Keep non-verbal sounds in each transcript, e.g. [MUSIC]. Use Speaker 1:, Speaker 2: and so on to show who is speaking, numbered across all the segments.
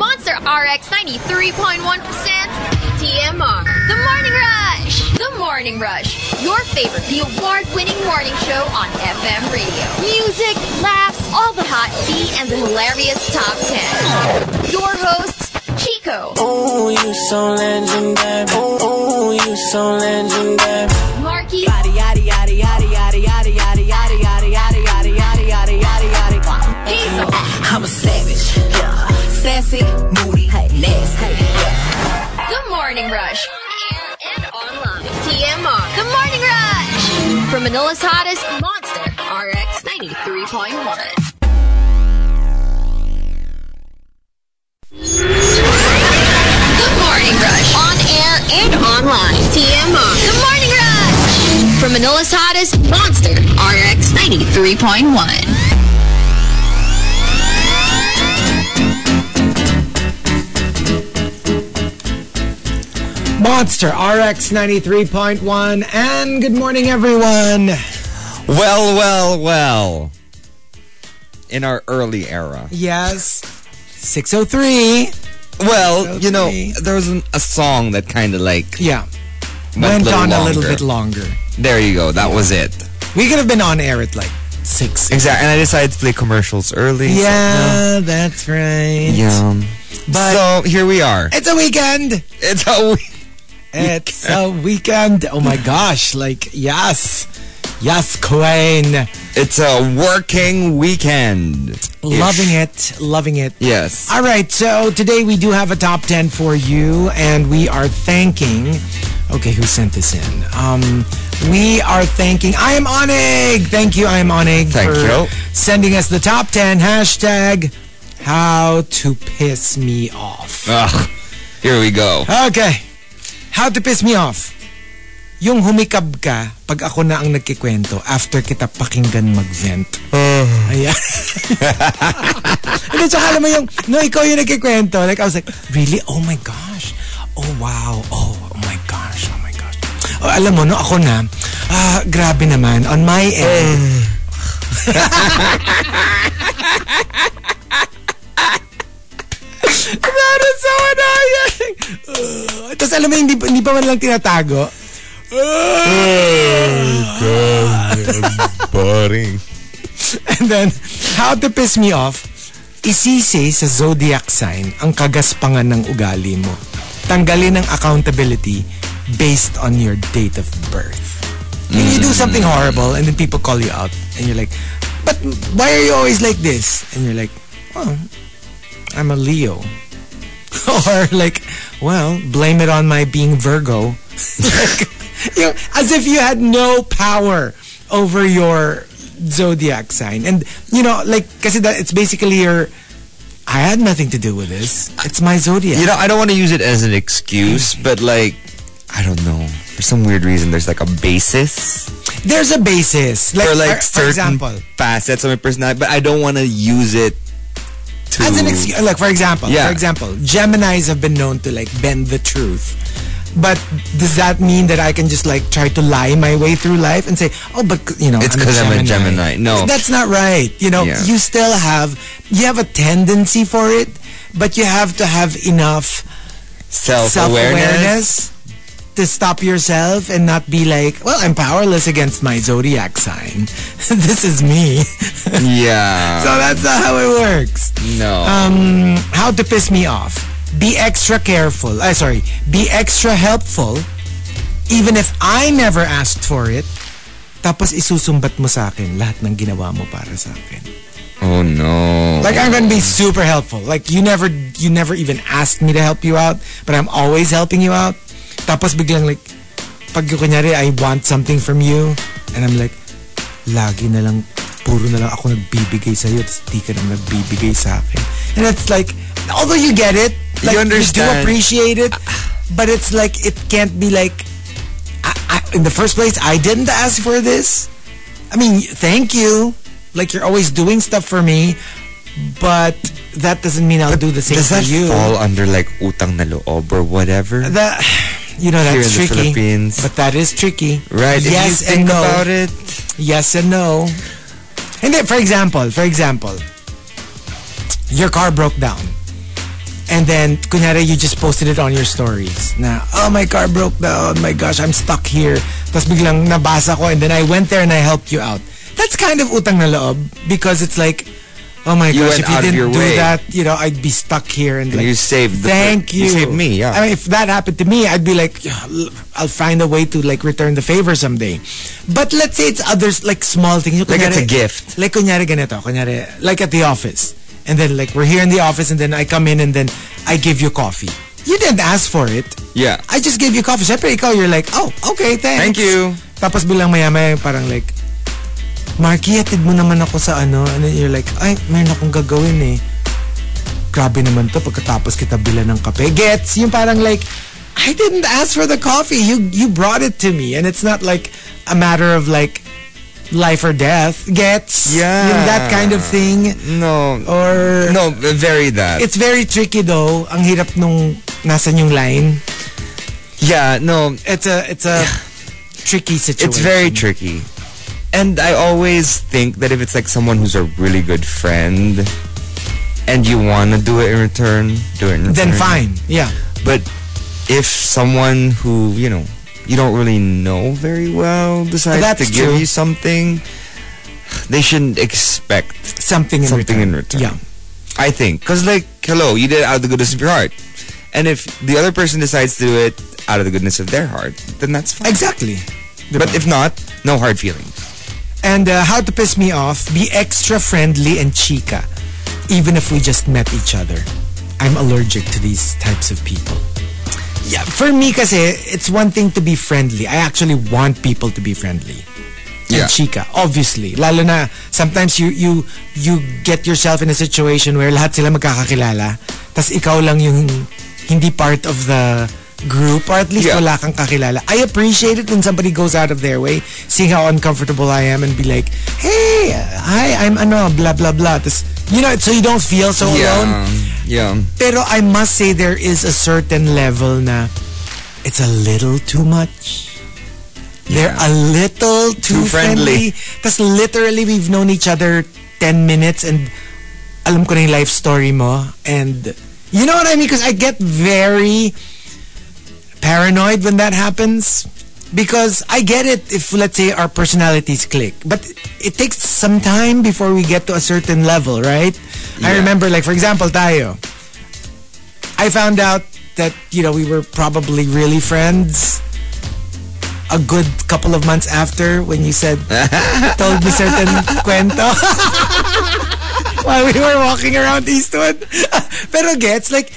Speaker 1: RX 93.1% TMR. The Morning Rush! The Morning Rush. Your favorite, the award winning morning show on FM radio. Music, laughs, all the hot tea, and the hilarious top 10. Your hosts, Chico,
Speaker 2: Ooh, you so legendary. Ooh, ooh, you so legendary.
Speaker 1: Marky, Hazel,
Speaker 3: I'm a savage, yeah. sassy, moody, nasty.
Speaker 1: The Morning Rush. Air and online. TMR. The Morning Rush. From Manila's hottest monster, RX 93.1. The Morning Rush. On air and online. TMR. The Morning Rush. From Manila's hottest monster, RX 93.1.
Speaker 4: Monster RX 93.1 and good morning everyone.
Speaker 5: Well, well, well. In our early era.
Speaker 4: Yes. 603.
Speaker 5: Well, you know,
Speaker 4: Okay.
Speaker 5: there was an, a song that kind of like
Speaker 4: Yeah.
Speaker 5: went,
Speaker 4: Went on a little
Speaker 5: longer.
Speaker 4: bit longer.
Speaker 5: There you go. That was it.
Speaker 4: We could have been on air at like 6.
Speaker 5: Exactly. And I decided to play commercials early. so-
Speaker 4: Yeah, that's right.
Speaker 5: Yeah.
Speaker 4: But
Speaker 5: so here we are.
Speaker 4: it's a weekend.
Speaker 5: [LAUGHS] It's a
Speaker 4: It's
Speaker 5: [LAUGHS]
Speaker 4: a weekend. Oh my gosh, like yes. Yes, Queen.
Speaker 5: it's a working weekend.
Speaker 4: Loving it. Loving it.
Speaker 5: Yes.
Speaker 4: All right, so today we do have a top 10 for you, and we are thanking. Okay, who sent this in? Um, we are thanking. I am Onig! Thank you, I am Onig,
Speaker 5: Thank
Speaker 4: for
Speaker 5: you.
Speaker 4: sending us the top 10 hashtag how to piss me off.
Speaker 5: Ugh. Here we go.
Speaker 4: Okay, how to piss me off. Yung humikab ka pag ako na ang nagkikwento after kita pakinggan mag-vent. Ayan. [LAUGHS] And then, tsaka alam mo yung, no, ikaw yung nagkikwento. Like, I was like, really? Oh my gosh. Oh, wow. Oh, oh my gosh. Oh my gosh. Oh, alam mo, no, ako na, ah, grabe naman. On my end, that is so annoying. Uh, Tapos alam mo, hindi, pa- hindi pa man lang tinatago.
Speaker 5: Boring.
Speaker 4: And then, how to piss me off, isisi sa zodiac sign ang kagaspangan ng ugali mo. Tanggalin ang accountability based on your date of birth. When you do something horrible and then people call you out and you're like, but why are you always like this? And you're like, well, I'm a Leo. [LAUGHS] or like, well, blame it on my being Virgo. [LAUGHS] like, you know, as if you had no power over your zodiac sign. And, you know, like, kasi that, it's basically your, I had nothing to do with this. It's my zodiac.
Speaker 5: You know, I don't want to use it as an excuse, but like, I don't know. For some weird reason, there's like a basis
Speaker 4: There's a basis. Like,
Speaker 5: for like
Speaker 4: for, for
Speaker 5: certain
Speaker 4: example.
Speaker 5: facets of my personality, but I don't want to use it to
Speaker 4: As an excuse, like for example,
Speaker 5: Yeah.
Speaker 4: for example, Gemini's have been known to like bend the truth. But does that mean that I can just like try to lie my way through life and say, oh, but you know,
Speaker 5: It's
Speaker 4: I'm a
Speaker 5: 'cause I'm a Gemini.
Speaker 4: Gemini.
Speaker 5: No.
Speaker 4: that's not right. You know,
Speaker 5: Yeah.
Speaker 4: you still have you have a tendency for it, but you have to have enough
Speaker 5: self awareness.
Speaker 4: self-awareness to stop yourself and not be like, well, I'm powerless against my zodiac sign. [LAUGHS] this is me. [LAUGHS] so
Speaker 5: Yeah.
Speaker 4: that's not how it works
Speaker 5: no.
Speaker 4: um, how to piss me off. Be extra careful. I sorry. Be extra helpful, even if I never asked for it. Tapos isusumbat mo sa akin lahat ng ginawa mo para sa akin.
Speaker 5: oh no.
Speaker 4: Like I'm gonna be super helpful. Like you never, you never even asked me to help you out, but I'm always helping you out. Tapos biglang like, pag kunyari I want something from you, and I'm like, lagi na lang, puro na lang ako nagbibigay sa'yo, tapos di ka na nagbibigay sa akin. And it's like, although you get it, like,
Speaker 5: You understand.
Speaker 4: do appreciate it, but it's like, it can't be like, I, I, in the first place, I didn't ask for this. I mean, thank you. Like, you're always doing stuff for me, but that doesn't mean I'll do the same
Speaker 5: Does
Speaker 4: for
Speaker 5: that
Speaker 4: you.
Speaker 5: fall under like utang na loob or whatever?
Speaker 4: That, [SIGHS] you know,
Speaker 5: Here
Speaker 4: that's
Speaker 5: in the
Speaker 4: tricky.
Speaker 5: Philippines.
Speaker 4: But that is tricky.
Speaker 5: right. If
Speaker 4: Yes
Speaker 5: you think
Speaker 4: and no.
Speaker 5: about it.
Speaker 4: Yes and no. And then, for example, for example, your car broke down. And then, kunyari, you just posted it on your stories na, oh, my car broke down. My gosh, I'm stuck here. Tapos biglang nabasa ko and then I went there and I helped you out. That's kind of utang na loob because it's like, oh my
Speaker 5: You
Speaker 4: gosh,
Speaker 5: went
Speaker 4: if you
Speaker 5: out of
Speaker 4: didn't
Speaker 5: your
Speaker 4: do
Speaker 5: way.
Speaker 4: that, you know, I'd be stuck here. And, like,
Speaker 5: you saved the per-
Speaker 4: Thank
Speaker 5: you
Speaker 4: you.
Speaker 5: saved me, yeah.
Speaker 4: I mean, if that happened to me, I'd be like, "Yeah, l- I'll find a way to like return the favor someday. But let's say it's others, like small things. Yung
Speaker 5: Like it's
Speaker 4: kunyari-
Speaker 5: a gift.
Speaker 4: Like kunyari ganito, kunyari, like at the office. And then like we're here in the office and then I come in and then I give you coffee. You didn't ask for it.
Speaker 5: Yeah.
Speaker 4: I just gave you coffee. Siyempre ikaw, you're like, oh, okay, thanks.
Speaker 5: Thank you.
Speaker 4: Tapos bilang maya maya parang like, Marky, hatid mo naman ako sa ano. And then you're like, ay, meron akong gagawin eh. Grabe naman to pagkatapos kita bilan ng kape. Gets? Yung parang like, I didn't ask for the coffee. You you brought it to me. And it's not like a matter of like life or death. Gets?
Speaker 5: Yeah.
Speaker 4: Yung that kind of thing.
Speaker 5: No.
Speaker 4: Or,
Speaker 5: No, very that.
Speaker 4: Oh. it's very tricky though. Ang hirap nung nasan yung line.
Speaker 5: yeah, no,
Speaker 4: It's a, it's a tricky situation.
Speaker 5: it's very tricky. And I always think that if it's like someone who's a really good friend and you want to do it in return, do it in return.
Speaker 4: Then fine. Yeah.
Speaker 5: But if someone who, you know, you don't really know very well decides
Speaker 4: That's
Speaker 5: to give
Speaker 4: true.
Speaker 5: you something, they shouldn't expect
Speaker 4: Something in
Speaker 5: something
Speaker 4: return.
Speaker 5: in return.
Speaker 4: Yeah.
Speaker 5: I think. Because, like, hello, you did it out of the goodness of your heart. And if the other person decides to do it out of the goodness of their heart, then that's fine.
Speaker 4: Exactly.
Speaker 5: But if not, no hard feelings.
Speaker 4: And uh, how to piss me off, be extra friendly and chica, even if we just met each other. I'm allergic to these types of people. Yeah, for me kasi, it's one thing to be friendly. I actually want people to be friendly.
Speaker 5: Yeah.
Speaker 4: And chica, obviously. Lalo na, sometimes you, you, you get yourself in a situation where lahat sila magkakakilala, tas ikaw lang yung hindi part of the group, or at least
Speaker 5: Yeah.
Speaker 4: wala kang kakilala. I appreciate it when somebody goes out of their way, seeing how uncomfortable I am, and be like, hey, hi, I'm ano, blah, blah, blah. Tas, you know, so you don't feel so alone.
Speaker 5: Yeah.
Speaker 4: Pero I must say there is a certain level na it's a little too much. They're a little too,
Speaker 5: Too friendly.
Speaker 4: Tapos literally we've known each other 10 minutes and alam ko na yung life story mo and you know what I mean? Because I get very paranoid when that happens because I get it if let's say our personalities click but it takes some time before we get to a certain level right I
Speaker 5: Yeah.
Speaker 4: remember like for example tayo I found out that you know we were probably really friends a good couple of months after when you said told me certain kwento [LAUGHS] while we were walking around Eastwood [LAUGHS] pero gets like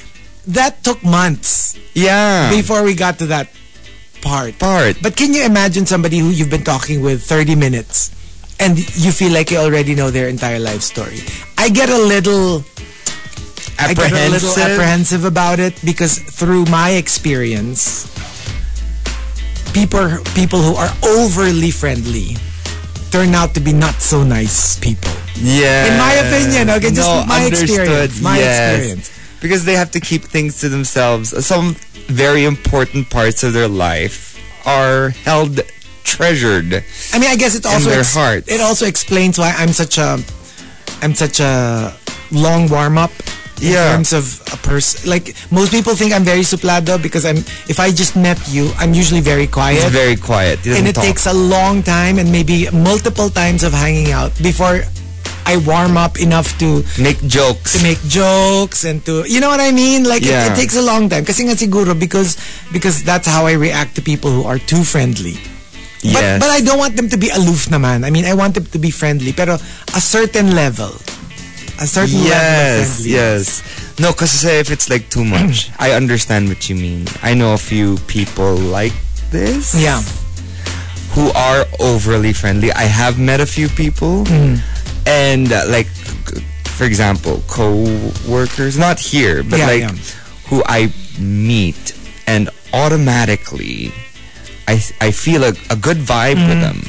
Speaker 4: that took months
Speaker 5: Yeah.
Speaker 4: before we got to that part.
Speaker 5: Part.
Speaker 4: But can you imagine somebody who you've been talking with 30 minutes and you feel like you already know their entire life story? I get a little I get a little apprehensive about it because through my experience people people who are overly friendly turn out to be not so nice people.
Speaker 5: Yeah.
Speaker 4: In my opinion, okay, just
Speaker 5: No,
Speaker 4: my
Speaker 5: understood.
Speaker 4: experience, my
Speaker 5: Yes.
Speaker 4: experience.
Speaker 5: Because they have to keep things to themselves. Some very important parts of their life are held treasured.
Speaker 4: I mean, I guess it also
Speaker 5: their
Speaker 4: ex-
Speaker 5: hearts.
Speaker 4: it also explains why I'm such a I'm such a long warm up in
Speaker 5: Yeah.
Speaker 4: terms of a person. Like most people think I'm very suplado because I'm if I just met you, I'm usually very quiet.
Speaker 5: It's very quiet. He doesn't
Speaker 4: and it
Speaker 5: talk.
Speaker 4: takes a long time and maybe multiple times of hanging out before I warm up enough to
Speaker 5: make jokes.
Speaker 4: to make jokes and to you know what I mean like it-
Speaker 5: Yeah.
Speaker 4: it, takes a long time kasi nga siguro because because that's how I react to people who are too friendly but,
Speaker 5: Yes.
Speaker 4: but I don't want them to be aloof naman. I mean, I want them to be friendly. Pero a certain level. A certain level of
Speaker 5: Yes,
Speaker 4: friendly.
Speaker 5: yes. No, because if it's like too much, I understand what you mean. I know a few people like this.
Speaker 4: Yeah. [LAUGHS]
Speaker 5: Who are overly friendly. I have met a few people.
Speaker 4: Hmm.
Speaker 5: And uh, like, c- for example, co-workers, not here, but
Speaker 4: Yeah,
Speaker 5: like
Speaker 4: yeah.
Speaker 5: who I meet and automatically I, I feel a, a good vibe with
Speaker 4: Hmm.
Speaker 5: them.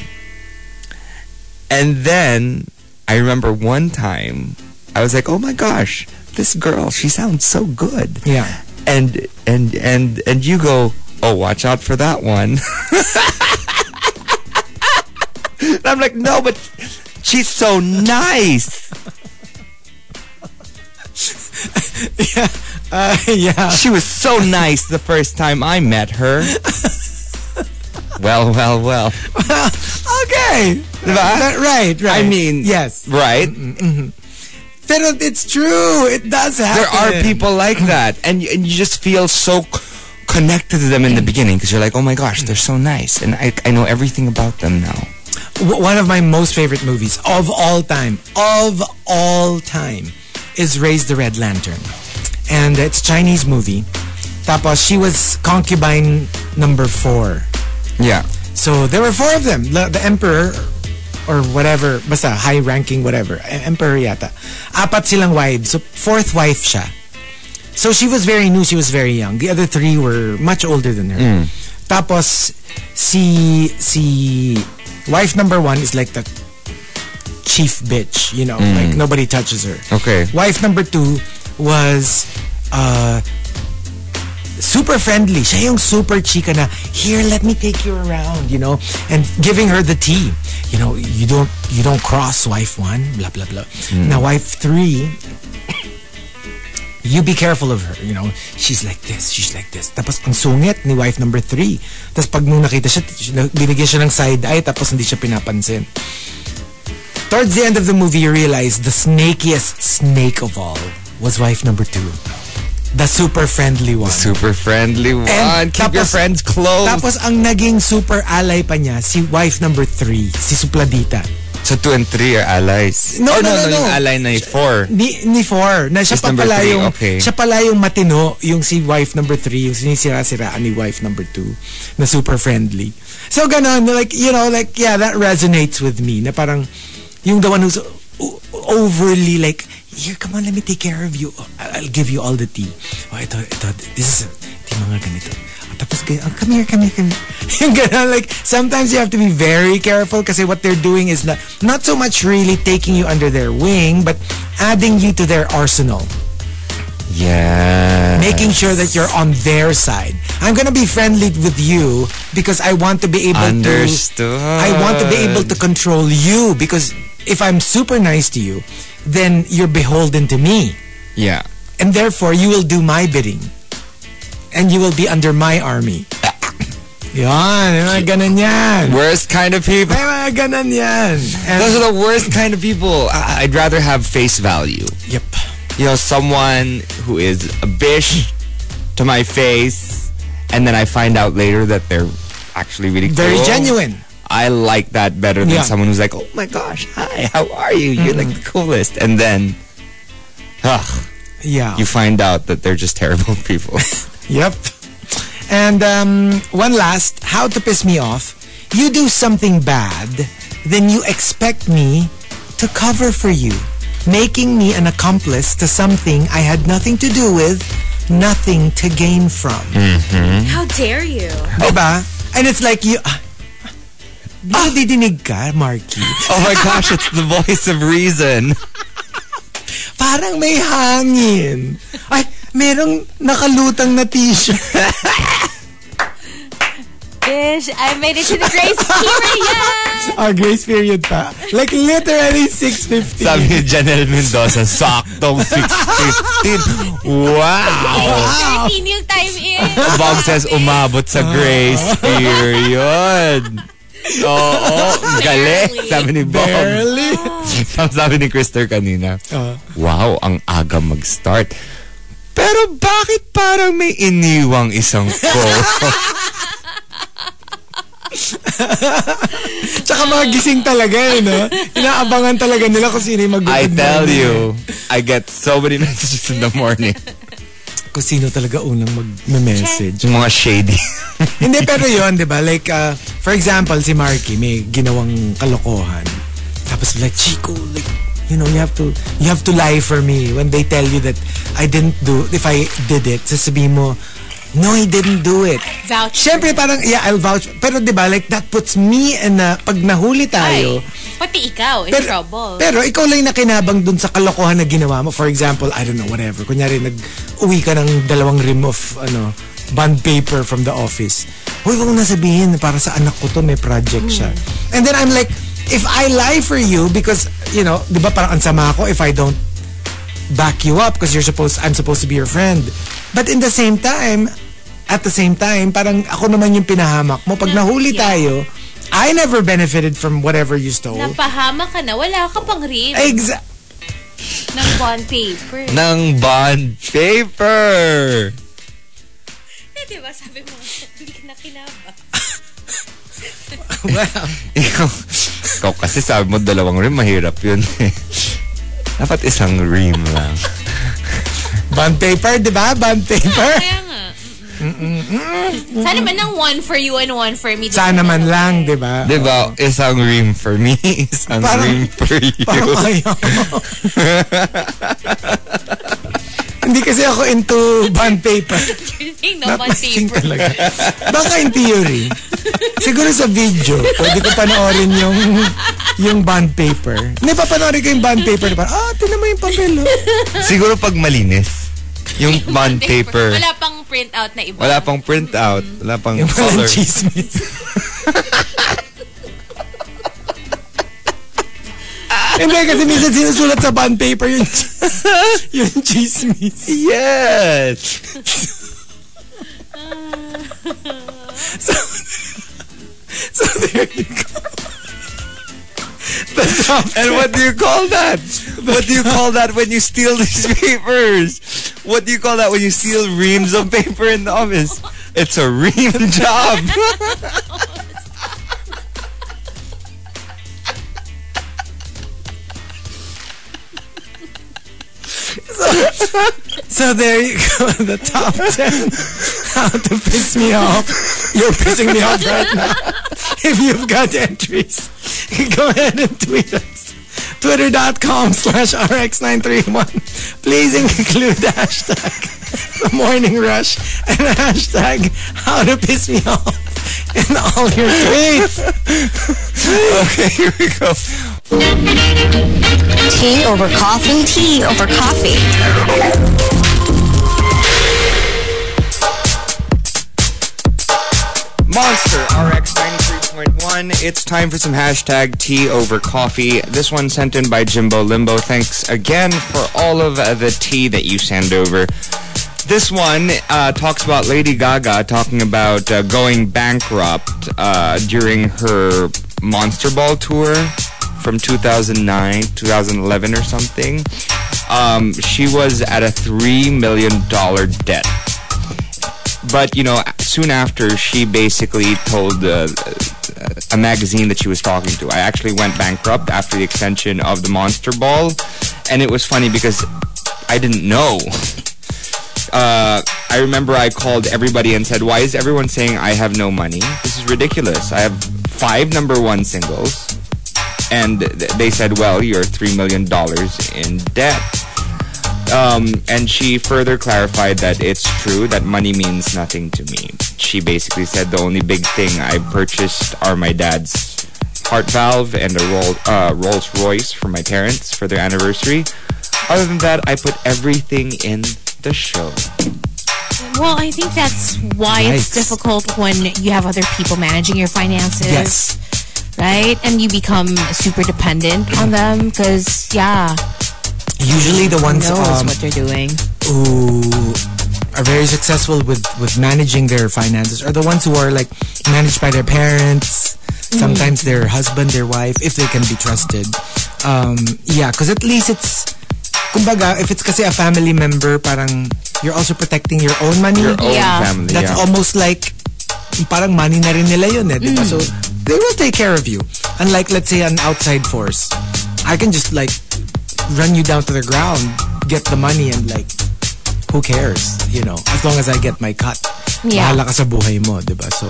Speaker 5: And then I remember one time I was like, "Oh my gosh, this girl, she sounds so good."
Speaker 4: Yeah.
Speaker 5: And and and and you go, "Oh, watch out for that one." [LAUGHS] and I'm like, "No, but she's so nice."
Speaker 4: yeah. Uh, yeah.
Speaker 5: She was so nice the first time I met
Speaker 4: [LAUGHS]
Speaker 5: her. well, well, well.
Speaker 4: Okay.
Speaker 5: Diba?
Speaker 4: Right, right.
Speaker 5: I mean,
Speaker 4: yes.
Speaker 5: Right?
Speaker 4: Pero it's true. It does happen.
Speaker 5: There are people like that. And you, and you just feel so c- connected to them in the beginning because you're like, oh my gosh, they're so nice. And I, I know everything about them now.
Speaker 4: w- one of my most favorite movies of all time, of all time, is Raise the Red Lantern. And it's a Chinese movie. Tapos, she was concubine number four.
Speaker 5: Yeah.
Speaker 4: So there were four of them. The, the emperor or whatever, basta high ranking whatever, em- emperor yata. Apat silang wives. So fourth wife siya. So she was very new, she was very young. The other three were much older than her. Tapos si si wife number 1 is like the chief bitch, you know, like nobody touches her.
Speaker 5: Okay.
Speaker 4: Wife number 2 was uh super friendly. Siya yung super chika na, here, let me take you around, you know, and giving her the tea. You know, you don't, you don't cross wife one, blah, blah, blah. Now, wife three, you be careful of her, you know. She's like this, she's like this. Tapos, ang sungit ni wife number three. Tapos, pag nung nakita siya, t- binigyan siya ng side eye, tapos hindi siya pinapansin. Towards the end of the movie, you realize the snakiest snake of all was wife number two. The super friendly one.
Speaker 5: Super friendly one. Keep your
Speaker 4: tapos-
Speaker 5: friends close.
Speaker 4: Tapos ang naging super ally pa niya, si wife number three, si Supladita.
Speaker 5: so two and three are allies. Oh,
Speaker 4: No,
Speaker 5: Or
Speaker 4: no, no,
Speaker 5: Yung
Speaker 4: no.
Speaker 5: ally na yung four.
Speaker 4: Ni, ni four. Na siya
Speaker 5: Is
Speaker 4: pa
Speaker 5: number
Speaker 4: pala
Speaker 5: three,
Speaker 4: yung,
Speaker 5: okay.
Speaker 4: siya pala yung matino, yung si wife number three, yung sinisira-siraan ni wife number two, na super friendly. So ganon, like, you know, like, yeah, that resonates with me. Na parang, yung the one who's o- overly like, here, come on, let me take care of you. Oh, I- I'll give you all the tea. Oh, ito, ito, this is, ito yung mga ganito. Oh, Tapos, ganyan, oh, come here, come here, come here. [LAUGHS] Yung ganon, like, sometimes you have to be very careful kasi what they're doing is not, not so much really taking you under their wing, but adding you to their arsenal
Speaker 5: Yeah.
Speaker 4: making sure that you're on their side. I'm gonna be friendly with you because I want to be able
Speaker 5: Understood.
Speaker 4: to. I want to be able to control you because if I'm super nice to you, then you're beholden to me,
Speaker 5: Yeah.
Speaker 4: and therefore you will do my bidding, and you will be under my army. [COUGHS] Yan, may mga ganun yan.
Speaker 5: Worst kind of people.
Speaker 4: May mga ganun yan. And-
Speaker 5: Those are the worst kind of people. I- I'd rather have face value.
Speaker 4: yep.
Speaker 5: You know, someone who is a bish to my face, and then I find out later that they're actually really
Speaker 4: Very
Speaker 5: cool.
Speaker 4: genuine.
Speaker 5: I like that better
Speaker 4: Yeah.
Speaker 5: than someone who's like, "Oh my gosh, hi, how are you? You're like the coolest," and then, ugh,
Speaker 4: Yeah.
Speaker 5: you find out that they're just terrible [LAUGHS] people.
Speaker 4: Yep. And um, one last, how to piss me off. You do something bad, then you expect me to cover for you, making me an accomplice to something I had nothing to do with, nothing to gain from.
Speaker 6: How dare you?
Speaker 4: Diba? And it's like you... Ah, ah, didinig ka, Marky.
Speaker 5: oh my gosh, it's the voice of reason.
Speaker 4: Parang may hangin. Ay, merong nakalutang na t-shirt. [LAUGHS]
Speaker 6: Bish, I made it to the grace
Speaker 4: [LAUGHS]
Speaker 6: period!
Speaker 4: Our Ah, grace period pa. Like literally 6.50.
Speaker 5: Sabi ni Janelle Mendoza, saktong 6.15. [LAUGHS] Wow!
Speaker 6: 13 yung time in!
Speaker 5: Bob says, umabot sa grace [LAUGHS] period. Oo, ang galing. Sabi ni Bob.
Speaker 4: Barely.
Speaker 5: Ang [LAUGHS] sabi ni Krister kanina.
Speaker 4: Ah.
Speaker 5: Wow, ang aga mag-start. Pero bakit parang may iniwang isang ko? [LAUGHS]
Speaker 4: Tsaka mga gising talaga eh, no? Inaabangan talaga nila kung sino yung mag
Speaker 5: I tell you, I get so many messages in the morning.
Speaker 4: Kung sino talaga unang mag-message.
Speaker 5: [LAUGHS] Yung mga shady.
Speaker 4: Hindi, pero yun, di ba? Like, uh, for example, si Marky may ginawang kalokohan. Tapos like, Chico, like, you know, you have to you have to lie for me when they tell you that I didn't do if I did it. Sasabihin mo, no, he didn't do it.
Speaker 6: Vouch.
Speaker 4: Siyempre, parang, yeah, I'll vouch. Pero di ba, like, that puts me in a, pag nahuli tayo,
Speaker 6: Pati ikaw, in trouble.
Speaker 4: pero ikaw lang yung nakinabang dun sa kalokohan na ginawa mo. For example, I don't know, whatever. Kunyari, nag-uwi ka ng dalawang rim of ano, bond paper from the office. Huwag mong nasabihin, para sa anak ko to, may project siya.
Speaker 6: Hmm.
Speaker 4: And then I'm like, if I lie for you, because, you know, di ba parang ang sama ako if I don't back you up because you're supposed I'm supposed to be your friend. But in the same time, at the same time, parang ako naman yung pinahamak mo. Pag nahuli tayo, I never benefited from whatever you stole.
Speaker 6: Napahama ka na. Wala ka pang rib
Speaker 4: Exa-
Speaker 6: ng bond paper.
Speaker 5: [LAUGHS] ng bond paper.
Speaker 6: Eh, di ba? Sabi mo, hindi ka na kinaba.
Speaker 5: Ikaw, ikaw kasi sabi mo dalawang rim, mahirap yun eh. Dapat isang rim lang.
Speaker 4: Bond paper, di ba? Bond
Speaker 6: [LAUGHS]
Speaker 4: paper.
Speaker 6: Kaya nga. Sana man ng one for you and one for me.
Speaker 4: Sana man lang, di ba? [LAUGHS]
Speaker 5: Di ba? Diba? Isang rim for me, [LAUGHS] isang
Speaker 4: Parang-
Speaker 5: rim for you.
Speaker 4: [LAUGHS] Parang ayaw. Hindi kasi ako into bond paper.
Speaker 6: Using no
Speaker 4: Not
Speaker 6: bond
Speaker 4: my thing
Speaker 6: paper.
Speaker 4: talaga. Baka in theory. Siguro sa video, pwede ko panoorin yung yung bond paper. Hindi, papanoorin ko yung bond paper. Parang, ah, tinan mo yung papel, oh.
Speaker 5: Siguro pag malinis, yung bond paper,
Speaker 6: Wala pang print out na iba.
Speaker 5: wala pang printout, wala pang
Speaker 4: Yung
Speaker 5: color.
Speaker 4: walang
Speaker 5: [LAUGHS]
Speaker 4: chismis. Hindi, kasi minsan sinusulat sa bond paper
Speaker 5: [LAUGHS]
Speaker 4: yung, chis- yung chismis.
Speaker 5: Yes!
Speaker 4: So there you go. The doctor.
Speaker 5: And what do you call that? What do you call that when you steal these papers? What do you call that when you steal reams of paper in the office? It's a ream job.
Speaker 4: So there you go. The top 10. How to piss me off. You're pissing me off right now. [LAUGHS] If you've got entries, [LAUGHS] go ahead and tweet us. Twitter.com slash RX931. Please include the hashtag [LAUGHS] The Morning Rush and the hashtag How to Piss Me Off in all your tweets.
Speaker 5: [LAUGHS] okay, here we go.
Speaker 3: Tea over coffee. Tea over coffee.
Speaker 5: Monster RX 93.1. It's time for some hashtag tea over coffee. This one sent in by Jimbo Limbo. Thanks again for all of uh, the tea that you send over. This one uh, talks about Lady Gaga talking about uh, going bankrupt uh, during her Monster Ball tour from 2009, 2011 or something. Um, she was at a $3 million debt but you know soon after she basically told uh, a magazine that she was talking to i actually went bankrupt after the extension of the monster ball and it was funny because i didn't know uh, i remember i called everybody and said why is everyone saying i have no money this is ridiculous i have five number one singles and th- they said well you're three million dollars in debt um, and she further clarified that it's true that money means nothing to me. She basically said the only big thing I purchased are my dad's heart valve and a Roll, uh, Rolls Royce for my parents for their anniversary. Other than that, I put everything in the show.
Speaker 6: Well, I think that's why it's
Speaker 4: Yikes.
Speaker 6: difficult when you have other people managing your finances.
Speaker 4: Yes.
Speaker 6: Right? And you become super dependent on them because, yeah,
Speaker 4: Usually the
Speaker 6: who
Speaker 4: ones
Speaker 6: knows
Speaker 4: um,
Speaker 6: what they're doing.
Speaker 4: who are very successful with with managing their finances are the ones who are like managed by their parents
Speaker 6: Mm-hmm.
Speaker 4: sometimes their husband their wife if they can be trusted um yeah because at least it's kumbaga if it's kasi a family member parang you're also protecting your own money
Speaker 5: Your own
Speaker 6: Yeah.
Speaker 5: family.
Speaker 4: that's
Speaker 5: yeah.
Speaker 4: almost like parang money na rin nila yun eh, di ba? So, they will take care of you. Unlike, let's say, an outside force. I can just like run you down to the ground, get the money, and like, who cares? You know, as long as I get my cut.
Speaker 6: Yeah.
Speaker 4: Bahala ka sa buhay mo, di ba? So,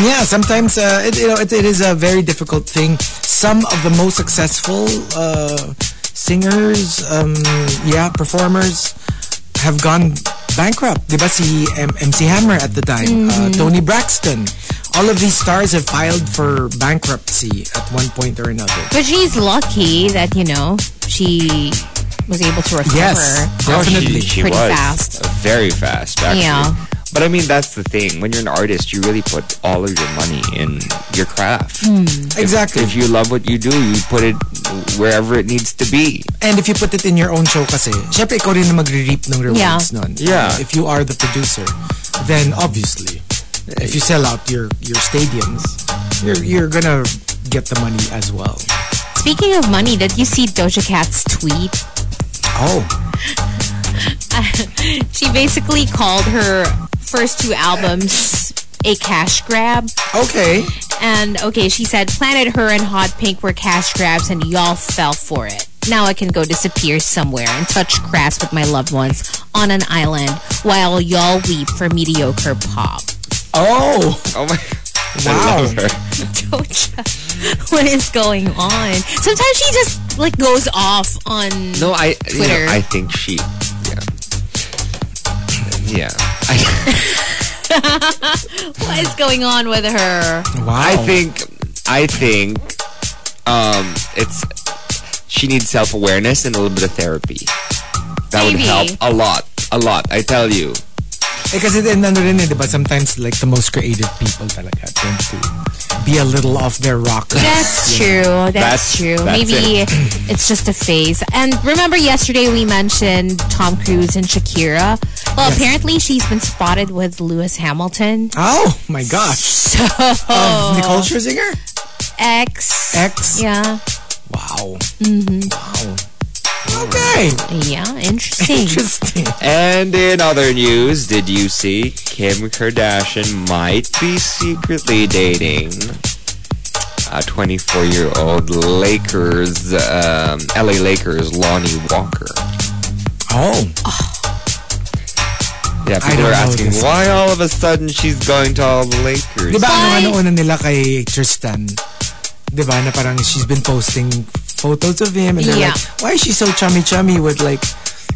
Speaker 4: yeah, sometimes, uh, it, you know, it, it is a very difficult thing. Some of the most successful uh, singers, um, yeah, performers, have gone bankrupt. Diba si M- MC Hammer at the time, uh, Tony Braxton. All of these stars have filed for bankruptcy at one point or another.
Speaker 6: But she's lucky that, you know, she was able to recover.
Speaker 4: Yes,
Speaker 5: Oh, she-
Speaker 4: definitely.
Speaker 5: She,
Speaker 6: Pretty
Speaker 5: was
Speaker 6: fast.
Speaker 5: very fast, actually.
Speaker 6: Yeah.
Speaker 5: But I mean, that's the thing. When you're an artist, you really put all of your money in your craft.
Speaker 4: Exactly.
Speaker 5: If you love what you do, you put it wherever it needs to be.
Speaker 4: And if you put it in your own show kasi, syempre ikaw rin na magre-reap ng rewards
Speaker 6: Yeah.
Speaker 4: nun.
Speaker 5: Yeah.
Speaker 4: If you are the producer, then obviously, if you sell out your your stadiums, you're you're gonna get the money as well.
Speaker 6: Speaking of money, did you see Doja Cat's tweet?
Speaker 4: Oh.
Speaker 6: She basically called her first two albums a cash grab.
Speaker 4: Okay.
Speaker 6: And okay, she said Planet Her and Hot Pink were cash grabs and y'all fell for it. Now I can go disappear somewhere and touch grass with my loved ones on an island while y'all weep for mediocre pop. [LAUGHS]
Speaker 4: Oh.
Speaker 5: Oh [LAUGHS] my.
Speaker 4: Wow.
Speaker 5: I love her.
Speaker 6: Doja, what is going on? Sometimes she just like goes off on
Speaker 5: No, I. you know,
Speaker 6: Twitter.
Speaker 5: I think she. Yeah. Yeah. I,
Speaker 6: what is going on with her.
Speaker 4: Wow.
Speaker 5: [LAUGHS] I think. I think. Um, it's. She needs self awareness and a little bit of therapy. That would
Speaker 6: Maybe.
Speaker 5: help a lot. A lot. I tell you.
Speaker 4: Eh, kasi then, ano rin eh, di ba, sometimes like the most creative people talaga tend to be a little off their rocker.
Speaker 6: That's true. That's,
Speaker 5: That's-
Speaker 6: true.
Speaker 5: that's
Speaker 6: Maybe [CLEARS THROAT] it's just a phase. And remember yesterday we mentioned Tom Cruise and Shakira. Well, apparently she's been spotted with Lewis Hamilton.
Speaker 4: Oh my gosh. Um,
Speaker 6: So
Speaker 4: Nicole Scherzinger?
Speaker 6: X.
Speaker 4: X?
Speaker 6: Yeah.
Speaker 4: Wow. Mm-hmm. Wow. Okay.
Speaker 6: Yeah. Interesting.
Speaker 4: Interesting.
Speaker 5: And in other news, did you see Kim Kardashian might be secretly dating a 24 year old Lakers, um, LA Lakers, Lonnie Walker?
Speaker 4: Oh.
Speaker 5: Yeah, people
Speaker 4: don't
Speaker 5: are
Speaker 4: know
Speaker 5: asking
Speaker 4: this.
Speaker 5: why all of a sudden she's going to all the Lakers.
Speaker 4: Di ba
Speaker 6: Bye.
Speaker 4: ano ano nila kay Tristan? Di ba na parang she's been posting photos of him and they're
Speaker 6: Yeah.
Speaker 4: like, why is she so chummy chummy with like,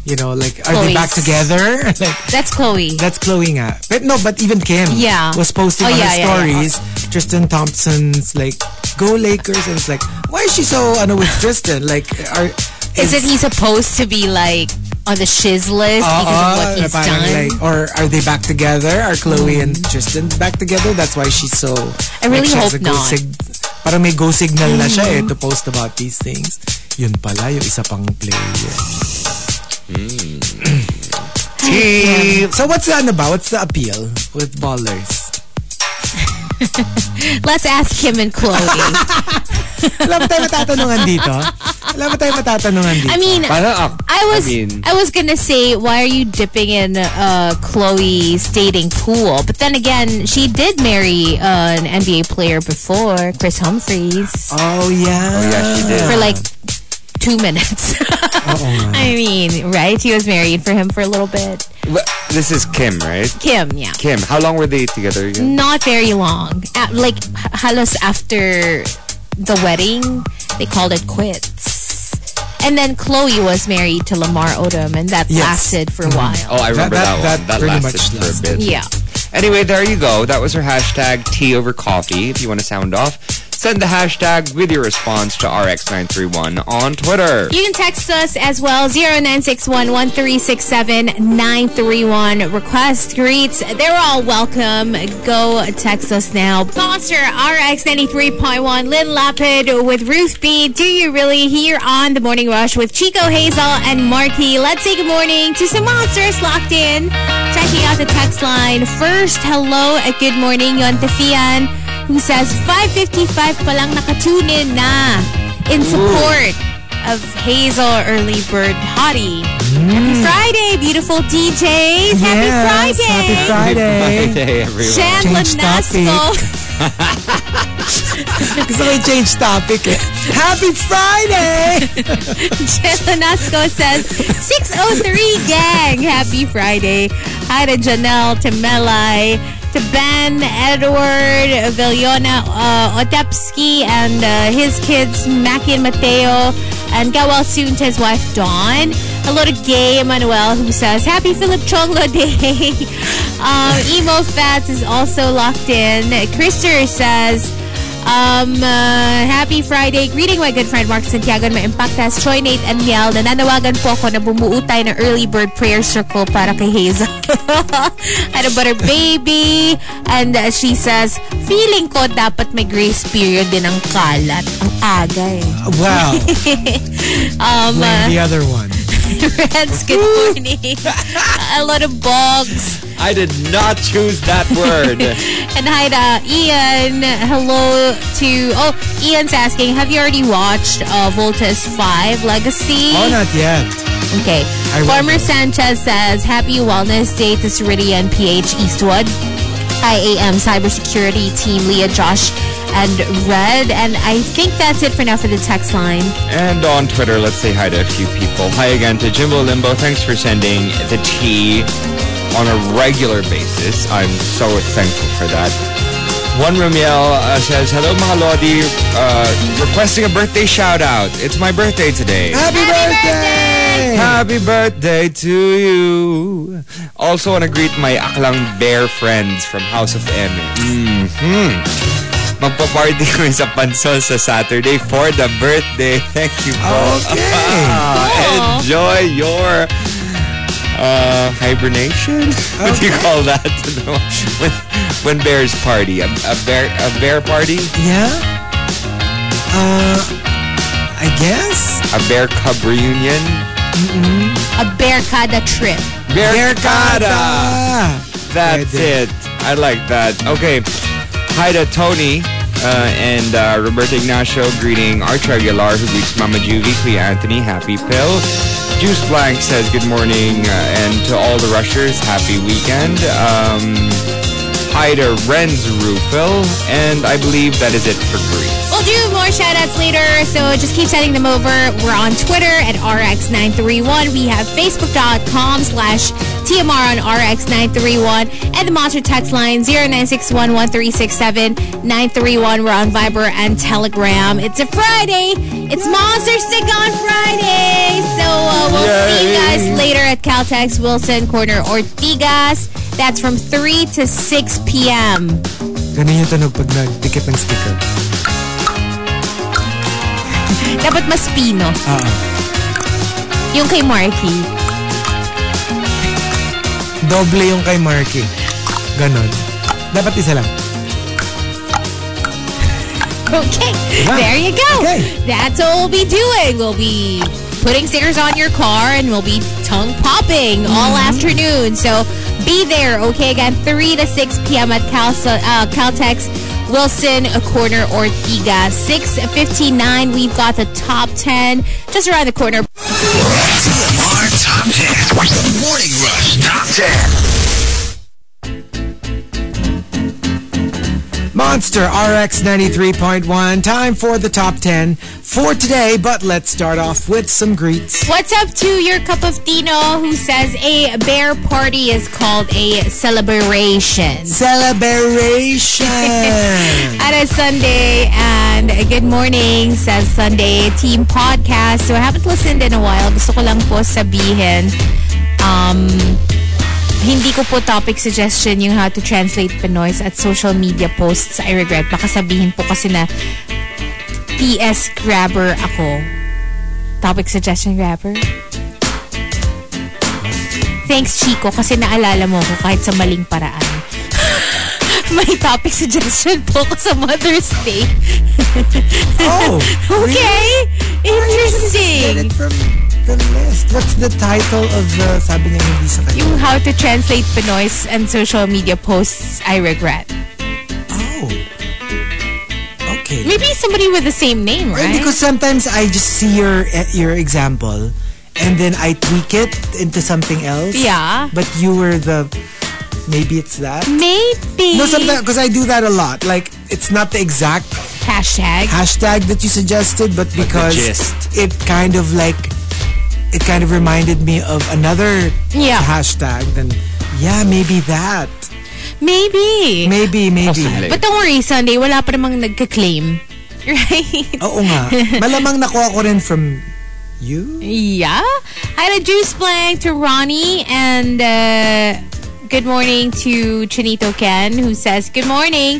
Speaker 4: you know, like, are they
Speaker 6: Chloe's.
Speaker 4: back together? [LAUGHS] like,
Speaker 6: That's Chloe.
Speaker 4: that's Chloe nga. But no, but even Kim
Speaker 6: Yeah.
Speaker 4: was posting
Speaker 6: Oh,
Speaker 4: on
Speaker 6: yeah,
Speaker 4: her
Speaker 6: yeah,
Speaker 4: stories. Tristan Thompson's like, go Lakers. And it's like, why is she so, ano, with Tristan? Like, are,
Speaker 6: Is it he supposed to be like on the shiz list because of
Speaker 4: Oo,
Speaker 3: Uh-uh.
Speaker 6: what he's
Speaker 4: parang
Speaker 6: done? Mm.
Speaker 4: like, or are they back together? Are Chloe and Tristan back together? That's why she's so.
Speaker 6: I really
Speaker 4: she has
Speaker 6: hope
Speaker 4: a go
Speaker 6: not. Mm.
Speaker 4: sig- parang may go signal na siya eh to post about these things. Yun pala, yung isa pang player.
Speaker 5: Tea.
Speaker 4: So what's the ano ba? What's the appeal with ballers?
Speaker 6: Let's ask him and
Speaker 3: [LAUGHS]
Speaker 6: Chloe.
Speaker 4: Alam mo tayo matatanungan dito? Alam mo tayo matatanungan dito?
Speaker 6: [LAUGHS] I mean,
Speaker 5: Parang ako-
Speaker 6: I was I,
Speaker 5: I mean-
Speaker 6: was gonna say, why are you dipping in uh, Chloe's dating pool? But then again, she did marry uh, an NBA player before, Chris Humphries,
Speaker 4: oh, yeah.
Speaker 5: Oh, yeah, she did.
Speaker 1: Uh-huh.
Speaker 6: for like two minutes. [LAUGHS] I mean, right? She was married for him for a little bit.
Speaker 5: Wha- This is Kim, right?
Speaker 6: Kim, yeah,
Speaker 5: Kim, how long were they together again?
Speaker 6: not very long. At, like h- halos after the wedding, they called it quits. And then Chloe was married to Lamar Odom, and that
Speaker 4: Yes.
Speaker 6: lasted for a while.
Speaker 5: Oh, I remember
Speaker 4: that-
Speaker 5: that,
Speaker 4: that
Speaker 5: one. That
Speaker 4: pretty
Speaker 5: lasted
Speaker 4: much
Speaker 5: for
Speaker 4: lasted.
Speaker 5: a bit.
Speaker 6: Yeah.
Speaker 5: Anyway, there you go. That was her hashtag tea over coffee. If you want to sound off, send the hashtag with your response to RX931 on Twitter.
Speaker 6: You can text us as well, 0961 931 Request, greets, they're all welcome. Go text us now. Monster RX 93.1, Lynn Lapid with Ruth B. Do you really here on The Morning Rush with Chico Hazel and Marky? Let's say good morning to some monsters locked in. Checking out the text line. First, hello at good morning, Yon Tefian, who says 5.55 pa lang nakatune in na in support of Hazel Early Bird Hottie. Happy Friday, beautiful DJs. Happy
Speaker 4: Mm. Yes,
Speaker 6: Friday.
Speaker 4: Happy [LAUGHS] Friday.
Speaker 5: Friday, everyone.
Speaker 6: Shan
Speaker 4: Change
Speaker 6: Lanasco.
Speaker 4: Gusto ko change topic eh. Happy Friday!
Speaker 6: Shan Lanasco says, 603 gang. Happy Friday. Hi to Janelle, to Melai, to Ben, Edward, Villona uh, Otepski, and uh, his kids, Mackie and Mateo, and get well soon to his wife, Dawn. Hello to Gay Emmanuel, who says, Happy Philip Chonglo [LAUGHS] Day. um, Emo Fats is also locked in. Krister says, Um, uh, happy Friday. Greeting my good friend Mark Santiago and my impactas, Troy, Nate, and Miel. Nananawagan po ako na bumuo tayo ng early bird prayer circle para kay Hazel. [LAUGHS] Had a butter baby. And uh, she says, feeling ko dapat may grace period din ang kalat. Ang aga eh.
Speaker 4: [LAUGHS] Wow.
Speaker 6: Um,
Speaker 4: Blame
Speaker 6: uh,
Speaker 4: the other one.
Speaker 6: [LAUGHS] Reds, good morning. a lot of bugs.
Speaker 5: I did not choose that word.
Speaker 6: And hi to uh, Ian. Hello to oh Ian's asking, have you already watched uh, Voltes Five Legacy?
Speaker 4: Oh, not yet.
Speaker 6: Okay.
Speaker 4: I will.
Speaker 6: Former Sanchez says, Happy Wellness Day to Ceridia and PH Eastwood. IAM Cybersecurity Team Leah, Josh, and Red. And I think that's it for now for the text line.
Speaker 5: and on Twitter, let's say hi to a few people. Hi again to Jimbo Limbo. Thanks for sending the tea on a regular basis. I'm so thankful for that. One Ramiel uh, says, Hello, Mahalodi. Uh, requesting a birthday shout out. It's my birthday today.
Speaker 4: Happy, birthday!
Speaker 5: Happy birthday to you. Also want to greet my Aklang Bear friends from House of M. Mm-hmm. Magpa-party kami sa Pansol sa Saturday for the birthday. Thank you, bro.
Speaker 4: Okay.
Speaker 5: Ah, [LAUGHS] enjoy your uh, hibernation. What do you call that? [LAUGHS] when, when bears party, a, a bear a bear party,
Speaker 4: Yeah? Uh, I guess?
Speaker 5: a bear cub reunion,
Speaker 6: A Bearcada trip.
Speaker 5: bear cata.
Speaker 4: Ah,
Speaker 5: That's
Speaker 4: Pwede.
Speaker 5: it. I like that. Okay. Hi to Tony uh, and uh, Roberto Ignacio greeting Archer Aguilar who greets Mama Juvie, Kuya Anthony, Happy Pill. Juice Blank says good morning uh, and to all the rushers, happy weekend. Um, hi to Renz Rufil and I believe that is it for Greece.
Speaker 6: We'll do more shout outs later, so just keep sending them over. We're on Twitter at RX931. We have Facebook.com slash TMR on RX931 and the monster text line 0961-1367-931. We're on Viber and Telegram. It's a Friday. It's Monster Stick on Friday. So uh, we'll see you guys later at Caltex Wilson Corner Ortigas. That's from 3 to 6 p.m.
Speaker 4: Ganun yung tunog pag nagdikit ng sticker.
Speaker 6: Dapat mas Pino.
Speaker 4: Oo.
Speaker 6: Yung kay Marky.
Speaker 4: Doble yung kay Marky. Ganon. Dapat isa lang.
Speaker 6: Okay, there you go.
Speaker 4: Okay.
Speaker 6: That's what we'll be doing. We'll be putting stickers on your car and we'll be tongue popping all afternoon. So be there, okay? Again, 3 to 6 p.m. at Cal- uh, Caltex Wilson Corner Ortiga. 6.59, we've got the top 10 just around the corner.
Speaker 7: TMR Top 10. Morning Rush Top 10.
Speaker 4: Monster RX 93.1. Time for the top 10 for today, but let's start off with some greets.
Speaker 6: What's up to your cup of Tino who says a bear party is called a celebration? [LAUGHS]
Speaker 4: Celebration!
Speaker 6: At a Sunday and good morning says Sunday Team Podcast. So I haven't listened in a while. Gusto ko lang po sabihin, um, hindi ko po topic suggestion yung how to translate Pinoy at social media posts. I regret. Baka sabihin po kasi na PS grabber ako. Topic suggestion grabber? Thanks, Chico, kasi naalala mo ko kahit sa maling paraan. May topic suggestion po ko sa Mother's Day.
Speaker 4: oh!
Speaker 6: Okay? Interesting.
Speaker 4: Get it from the list. What's the title of the sabi niya hindi sa kanya?
Speaker 6: Yung how to translate Pinoy and social media posts, I regret.
Speaker 4: Oh. Okay.
Speaker 6: Maybe somebody with the same name,
Speaker 4: Well,
Speaker 6: right?
Speaker 4: Because sometimes I just see your eh, your example and then I tweak it into something else.
Speaker 6: Yeah.
Speaker 4: But you were the maybe it's that.
Speaker 6: Maybe.
Speaker 4: No, sometimes because I do that a lot. Like it's not the exact
Speaker 6: Hashtag.
Speaker 4: hashtag that you suggested, but because
Speaker 5: gist.
Speaker 4: it kind of like it kind of reminded me of another
Speaker 6: Yeah.
Speaker 4: hashtag. Then yeah, maybe that.
Speaker 6: Maybe.
Speaker 4: Maybe maybe.
Speaker 6: But don't worry, Sunday, wala pa namang
Speaker 4: [LAUGHS]
Speaker 6: nagka-claim. Right?
Speaker 4: Oo nga. Malamang nakuha ko rin from you.
Speaker 6: Yeah. I had a juice blank to Ronnie and uh, good morning to Chinito Ken who says, Good morning.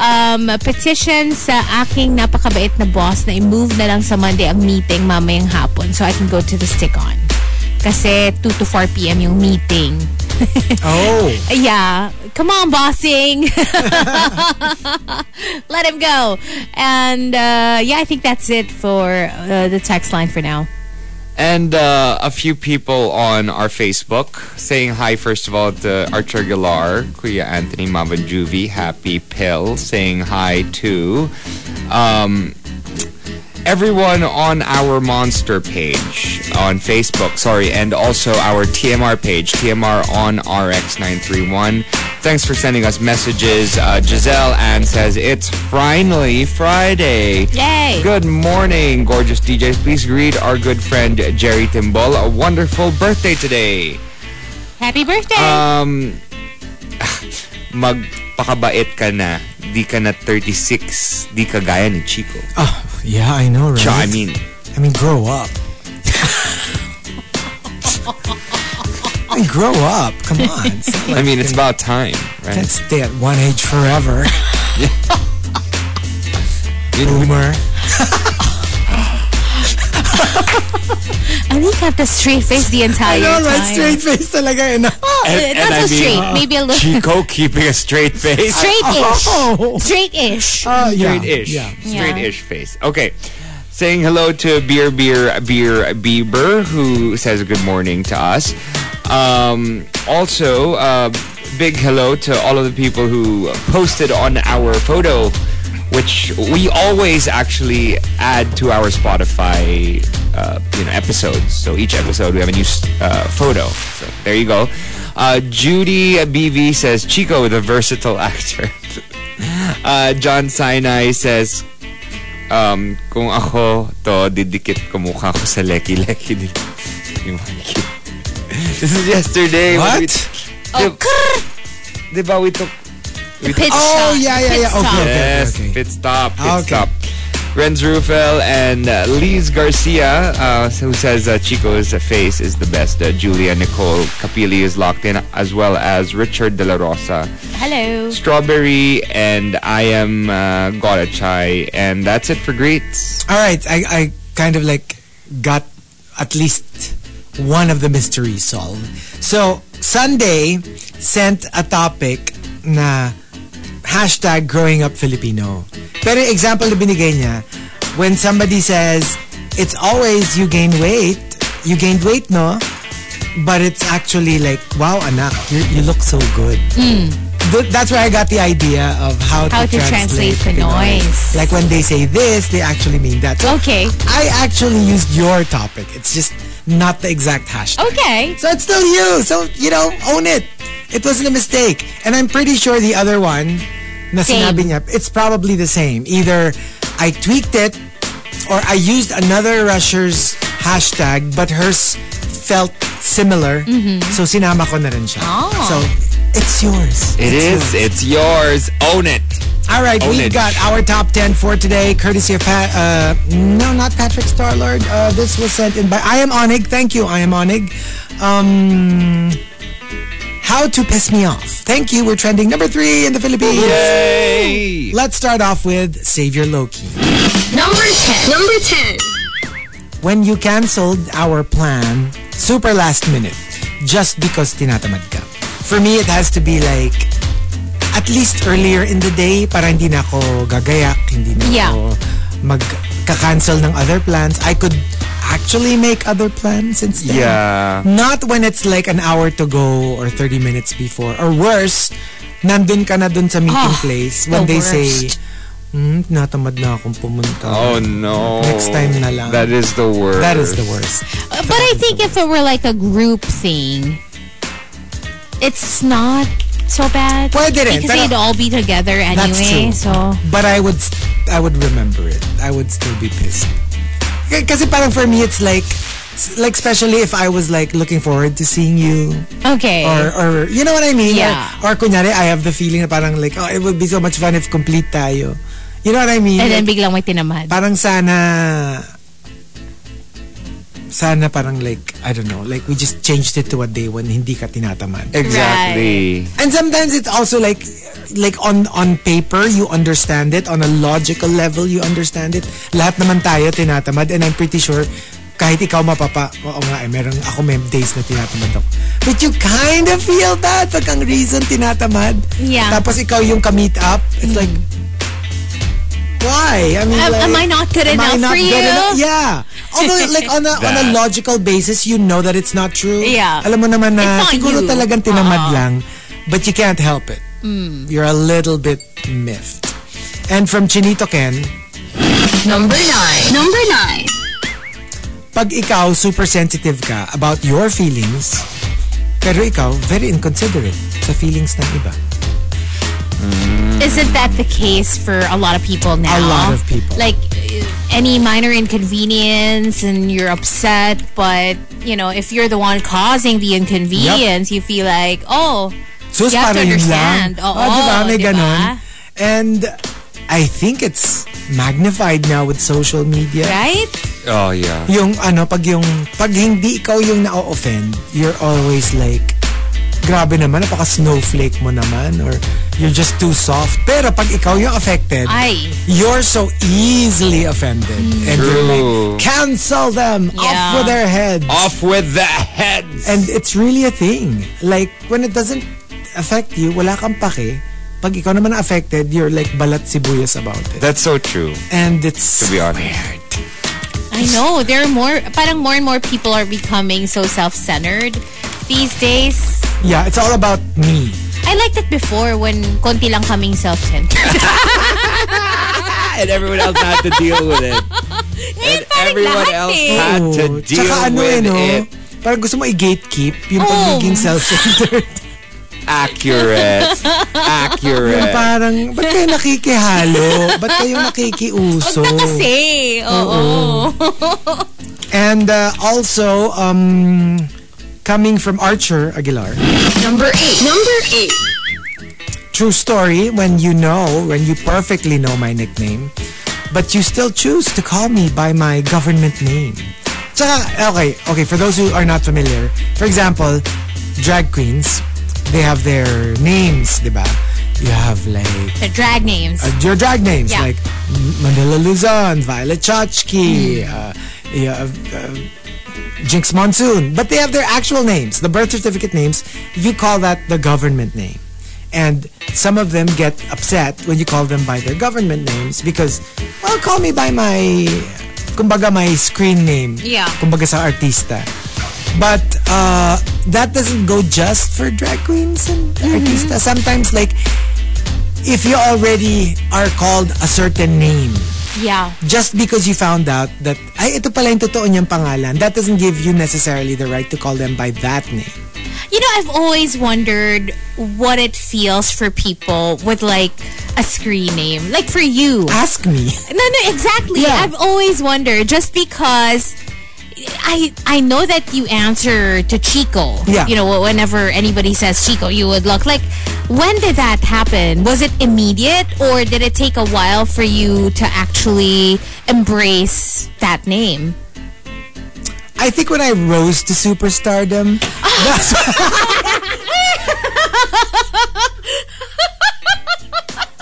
Speaker 6: um, petition sa aking napakabait na boss na i-move na lang sa Monday ang meeting mamayang hapon so I can go to the stick-on. Kasi 2 to 4 p.m. yung meeting. Uh,
Speaker 4: Oh.
Speaker 6: Yeah. Come on, bossing. [LAUGHS] Let him go. And uh, yeah, I think that's it for uh, the text line for now.
Speaker 5: And uh, a few people on our Facebook saying hi, first of all, to Archer Galar, Kuya Anthony, Mama Juvie, Happy Pill, saying hi to um, everyone on our Monster page on Facebook, sorry, and also our TMR page, TMR on RX931. Thanks for sending us messages. Uh, Giselle Ann says, It's finally Friday.
Speaker 6: Yay.
Speaker 5: Good morning, gorgeous DJs. Please greet our good friend Jerry Timbol. A wonderful birthday today.
Speaker 6: Happy birthday.
Speaker 5: Um, [SIGHS] magpakabait ka na. Di ka na 36. Di ka gaya ni Chico.
Speaker 4: Ah, yeah, I know, right?
Speaker 5: Siya, I mean,
Speaker 4: I mean, grow
Speaker 5: [LAUGHS]
Speaker 4: up. I mean, grow up. Come on. It's not like
Speaker 5: I mean, it's about time,
Speaker 4: you
Speaker 5: right?
Speaker 4: can't stay at one age forever. Boomer.
Speaker 6: I think I have to straight face the entire
Speaker 4: I know,
Speaker 6: time.
Speaker 4: right? Straight face talaga. eh, [LAUGHS] And,
Speaker 6: Oh,
Speaker 5: And-
Speaker 6: not
Speaker 5: and I
Speaker 6: so
Speaker 5: mean- uh,
Speaker 6: straight. Maybe a little
Speaker 5: Chico keeping a straight face.
Speaker 6: straight-ish.
Speaker 4: oh.
Speaker 6: Straight-ish.
Speaker 4: Uh, yeah,
Speaker 5: Straight-ish.
Speaker 4: Yeah.
Speaker 5: Straight-ish face. Okay. Saying hello to Beer Beer Beer Bieber, who says good morning to us. Um, also, uh, big hello to all of the people who posted on our photo, which we always actually add to our Spotify uh, you know, episodes. So each episode we have a new uh, photo. So there you go. Uh, Judy BV says Chico, the versatile [LAUGHS] actor. Uh, John Sinai says, um, kung ako to, didikit ko mukha ko sa leki-leki nila. Yung monkey. [LAUGHS] This is yesterday. when
Speaker 4: What?
Speaker 5: we- Di- Diba we took... We
Speaker 6: Pit
Speaker 4: Oh,
Speaker 6: stop.
Speaker 4: yeah, yeah,
Speaker 6: Pit
Speaker 4: yeah.
Speaker 6: stop.
Speaker 4: Okay, okay,
Speaker 5: Yes,
Speaker 4: okay.
Speaker 5: pit stop, pit
Speaker 4: Ah, okay.
Speaker 5: stop. Renz Rufel and uh, Liz Garcia, uh, who says uh, Chico's face is the best. Uh, Julia Nicole Capili is locked in, as well as Richard De La Rosa.
Speaker 6: Hello.
Speaker 5: Strawberry and I am uh, Gorachai, and that's it for greets.
Speaker 4: All right, I, I kind of like got at least one of the mysteries solved. So Sunday sent a topic na hashtag growing up Filipino. Pero yung example na binigay niya, when somebody says, it's always you gain weight, you gained weight, no? But it's actually like, wow, anak, you, you look so good. Th- that's where I got the idea of how,
Speaker 6: Hmm. How to translate Pinoy.
Speaker 4: Like when they say this, they actually mean that. So
Speaker 6: Okay.
Speaker 4: I actually used your topic. It's just not the exact
Speaker 6: Oh.
Speaker 4: hashtag.
Speaker 6: Okay.
Speaker 4: So it's still you. So, you know, own it. It wasn't a mistake. And I'm pretty sure the other one, na
Speaker 6: Same.
Speaker 4: sinabi niya, it's probably the same. Either I tweaked it or I used another Rusher's hashtag but hers felt similar. So sinama ko na rin siya. So it's yours.
Speaker 5: It is. It's yours. Own it.
Speaker 4: All right,
Speaker 5: Own
Speaker 4: we've
Speaker 5: it.
Speaker 4: got our top 10 for today, courtesy of Pat. Uh, no, not Patrick Starlord. Uh, this was sent in by I am Onig. Thank you, I am Onig. Um, how to piss me off. Thank you. We're trending number three in the Philippines.
Speaker 5: Hey.
Speaker 4: Let's start off with Savior Loki.
Speaker 1: Number 10. Number 10.
Speaker 4: When you canceled our plan, super last minute, just because tinatamad ka. For me, it has to be like, at least earlier in the day, para hindi na ako gagayak, hindi na
Speaker 6: Yeah.
Speaker 4: ako magka-cancel ng other plans. I could actually make other plans instead.
Speaker 5: Yeah.
Speaker 4: Not when it's like an hour to go or 30 minutes before. Or worse, nandun ka na dun sa meeting
Speaker 6: Ah,
Speaker 4: place when
Speaker 6: the
Speaker 4: they
Speaker 6: worst.
Speaker 4: say, hmm, tinatamad na akong pumunta.
Speaker 5: Oh no.
Speaker 4: Next time na lang.
Speaker 5: That is the worst.
Speaker 4: That is the worst.
Speaker 6: But I think if it were like a group thing, it's not so bad.
Speaker 4: Pwede rin,
Speaker 6: Because
Speaker 4: pero-
Speaker 6: they'd all be together
Speaker 4: That's true.
Speaker 6: anyway. So
Speaker 4: But I would, I would remember it. I would still be pissed. K- Kasi parang for me, it's like, like especially if I was like looking forward to seeing you,
Speaker 6: okay.
Speaker 4: or or you know what I mean?
Speaker 6: Eh. Yeah.
Speaker 4: Or, or kunyari, I have the feeling na parang like, oh, it would be so much fun if complete tayo. You know what I mean?
Speaker 6: and then
Speaker 4: Like,
Speaker 6: biglang may tinamad.
Speaker 4: parang sana sana parang like, I don't know, like we just changed it to a day when hindi ka tinatamad.
Speaker 5: Exactly.
Speaker 4: And sometimes it's also like like on on paper you understand it on a logical level you understand it. Lahat naman tayo tinatamad and I'm pretty sure kahit ikaw mapapa, oo nga eh, meron ako may days na tinatamad ako. But you kind of feel that pag ang reason tinatamad.
Speaker 6: Yeah.
Speaker 4: Tapos ikaw yung ka-meet up. It's like, why? I mean,
Speaker 6: Am,
Speaker 4: like,
Speaker 6: am I not good
Speaker 4: am I
Speaker 6: enough
Speaker 4: not
Speaker 6: for
Speaker 4: good
Speaker 6: you?
Speaker 4: enough? Yeah.
Speaker 6: [LAUGHS]
Speaker 4: Although, like, on a, on a
Speaker 5: That.
Speaker 4: logical basis, you know that it's not true.
Speaker 6: Yeah.
Speaker 4: Alam mo naman na,
Speaker 6: It's not
Speaker 4: siguro
Speaker 6: you. Uh-huh.
Speaker 4: talagang tinamad
Speaker 6: Oo.
Speaker 4: lang. But you can't help it.
Speaker 6: Hmm.
Speaker 4: You're a little bit miffed. And from Chinito Ken,
Speaker 1: Number nine. Number nine.
Speaker 4: pag ikaw super sensitive ka about your feelings, pero ikaw very inconsiderate sa feelings ng iba.
Speaker 6: Isn't that the case for a lot of people now?
Speaker 4: lot of people.
Speaker 6: Like uh, any minor inconvenience and you're upset, but you know, if you're the one causing the inconvenience, you feel like, oh,
Speaker 4: Sus,
Speaker 6: You have
Speaker 4: para
Speaker 6: to
Speaker 4: yun
Speaker 6: understand.
Speaker 4: lang.
Speaker 6: Oo,
Speaker 4: Ah, diba? May
Speaker 6: diba?
Speaker 4: ganon. And I think it's magnified now with social media.
Speaker 6: right?
Speaker 5: Oh, yeah.
Speaker 4: yung ano pag yung pag hindi ikaw yung na-offend you're always like grabe naman napaka snowflake mo naman or you're just too soft pero pag ikaw yung affected
Speaker 6: Ay. Mm.
Speaker 4: you're so easily offended and you're
Speaker 5: True.
Speaker 4: like cancel them off
Speaker 6: Yeah.
Speaker 4: with their heads
Speaker 5: Off with the heads.
Speaker 4: and it's really a thing like when it doesn't affect you wala kang pake pag ikaw naman ang affected you're like balat sibuyas about it
Speaker 5: That's so true,
Speaker 4: and it's
Speaker 5: to be honest.
Speaker 6: I know there are more, parang more and more people are becoming so self-centered these days.
Speaker 4: yeah it's all about me
Speaker 6: I liked it before when konti lang kaming self-centered.
Speaker 5: And everyone else had to deal with it. and
Speaker 6: parang
Speaker 5: everyone
Speaker 6: lahat
Speaker 5: else
Speaker 6: eh.
Speaker 5: had to
Speaker 4: Oo.
Speaker 5: deal
Speaker 4: Tsaka ano
Speaker 5: with
Speaker 4: eh, no?
Speaker 5: it.
Speaker 4: Parang gusto mo i-gatekeep yung
Speaker 6: Oo.
Speaker 4: pagiging self-centered.
Speaker 5: Accurate.
Speaker 4: Yung
Speaker 5: Accurate.
Speaker 4: parang, ba't kayo nakikihalo? ba't kayo nakikiuso?
Speaker 6: Huwag na kasi. Oo.
Speaker 4: And uh, also, um, coming from Archer Aguilar,
Speaker 1: Number eight. Number eight.
Speaker 4: true story, when you know, when you perfectly know my nickname, but you still choose to call me by my government name. Tsaka, okay, okay, for those who are not familiar, for example, drag queens, they have their names, di ba? You have like
Speaker 6: The drag names.
Speaker 4: uh, your drag names
Speaker 6: Yeah.
Speaker 4: like M- Manila Luzon, Violet Chachki, uh, yeah, uh, Jinx Monsoon. But they have their actual names, the birth certificate names. You call that the government name. And some of them get upset when you call them by their government names because, well, call me by my, kumbaga my screen name.
Speaker 6: Yeah.
Speaker 4: Kumbaga sa artista. But uh, that doesn't go just for drag queens and artista. Sometimes like if you already are called a certain name,
Speaker 6: yeah.
Speaker 4: just because you found out that, ay, ito pala yung totoo niyang pangalan, that doesn't give you necessarily the right to call them by that name.
Speaker 6: You know, I've always wondered what it feels for people with like a screen name. Like for you.
Speaker 4: Ask me.
Speaker 6: No, no, exactly.
Speaker 4: Yeah.
Speaker 6: I've always wondered just because I I know that you answer to Chico.
Speaker 4: Yeah.
Speaker 6: You know, whenever anybody says Chico, you would look like when did that happen? Was it immediate or did it take a while for you to actually embrace that name?
Speaker 4: I think when I rose to superstardom, that's [LAUGHS]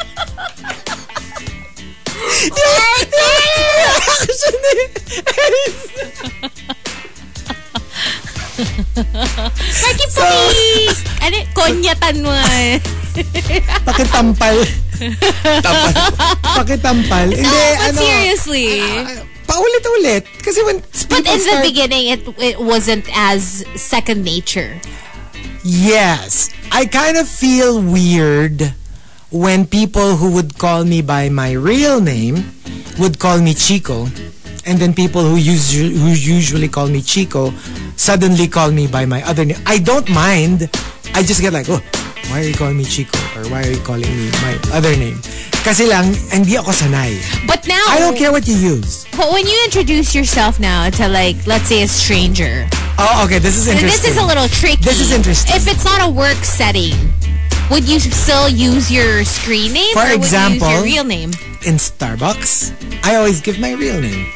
Speaker 6: Marky
Speaker 4: [LAUGHS]
Speaker 6: Puki! Ano, konyatan mo. eh.
Speaker 4: pakitampal. pakitampal. Hindi,
Speaker 6: But
Speaker 4: ano,
Speaker 6: seriously.
Speaker 4: paulit-ulit. Kasi when
Speaker 6: But
Speaker 4: people
Speaker 6: in the
Speaker 4: start-
Speaker 6: beginning, it it wasn't as second nature.
Speaker 4: Yes. I kind of feel weird when people who would call me by my real name would call me Chico. And then people who, usu- who usually call me Chico suddenly call me by my other name. I don't mind. I just get like, oh, why are you calling me Chico? Or why are you calling me my other name? Kasi lang, hindi ako sanay.
Speaker 6: But now,
Speaker 4: I don't care what you use.
Speaker 6: But when you introduce yourself now to like, let's say a stranger,
Speaker 4: Oh, okay. This is
Speaker 6: and
Speaker 4: interesting.
Speaker 6: this is a little tricky.
Speaker 4: This is interesting.
Speaker 6: If it's not a work setting, would you still use your screen name
Speaker 4: For
Speaker 6: or
Speaker 4: example-
Speaker 6: would you use your real name?
Speaker 4: In Starbucks, I always give my real name.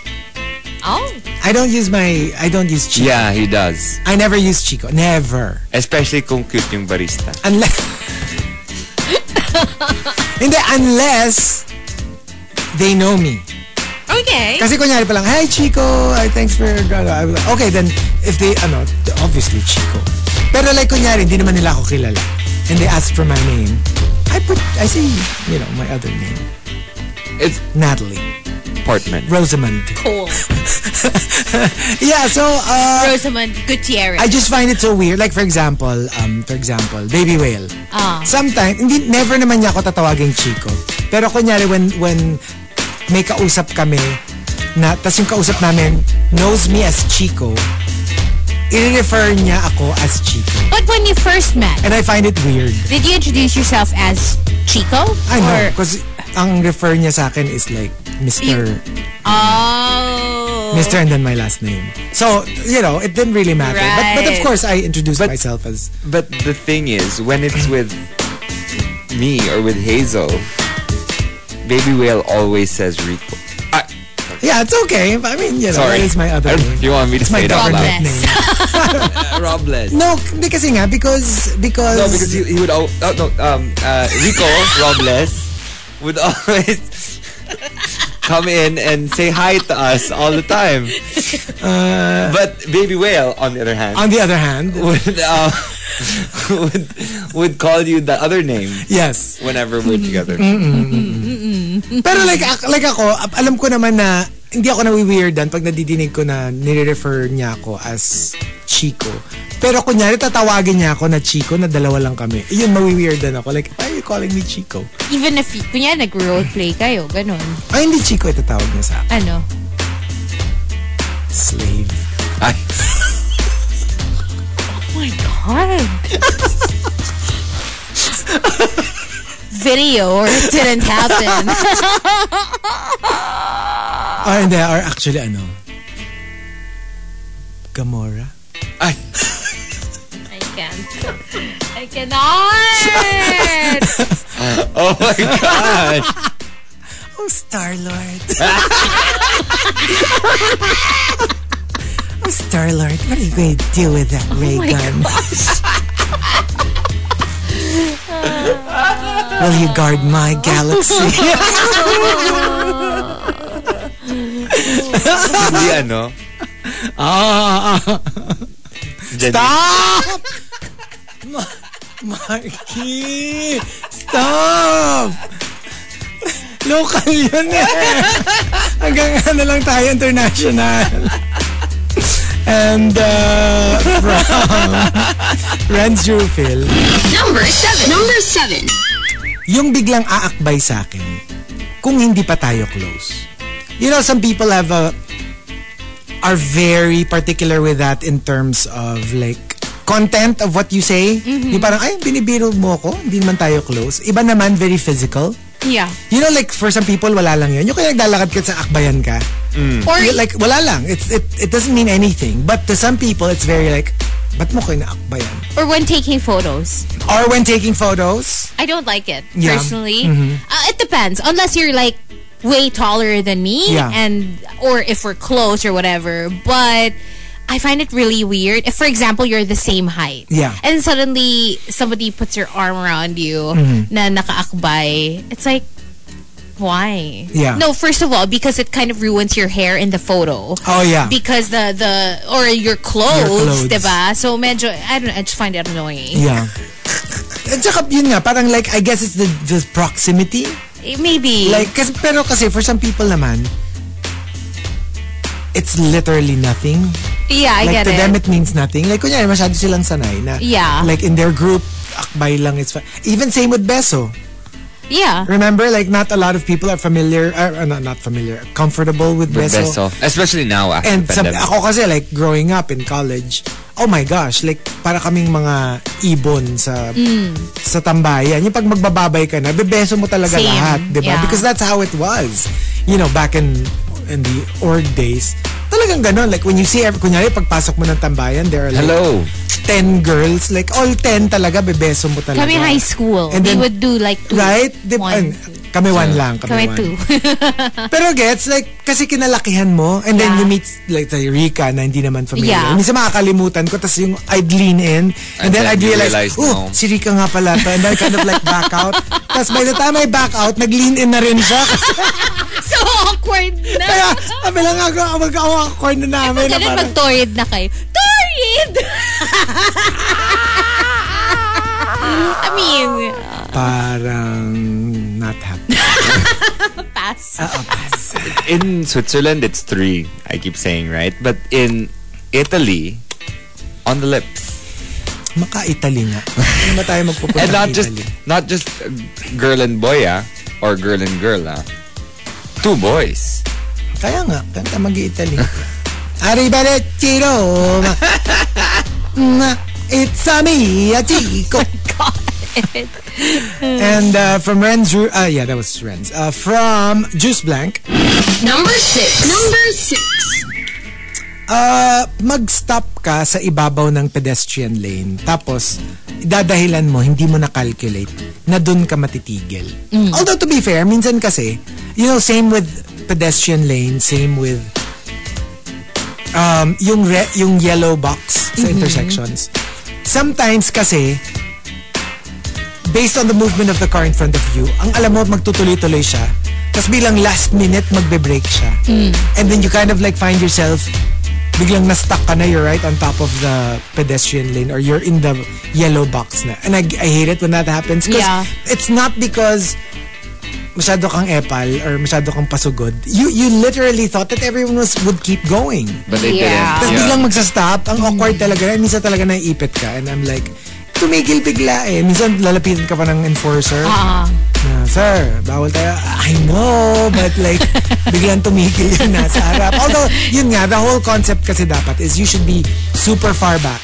Speaker 6: Oh,
Speaker 4: I don't use my, I don't use Chico.
Speaker 5: Yeah, he does.
Speaker 4: I never use Chico. Never.
Speaker 5: Especially kung cute yung barista.
Speaker 4: Unless... [LAUGHS] Hindi, unless they know me.
Speaker 6: Okay.
Speaker 4: Kasi kunyari pa lang, Hi, Chico! Ay, thanks for... I was like, Okay, then, if they, ano, obviously, Chico. Pero like, kunyari, hindi naman nila ako kilala. And they ask for my name. I put, I say, you know, my other name.
Speaker 5: It's
Speaker 4: Natalie.
Speaker 5: apartment.
Speaker 4: Rosamund.
Speaker 6: Cool.
Speaker 4: Yeah, so, uh,
Speaker 6: Rosamund Gutierrez.
Speaker 4: I just find it so weird. Like, for example, um, for example, Baby Whale.
Speaker 6: Ah.
Speaker 4: Sometimes, hindi, never naman niya ako tatawagin Chico. Pero kunyari, when, when may kausap kami, na, tas yung kausap namin knows me as Chico, i-refer niya ako as Chico.
Speaker 6: but when you first met,
Speaker 4: And I find it weird.
Speaker 6: did you introduce yourself as Chico?
Speaker 4: I know,
Speaker 6: Or,
Speaker 4: because ang refer niya sa akin is like, Mr.
Speaker 6: oh.
Speaker 4: Mr. and then my last name. So, you know, it didn't really matter. But, but of
Speaker 6: Right.
Speaker 4: course, I introduced myself as...
Speaker 5: But the thing is, when it's with me or with Hazel, Baby Whale always says Rico. I,
Speaker 4: Yeah, it's okay. I mean, you know,
Speaker 5: sorry.
Speaker 4: that is my
Speaker 5: [LAUGHS]
Speaker 4: other
Speaker 5: I don't-
Speaker 4: name.
Speaker 5: You want me to
Speaker 4: It's my
Speaker 5: say it out
Speaker 4: government
Speaker 5: loud?
Speaker 6: Robles.
Speaker 4: name.
Speaker 5: Robles. No,
Speaker 4: No, k- kasi nga, because, because...
Speaker 5: because he, he would. Al- oh, no, um, uh, Rico Robles would always [LAUGHS] come in and say hi to us all the time.
Speaker 4: Uh,
Speaker 5: but Baby Whale, on the other hand,
Speaker 4: on the other hand,
Speaker 5: would, uh, [LAUGHS] would would call you the other name
Speaker 4: yes.
Speaker 5: whenever we're
Speaker 4: Hmm.
Speaker 5: together.
Speaker 4: Pero like, ak- like ako, ap- alam ko naman na hindi ako nawi-weirdan pag nadidinig ko na nire-refer niya ako as Chico. Pero kunyari, tatawagin niya ako na Chico na dalawa lang kami. Yun, mawi-weirdan ako. Like, why are you calling me Chico?
Speaker 6: Even if, kunya, nag-roleplay kayo, ganun.
Speaker 4: Ay, hindi Chico itatawag niya sa akin.
Speaker 6: Ano?
Speaker 4: Slave.
Speaker 5: Ay.
Speaker 6: Hard. [LAUGHS] Video or it didn't happen.
Speaker 4: Or hindi, or actually ano? Gamora?
Speaker 5: Ay.
Speaker 6: I can't. I cannot.
Speaker 5: Oh my gosh.
Speaker 4: Oh,
Speaker 5: [LAUGHS]
Speaker 4: Star-Lord. oh, Star-Lord, what are you going to do with that ray gun? [LAUGHS] Will you guard my galaxy?
Speaker 5: [LAUGHS] Hindi ano.
Speaker 4: Ah, ah, ah.
Speaker 5: Jenny.
Speaker 4: Stop! Ma- Marky! Stop! Local yun eh! Hanggang ano lang tayo, international. And uh, from Renz Rufil,
Speaker 1: Number seven. Number seven.
Speaker 4: yung biglang aakbay sa akin kung hindi pa tayo close. You know, some people have a are very particular with that in terms of like content of what you say. Yung parang, ay, binibiro mo ako, hindi naman tayo close. Iba naman, very physical.
Speaker 6: [LAUGHS] yeah.
Speaker 4: You know, like, for some people, wala lang yun. Yung kaya naglalakad ka sa akbayan ka.
Speaker 6: Or
Speaker 4: You're like, wala lang. It's, it, it doesn't mean anything. But to some people, it's very like, ba't mo kayo naakbayan?
Speaker 6: or when taking photos.
Speaker 4: Or when taking photos,
Speaker 6: I don't like it
Speaker 4: Yeah. Mm-hmm.
Speaker 6: personally. Uh, it depends. Unless you're like way taller than me
Speaker 4: Yeah.
Speaker 6: and or if we're close or whatever. But I find it really weird. If for example you're the same height.
Speaker 4: Yeah.
Speaker 6: And suddenly somebody puts their arm around you
Speaker 4: Mm-hmm.
Speaker 6: na nakaakbay. It's like why?
Speaker 4: Yeah.
Speaker 6: No, first of all, because it kind of ruins your hair in the photo.
Speaker 4: Oh, yeah.
Speaker 6: Because the the or your
Speaker 4: clothes.
Speaker 6: clothes, diba? So medyo I don't I just find it annoying.
Speaker 4: Yeah. At saka, yun nga, parang like, I guess it's the, the proximity.
Speaker 6: Eh, Maybe.
Speaker 4: Like, kasi, pero kasi, for some people naman, it's literally nothing.
Speaker 6: Yeah, I
Speaker 4: like,
Speaker 6: get
Speaker 4: to
Speaker 6: it.
Speaker 4: them, it means nothing. Like, kunyari, masyado silang sanay na,
Speaker 6: Yeah.
Speaker 4: like, in their group, akbay lang, it's fine. Even same with Beso.
Speaker 6: yeah.
Speaker 4: Remember, like, not a lot of people are familiar, or, or not, not familiar, comfortable with Beso.
Speaker 5: Best of. Especially now after
Speaker 4: And sab-
Speaker 5: pandemic.
Speaker 4: ako kasi like growing up in college, oh my gosh, like para kaming mga ibon sa
Speaker 6: Mm.
Speaker 4: sa tambayan. Yung pag magbababay ka na, bebeso mo talaga
Speaker 6: Same.
Speaker 4: lahat, 'di ba?
Speaker 6: Yeah.
Speaker 4: Because that's how it was. You know, back in in the org days, talagang ganun. Like when you see, every, kunyari pagpasok mo ng tambayan, there are like
Speaker 5: Hello.
Speaker 4: 10 girls. Like all 10 talaga, bebeso mo talaga.
Speaker 6: Kami high school.
Speaker 4: And
Speaker 6: they
Speaker 4: then-
Speaker 6: would do like two.
Speaker 4: Right? Di ba?
Speaker 6: One,
Speaker 4: An-
Speaker 6: two.
Speaker 4: Kami one lang. Kami,
Speaker 6: Kami
Speaker 4: one.
Speaker 6: two. [LAUGHS]
Speaker 4: Pero gets, like, kasi kinalakihan mo, and then
Speaker 6: Yeah.
Speaker 4: you meet, like, the Rika na hindi naman familiar.
Speaker 6: Yeah.
Speaker 4: Minsan makakalimutan ko, tapos yung I'd lean in, and, then, I'd realize,
Speaker 5: realize,
Speaker 4: oh,
Speaker 5: no."
Speaker 4: si Rika nga pala to, and then I kind of like back
Speaker 5: [LAUGHS]
Speaker 4: out. tapos by the time I back out, nag-lean in na rin siya.
Speaker 6: so awkward na.
Speaker 4: Kaya, kami lang ako, mag-awkward na namin. na
Speaker 6: Ganun
Speaker 4: parang-
Speaker 6: mag-torrid na kayo. Torrid! [LAUGHS] I mean,
Speaker 4: parang not happy. Ah,
Speaker 6: pass.
Speaker 5: in Switzerland, it's three. I keep saying right, but in Italy, on the lips,
Speaker 4: [LAUGHS] Maka-Italy nga. Hindi ba tayo magpupunta
Speaker 5: and not
Speaker 4: ng
Speaker 5: just
Speaker 4: Italy?
Speaker 5: not just uh, girl and boy ah, or girl and girl ah. Two boys.
Speaker 4: Kaya nga, kanta mag-Italy. [LAUGHS] Arrivedercino! [LAUGHS] Ma- It's a me, a chico. And uh, from Renz, Ru- uh, yeah, that was Renz. Uh, from Juice Blank,
Speaker 1: Number six. Number six.
Speaker 4: uh, mag-stop ka sa ibabaw ng pedestrian lane. Tapos, dadahilan mo, hindi mo na-calculate na dun ka matitigil. Although to be fair, minsan kasi, you know, same with pedestrian lane, same with um, yung, re- yung yellow box sa intersections. Sometimes kasi, based on the movement of the car in front of you, ang alam mo, magtutuloy-tuloy siya. Tapos bilang last minute, magbe-break siya. And then you kind of like find yourself, biglang na-stuck ka na, you're right on top of the pedestrian lane or you're in the yellow box na. And I, I hate it when that happens. Because
Speaker 6: Yeah.
Speaker 4: it's not because masyado kang epal or masyado kang pasugod. You you literally thought that everyone was would keep going.
Speaker 5: But they
Speaker 6: Yeah.
Speaker 4: Tapos
Speaker 5: didn't.
Speaker 4: biglang magsa-stop. Ang awkward talaga. na. Minsan talaga naiipit ka. And I'm like, tumigil bigla eh. Minsan lalapitan ka pa ng enforcer.
Speaker 6: Ah,
Speaker 4: Na, Sir, bawal tayo. I know, but
Speaker 6: [LAUGHS]
Speaker 4: like, biglang tumigil yung nasa harap. Although, yun nga, the whole concept kasi dapat is you should be super far back.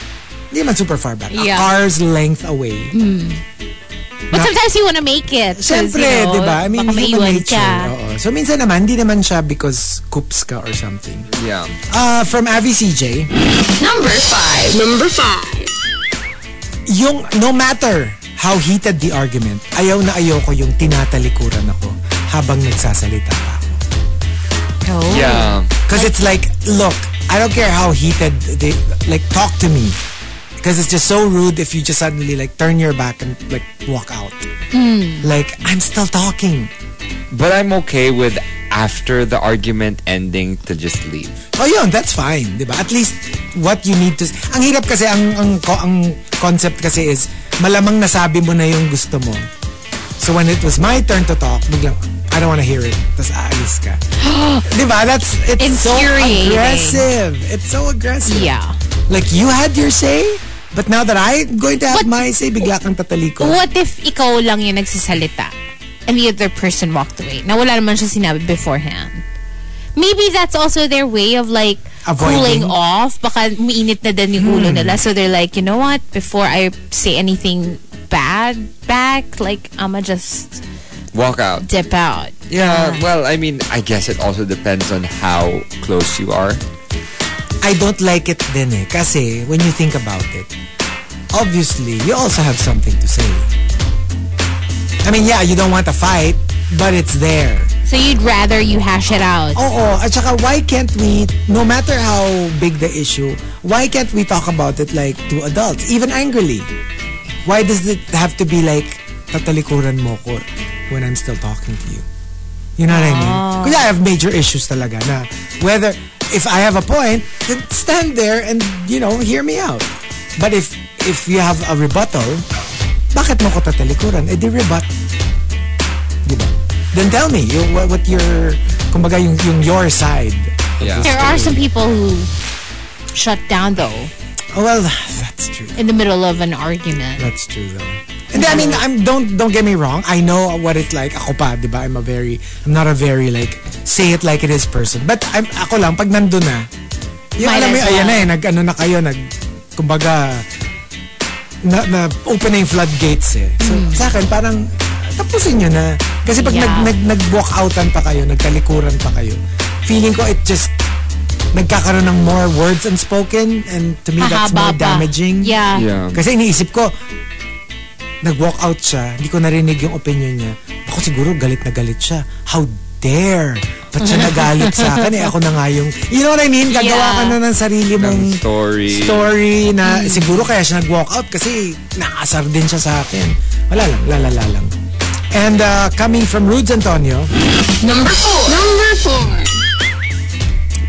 Speaker 4: Hindi man super far back. A
Speaker 6: Yeah. Hmm,
Speaker 4: car's length away.
Speaker 6: but sometimes you wanna make it. 'cause,
Speaker 4: Siyempre,
Speaker 6: you know,
Speaker 4: di ba? I mean,
Speaker 6: baka
Speaker 4: human
Speaker 6: maiwan
Speaker 4: nature.
Speaker 6: ka.
Speaker 4: Oo. So, minsan naman, hindi naman siya because coops ka or something.
Speaker 5: Yeah.
Speaker 4: Uh, from Avi CJ,
Speaker 1: Number five. Number five.
Speaker 4: yung no matter how heated the argument, ayaw na ayaw ko yung tinatalikuran ako habang nagsasalita pa ako.
Speaker 6: Oh.
Speaker 5: Yeah.
Speaker 4: Because it's like, look, I don't care how heated they, like, talk to me. Because it's just so rude if you just suddenly, like, turn your back and, like, walk out. Like, I'm still talking.
Speaker 5: But I'm okay with after the argument ending to just leave.
Speaker 4: Oh, yun, that's fine, di ba? At least what you need to... Ang hirap kasi, ang, ang, ko- ang concept kasi is, malamang nasabi mo na yung gusto mo. So when it was my turn to talk, biglang, I don't wanna hear it. Tapos aalis
Speaker 6: [GASPS]
Speaker 4: ka. di ba? That's, it's so
Speaker 6: Infuriating.
Speaker 4: aggressive. It's so aggressive.
Speaker 6: Yeah.
Speaker 4: Like, you had your say, but now that I'm going to have
Speaker 6: But-
Speaker 4: my say, bigla kang tataliko.
Speaker 6: What if ikaw lang yung nagsasalita and the other person walked away? Na wala naman siya sinabi beforehand. Maybe that's also their way of like
Speaker 4: Avoiding? Hmm.
Speaker 6: cooling off. Baka umiinit na din yung ulo nila. So they're like, you know what? Before I say anything bad back, like, I'ma just
Speaker 5: Walk out.
Speaker 6: dip out.
Speaker 5: Yeah, well, I mean, I guess it also depends on how close you are.
Speaker 4: I don't like it din eh. Kasi, when you think about it, obviously, you also have something to say. I mean, yeah, you don't want a fight, but it's there.
Speaker 6: So you'd rather you hash it out.
Speaker 4: Oo, at saka why can't we, no matter how big the issue, why can't we talk about it like two adults, even angrily? Why does it have to be like, tatalikuran mo ko when I'm still talking to you? You know what I mean? Because I have major issues talaga na whether, if I have a point, then stand there and, you know, hear me out. But if, if you have a rebuttal, bakit mo ko tatalikuran? Eh di rebut. Diba? Then tell me yung, what, what your, kumbaga yung, yung your side.
Speaker 5: Yeah.
Speaker 6: There are some people who shut down though
Speaker 4: Oh, well, that's true.
Speaker 6: in the middle of an argument.
Speaker 4: That's true though. And I mean, I'm don't don't get me wrong. I know what it's like. Ako pa, 'di ba? I'm a very I'm not a very like say it like it is person. But I'm ako lang pag nandun na. Yung
Speaker 6: Might
Speaker 4: alam mo,
Speaker 6: as
Speaker 4: yun, ayan
Speaker 6: well.
Speaker 4: na eh, nag ano na kayo, nag kumbaga na, na open na yung floodgates eh. So, sa akin parang tapusin nyo na. Kasi pag
Speaker 6: Hmm. Yeah.
Speaker 4: nag, nag, nag-walk outan pa kayo, nagkalikuran pa kayo, feeling ko it just nagkakaroon ng more words unspoken and to me that's more
Speaker 6: Mahaba pa.
Speaker 4: damaging.
Speaker 6: Yeah.
Speaker 5: Yeah.
Speaker 4: Kasi iniisip ko, nag-walk out siya, hindi ko narinig yung opinion niya. Ako siguro galit na galit siya. How dare! Ba't siya nagalit sa akin? Eh, ako na nga yung... You know what I mean? Gagawa
Speaker 6: Yeah.
Speaker 4: ka na ng sarili mong
Speaker 5: Ng story.
Speaker 4: story na siguro kaya siya nag-walk out kasi naasar din siya sa akin. Wala lang, lalala lang. And uh, coming from Rudes Antonio,
Speaker 1: Number four. Number four.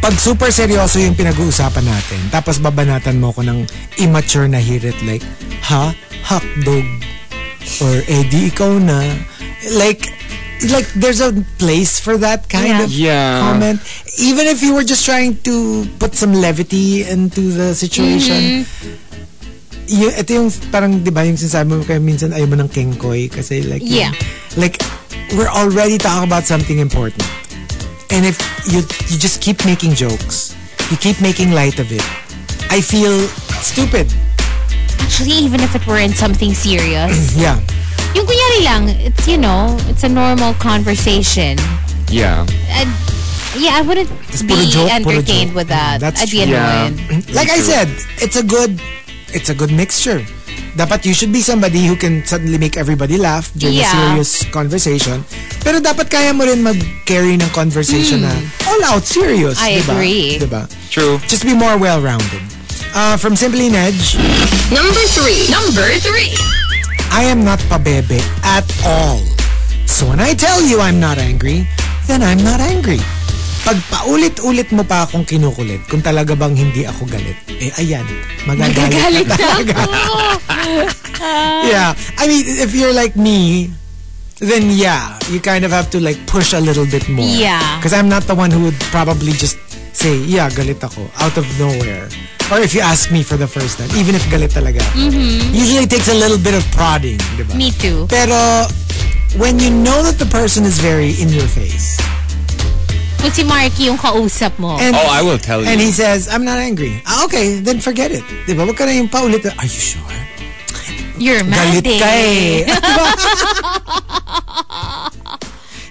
Speaker 4: pag super seryoso yung pinag-uusapan natin, tapos babanatan mo ko ng immature na hirit like, ha? Hotdog? Or, eh, di ikaw na? Like, like there's a place for that kind of
Speaker 6: Yeah.
Speaker 5: Yeah.
Speaker 4: comment. Even if you were just trying to put some levity into the situation,
Speaker 6: Mm-hmm.
Speaker 4: y- ito yung parang, di ba, yung sinasabi mo kayo minsan ayaw mo ng kengkoy kasi like,
Speaker 6: Yeah.
Speaker 4: like, we're already talking about something important. And if you you just keep making jokes, you keep making light of it. I feel stupid.
Speaker 6: Actually, even if it weren't something serious,
Speaker 4: Yeah.
Speaker 6: yung kunyari lang, it's, you know, it's a normal conversation.
Speaker 5: Yeah.
Speaker 6: I'd, yeah, I wouldn't
Speaker 4: puro
Speaker 6: be
Speaker 4: joke, puro
Speaker 6: entertained
Speaker 4: joke.
Speaker 6: with that.
Speaker 4: That's
Speaker 6: I'd be
Speaker 4: true.
Speaker 5: Yeah.
Speaker 6: annoyed.
Speaker 4: Like I said, it's a good it's a good mixture. Dapat you should be somebody who can suddenly make everybody laugh during a
Speaker 6: Yeah.
Speaker 4: serious conversation. Pero dapat kaya mo rin mag-carry ng conversation na all out serious.
Speaker 6: Hmm. I
Speaker 4: diba?
Speaker 6: agree.
Speaker 4: Diba?
Speaker 5: True.
Speaker 4: Just be more well-rounded. Uh, from Simply Nedge,
Speaker 1: Number three. Number three.
Speaker 4: I am not pabebe at all. So when I tell you I'm not angry, then I'm not angry. Pag paulit-ulit mo pa akong kinukulit, kung talaga bang hindi ako galit, eh ayan, magagalit,
Speaker 6: Magagalit
Speaker 4: ka talaga. [LAUGHS] yeah. I mean, if you're like me, then yeah, you kind of have to like push a little bit more.
Speaker 6: Yeah.
Speaker 4: Because I'm not the one who would probably just say, yeah, galit ako, out of nowhere. Or if you ask me for the first time, even if galit talaga. Mm-hmm. Usually it takes a little bit of prodding, di ba?
Speaker 6: Me too.
Speaker 4: Pero when you know that the person is very in your face,
Speaker 6: Kung si Marky yung kausap mo.
Speaker 4: and
Speaker 5: Oh, I will tell you.
Speaker 4: and he says, "I'm not angry." Ah, okay, then forget it. Diba? Wag ka na yung paulit. Are you sure?
Speaker 6: You're mad
Speaker 4: Galit
Speaker 6: eh.
Speaker 4: ka eh. Diba?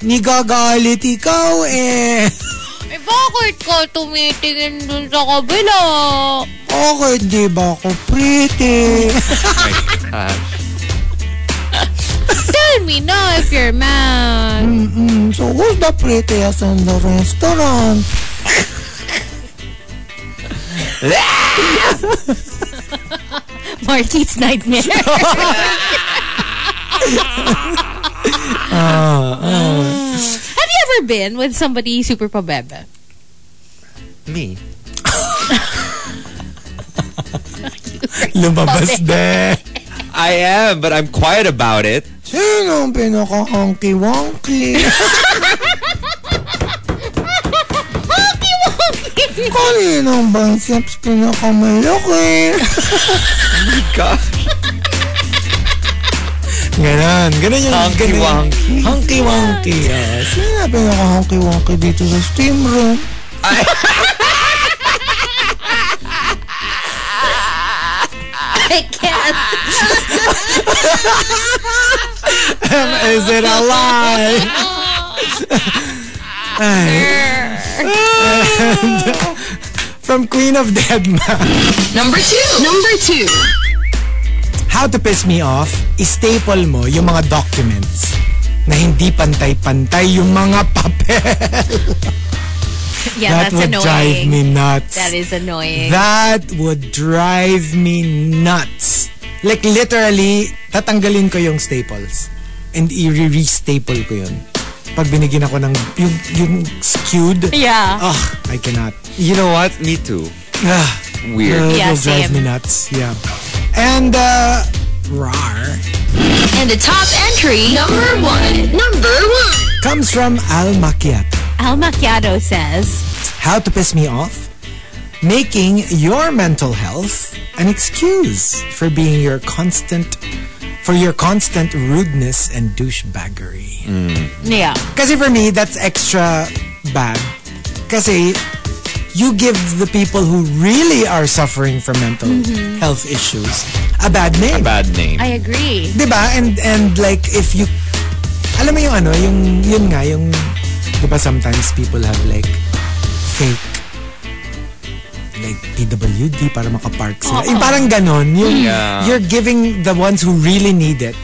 Speaker 4: Nigagalit ikaw eh.
Speaker 6: Eh, bakit ka tumitingin dun sa kabila?
Speaker 4: Okay, di ba ako pretty?
Speaker 6: Tell me na if you're
Speaker 4: [LAUGHS]
Speaker 6: mad.
Speaker 4: Mm, so who's the prettiest in the restaurant? [LAUGHS]
Speaker 6: Marky's nightmare.
Speaker 4: Ah,
Speaker 6: Have you ever been with somebody super pabebe?
Speaker 5: Me.
Speaker 4: Lumabas din.
Speaker 5: I am, but I'm quiet about it.
Speaker 4: Sino ang pinaka-onky-wonky? Kanino bang steps pinakamalaki?
Speaker 5: Gosh.
Speaker 4: Ganon. Ganon yung...
Speaker 5: Honky-wonky.
Speaker 4: Honky-wonky. ah. Sino ang pinaka-honky-wonky dito sa steam room?
Speaker 6: I can't.
Speaker 4: Is it a lie? [LAUGHS] From Queen of Deadma.
Speaker 1: Number two. Number two.
Speaker 4: How to piss me off, staple mo yung mga documents na hindi pantay-pantay yung mga papel.
Speaker 6: [LAUGHS] Yeah,
Speaker 4: that
Speaker 6: that's
Speaker 4: would
Speaker 6: annoying.
Speaker 4: drive me nuts.
Speaker 6: That is
Speaker 4: [LAUGHS]
Speaker 6: annoying.
Speaker 4: That would drive me nuts. Like literally, tatanggalin ko yung staples. And i-re-staple ko yun. Pag binigyan ako ng yung, yung skewed.
Speaker 6: yeah.
Speaker 4: Ugh, I cannot.
Speaker 5: You know what? Me too.
Speaker 4: Ugh,
Speaker 5: Weird.
Speaker 4: it
Speaker 6: Yeah,
Speaker 4: will drive
Speaker 6: same.
Speaker 4: me nuts. Yeah. And, uh, rar.
Speaker 1: And the top entry. Number one. Number one.
Speaker 4: Comes from Al Macchiato.
Speaker 6: Al Macchiato says,
Speaker 4: How to piss me off? Making your mental health an excuse for being your constant for your constant rudeness and douchebaggery.
Speaker 6: yeah.
Speaker 4: Kasi for me, that's extra bad. Kasi you give the people who really are suffering from mental health issues a bad name.
Speaker 5: Bad name.
Speaker 6: I agree.
Speaker 4: Diba? And and like if you alam mo yung ano, yung yun nga yung 'di ba sometimes people have like fake like PWD para makapark sila. Yung parang ganon. Yung,
Speaker 5: Yeah.
Speaker 4: You're giving the ones who really need it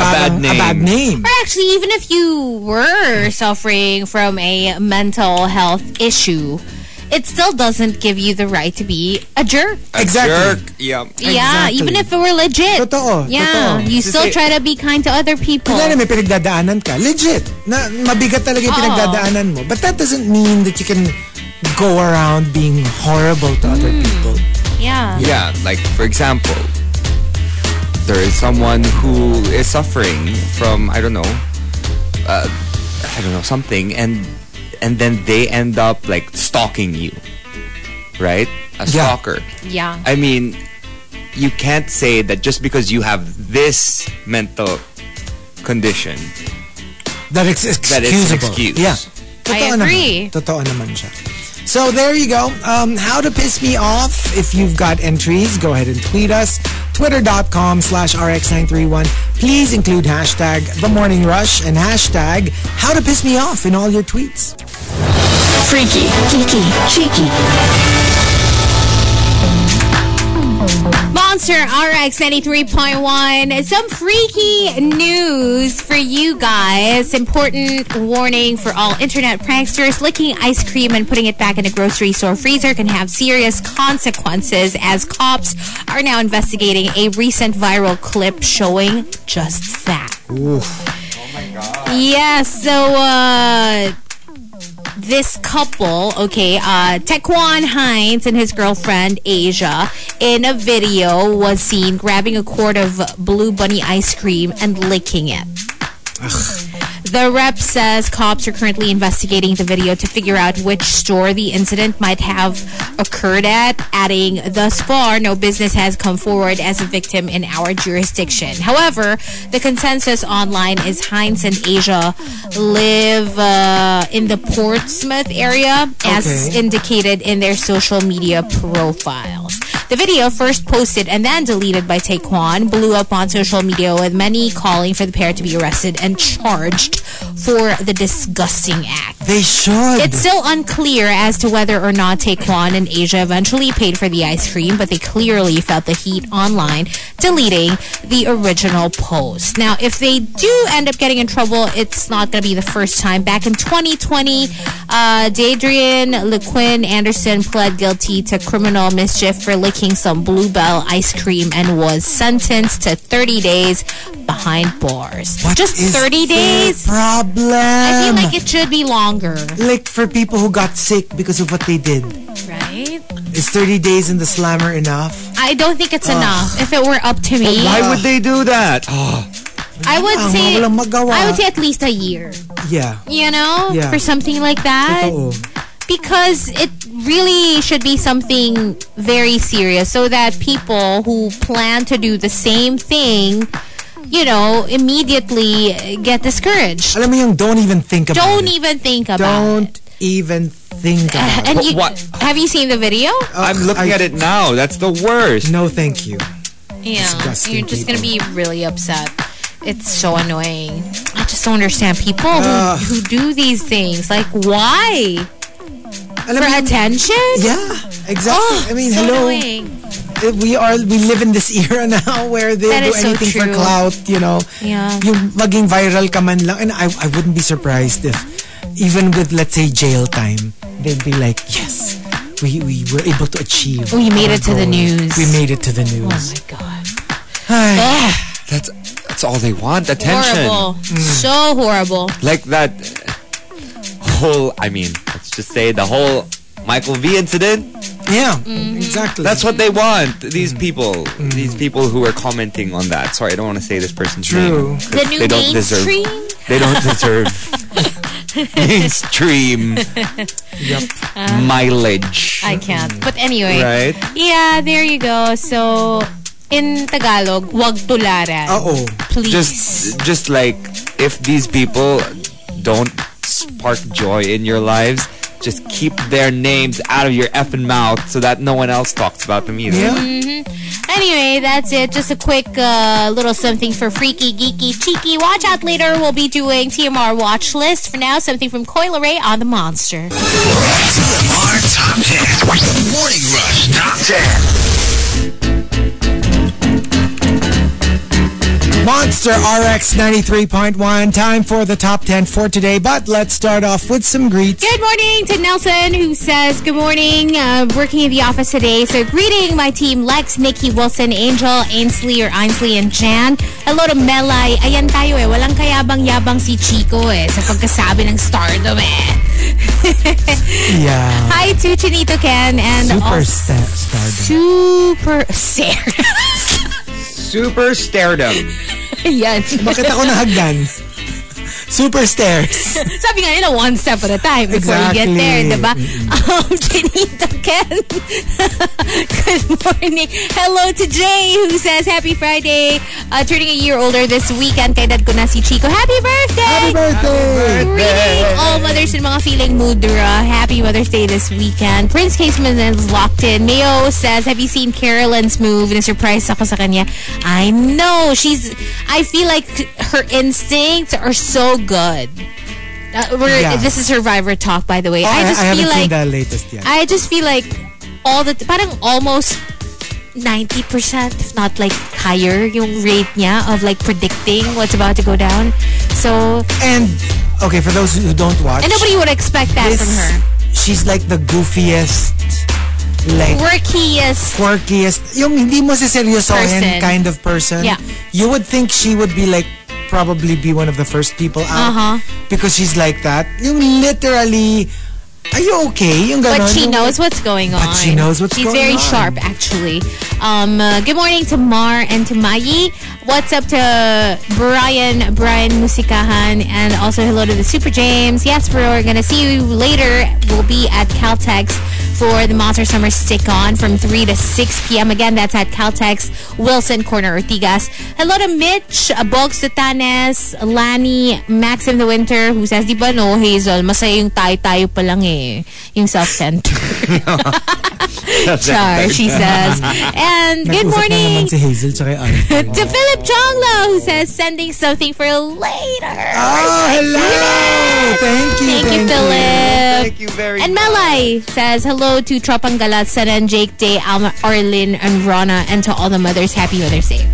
Speaker 5: A
Speaker 4: parang
Speaker 5: bad name.
Speaker 4: A bad name.
Speaker 6: Or actually, even if you were suffering from a mental health issue, it still doesn't give you the right to be a jerk.
Speaker 4: Exactly.
Speaker 5: Jerk. Yeah.
Speaker 6: Yeah,
Speaker 4: Exactly.
Speaker 6: even if it were legit.
Speaker 4: Totoo,
Speaker 6: Yeah,
Speaker 4: totoo.
Speaker 6: you
Speaker 5: Kasi-
Speaker 6: still try to be kind to other people.
Speaker 4: Wala na may pinagdadaanan ka. Legit. Na, mabigat talaga yung
Speaker 6: Oo.
Speaker 4: pinagdadaanan mo. But that doesn't mean that you can go around being horrible to other people.
Speaker 6: Yeah.
Speaker 5: Yeah, like for example, there is someone who is suffering from I don't know, uh, I don't know something, and and then they end up like stalking you, right? A
Speaker 4: Yeah.
Speaker 5: stalker.
Speaker 6: Yeah.
Speaker 5: I mean, you can't say that just because you have this mental condition
Speaker 4: That it's excusable.
Speaker 5: that it's an excuse.
Speaker 4: Yeah. Totoo
Speaker 6: agree.
Speaker 4: Naman. Totoo naman siya. So there you go. Um, how to piss me off. If you've got entries, go ahead and tweet us. Twitter.com slash RX931. Please include hashtag The Morning Rush and hashtag How to Piss Me Off in all your tweets.
Speaker 8: Freaky, geeky, cheeky.
Speaker 6: Monster RX 93.1. Some freaky news for you guys. Important warning for all internet pranksters. Licking ice cream and putting it back in a grocery store freezer can have serious consequences as cops are now investigating a recent viral clip showing just that. Yes, so uh this couple, okay, uh Taekwon Hines and his girlfriend Asia in a video was seen grabbing a quart of blue bunny ice cream and licking it. The rep says cops are currently investigating the video to figure out which store the incident might have occurred at, adding, thus far, no business has come forward as a victim in our jurisdiction. However, the consensus online is Heinz and Asia live uh, in the Portsmouth area, as
Speaker 4: Okay.
Speaker 6: indicated in their social media profiles. The video, first posted and then deleted by Taekwon, blew up on social media with many calling for the pair to be arrested and charged for the disgusting act.
Speaker 4: They should.
Speaker 6: It's still unclear as to whether or not Taekwon and Asia eventually paid for the ice cream, but they clearly felt the heat online, deleting the original post. Now, if they do end up getting in trouble, it's not going to be the first time. Back in 2020, uh, Dadrian LeQuinn Anderson pled guilty to criminal mischief for licking some Bluebell ice cream and was sentenced to 30 days behind bars.
Speaker 4: What
Speaker 6: Just
Speaker 4: is
Speaker 6: 30
Speaker 4: their
Speaker 6: days?
Speaker 4: problem.
Speaker 6: I feel like it should be longer,
Speaker 4: like for people who got sick because of what they did.
Speaker 6: right?
Speaker 4: Is 30 days in the slammer enough?
Speaker 6: I don't think
Speaker 4: Ah.
Speaker 6: it's enough. If it were up to me,
Speaker 5: Why would they do that?
Speaker 6: I would
Speaker 4: Ang
Speaker 6: say
Speaker 4: walang Ah, magawa.
Speaker 6: I would say at least a year.
Speaker 4: Yeah.
Speaker 6: You know,
Speaker 4: Yeah.
Speaker 6: for something like that,
Speaker 4: Totoo.
Speaker 6: because it really should be something very serious, so that people who plan to do the same thing, you know, immediately uh, get discouraged.
Speaker 4: Alam mo yung don't even think about
Speaker 6: Don't
Speaker 4: it.
Speaker 6: even think about it.
Speaker 4: Don't even think
Speaker 6: [LAUGHS]
Speaker 4: about it.
Speaker 6: And you,
Speaker 5: What-
Speaker 6: have you seen the video?
Speaker 5: I'm
Speaker 4: I-
Speaker 5: looking at it now. That's the worst.
Speaker 4: No, thank you.
Speaker 6: Yeah,
Speaker 4: Disgusting
Speaker 6: you're just gonna be really upset. It's so annoying. I just don't understand people
Speaker 4: Ugh.
Speaker 6: who, who do these things. Like, why?
Speaker 4: Alam
Speaker 6: For
Speaker 4: mo,
Speaker 6: attention?
Speaker 4: yeah, exactly.
Speaker 6: Oh,
Speaker 4: I mean,
Speaker 6: so
Speaker 4: hello.
Speaker 6: Annoying.
Speaker 4: We are we live in this [LAUGHS] era now where they
Speaker 6: That
Speaker 4: do
Speaker 6: is so
Speaker 4: anything for
Speaker 6: true.
Speaker 4: clout, you know.
Speaker 6: Yeah.
Speaker 4: Yung maging viral ka man lang. And I, I wouldn't be surprised if even with, let's say, jail time, they'd be like, yes, we, we were able to achieve.
Speaker 6: We made
Speaker 4: our
Speaker 6: it to the
Speaker 4: goal.
Speaker 6: news.
Speaker 4: We made it to the
Speaker 6: Oh
Speaker 4: news.
Speaker 6: my god.
Speaker 4: Ay.
Speaker 6: Ugh,
Speaker 5: That's that's all they want. Attention.
Speaker 6: horrible.
Speaker 4: Mm.
Speaker 6: So horrible.
Speaker 5: like that whole i mean let's just say the whole michael v incident
Speaker 4: Yeah, exactly.
Speaker 5: that's what they want these people these people who are commenting on that sorry i don't want to say this person's
Speaker 4: True.
Speaker 5: name 'cause
Speaker 6: The new
Speaker 5: they don't deserve
Speaker 6: mainstream.
Speaker 5: they don't
Speaker 6: [LAUGHS]
Speaker 5: deserve mainstream
Speaker 4: Yep.
Speaker 5: mileage
Speaker 6: I can't. But anyway.
Speaker 5: right
Speaker 6: Yeah, there you go. So in Tagalog, wag tularan.
Speaker 4: Uh-oh.
Speaker 6: Please.
Speaker 5: just just like if these people don't spark joy in your lives just keep their names out of your effing mouth so that no one else talks about them either
Speaker 4: Yeah.
Speaker 6: Anyway, that's it. Just a quick uh, little something for freaky, geeky, cheeky. Watch out later. We'll be doing TMR watch list. For now, something from Coil Ray on the Monster.
Speaker 7: TMR Top 10. Morning Rush Top 10.
Speaker 4: Monster RX 93.1. Time for the top 10 for today, but let's start off with some greets.
Speaker 6: Good morning to Nelson, who says, Good morning, uh, working in the office today. So, greeting my team Lex, Nikki, Wilson, Angel, Ainsley, or Ainsley, and Jan. Hello to Melay. Ayan tayo eh. Walang kayabang-yabang si Chico eh sa pagkasabi ng stardom eh. [LAUGHS]
Speaker 4: Yeah.
Speaker 6: Hi to Chinito Ken and
Speaker 4: Super
Speaker 6: also-
Speaker 4: sta- stardom.
Speaker 6: Super Sarah. [LAUGHS]
Speaker 5: Super stardom.
Speaker 6: yes.
Speaker 4: Bakit ako
Speaker 6: [LAUGHS]
Speaker 4: nahagdan? Super stairs.
Speaker 6: Sabi nga nila, one step at a time before you get
Speaker 4: Exactly.
Speaker 6: there, di ba? Um, [LAUGHS] Janita Ken, [LAUGHS] good morning. Hello to Jay, who says, Happy Friday. Uh, turning a year older this weekend, kay dad ko na si Chico. Happy birthday!
Speaker 4: Happy birthday!
Speaker 6: Greeting all mothers and mga feeling mudra. Happy Mother's Day this weekend. Prince Caseman is locked in. Mayo says, have you seen Carolyn's move? Na-surprise ako sa kanya. I know. She's, I feel like her instincts are so good. Uh, we're,
Speaker 4: Yeah.
Speaker 6: This is Survivor talk, by the way.
Speaker 4: Oh,
Speaker 6: I just
Speaker 4: haven't
Speaker 6: feel
Speaker 4: seen
Speaker 6: like,
Speaker 4: the latest yet.
Speaker 6: I just feel like all the, parang almost 90%, if not like higher, yung rate niya of like predicting what's about to go down. So,
Speaker 4: and, okay, for those who don't watch,
Speaker 6: and nobody would expect that
Speaker 4: this-
Speaker 6: from her.
Speaker 4: she's like the goofiest, like,
Speaker 6: Quirkiest.
Speaker 4: quirkiest, yung hindi mo
Speaker 6: Person.
Speaker 4: siseryosohin kind of person.
Speaker 6: Yeah.
Speaker 4: You would think she would be like, probably be one of the first people out.
Speaker 6: Uh-huh.
Speaker 4: Because she's like that. Yung literally, are you okay? Yung
Speaker 6: But
Speaker 4: ganon.
Speaker 6: she
Speaker 4: Yung-
Speaker 6: knows what's going on.
Speaker 4: But she knows what's
Speaker 6: She's
Speaker 4: going
Speaker 6: very
Speaker 4: on.
Speaker 6: sharp, actually. Um, uh, good morning to Mar and to Mayi. What's up to Brian, Brian Musikahan, and also hello to the Super James. Yes, we're going to see you later. We'll be at Caltex for the Monster Summer Stick On from 3 to 6 p.m. Again, that's at Caltex, Wilson Corner, Ortigas. Hello to Mitch, uh, Bogs Tatanes, Lani, Max in the Winter, who says, di ba no, Hazel, masaya yung tayo-tayo pa lang eh. Yung self-centered.
Speaker 5: [LAUGHS]
Speaker 6: Char, she says. And good
Speaker 4: Nag-usap na naman
Speaker 6: morning
Speaker 4: si Hazel tsaka yung Ari.
Speaker 6: [LAUGHS] to Philip Chonglo, who says, sending something for later.
Speaker 4: Oh, hello! Thank you,
Speaker 6: Thank you, Philip.
Speaker 5: Thank you very
Speaker 6: And
Speaker 5: much.
Speaker 6: Melay says, hello to Tropang Galat, Sana and Jake Day, Alma, Arlin, and Rana, and to all the mothers. Happy Mother's Day.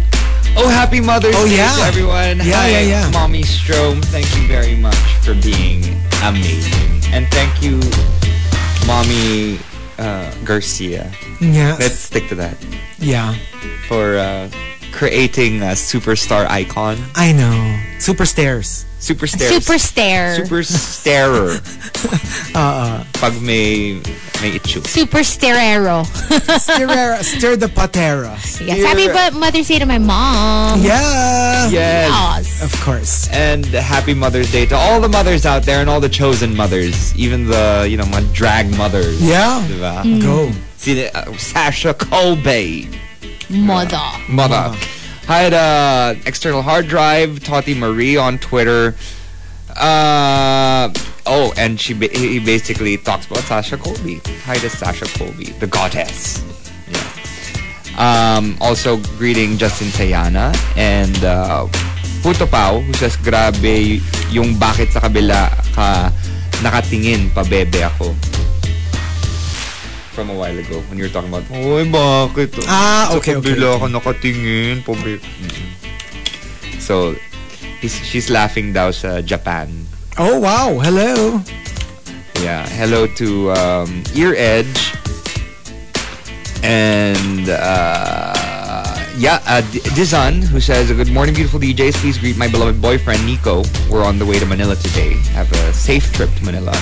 Speaker 5: Oh, happy Mother's
Speaker 4: Oh,
Speaker 5: Day
Speaker 4: yeah.
Speaker 5: to everyone.
Speaker 4: Yeah,
Speaker 5: Hi,
Speaker 4: yeah, yeah.
Speaker 5: Mommy Strom. Thank you very much for being amazing. And thank you, Mommy uh, Garcia.
Speaker 4: Yeah.
Speaker 5: Let's stick to that.
Speaker 4: yeah.
Speaker 5: For uh, creating a superstar icon.
Speaker 4: I know. Super stairs.
Speaker 5: Superstar.
Speaker 6: Super stare.
Speaker 5: Super starer.
Speaker 4: [LAUGHS] Uh-uh.
Speaker 5: Pag may, may itchu.
Speaker 6: Super starero.
Speaker 4: [LAUGHS] Stirera, stir the patera.
Speaker 6: Yes. Happy but Mother's Day to my mom.
Speaker 4: Yeah.
Speaker 5: Yes.
Speaker 6: Yes.
Speaker 4: Of course.
Speaker 5: And happy Mother's Day to all the mothers out there and all the chosen mothers. Even the, you know, my drag mothers.
Speaker 4: Yeah.
Speaker 5: Diba?
Speaker 4: Go.
Speaker 5: See, uh, Sasha Colby.
Speaker 6: Mother.
Speaker 5: Mother. I had uh, external hard drive, Tati Marie on Twitter. Uh, oh, and she ba- he basically talks about Sasha Colby. Hi to Sasha Colby, the goddess. Yeah. Um, also, greeting Justin Sayana and uh, Puto Pau, who says, Grabe yung bakit sa kabila ka nakatingin pa bebe ako. From a while ago, when you were talking about, Uy, bakit?
Speaker 4: Ah,
Speaker 5: Sa
Speaker 4: okay, okay,
Speaker 5: kabila
Speaker 4: okay.
Speaker 5: ka nakatingin Mm-hmm. pa bebe. Mm. So, he's, she's laughing daw sa Japan.
Speaker 4: Oh, wow. Hello.
Speaker 5: Yeah. Hello to um, Ear Edge. And uh, yeah, uh, D- Dizan, who says, Good morning, beautiful DJs. Please greet my beloved boyfriend, Nico. We're on the way to Manila today. Have a safe trip to Manila.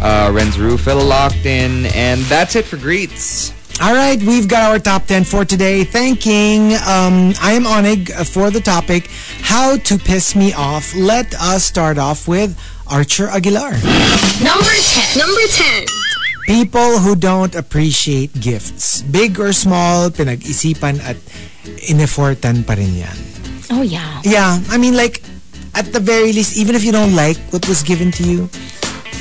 Speaker 5: Uh, Renz Rufel locked in. And that's it for greets.
Speaker 4: All right, we've got our top 10 for today. Thanking um, I am Onig for the topic How to Piss Me Off. Let us start off with Archer Aguilar.
Speaker 1: Number 10. Number 10.
Speaker 4: People who don't appreciate gifts, big or small, pinag-isipan at inefortan pa rin yan.
Speaker 6: Oh, yeah.
Speaker 4: Yeah, I mean like at the very least, even if you don't like what was given to you,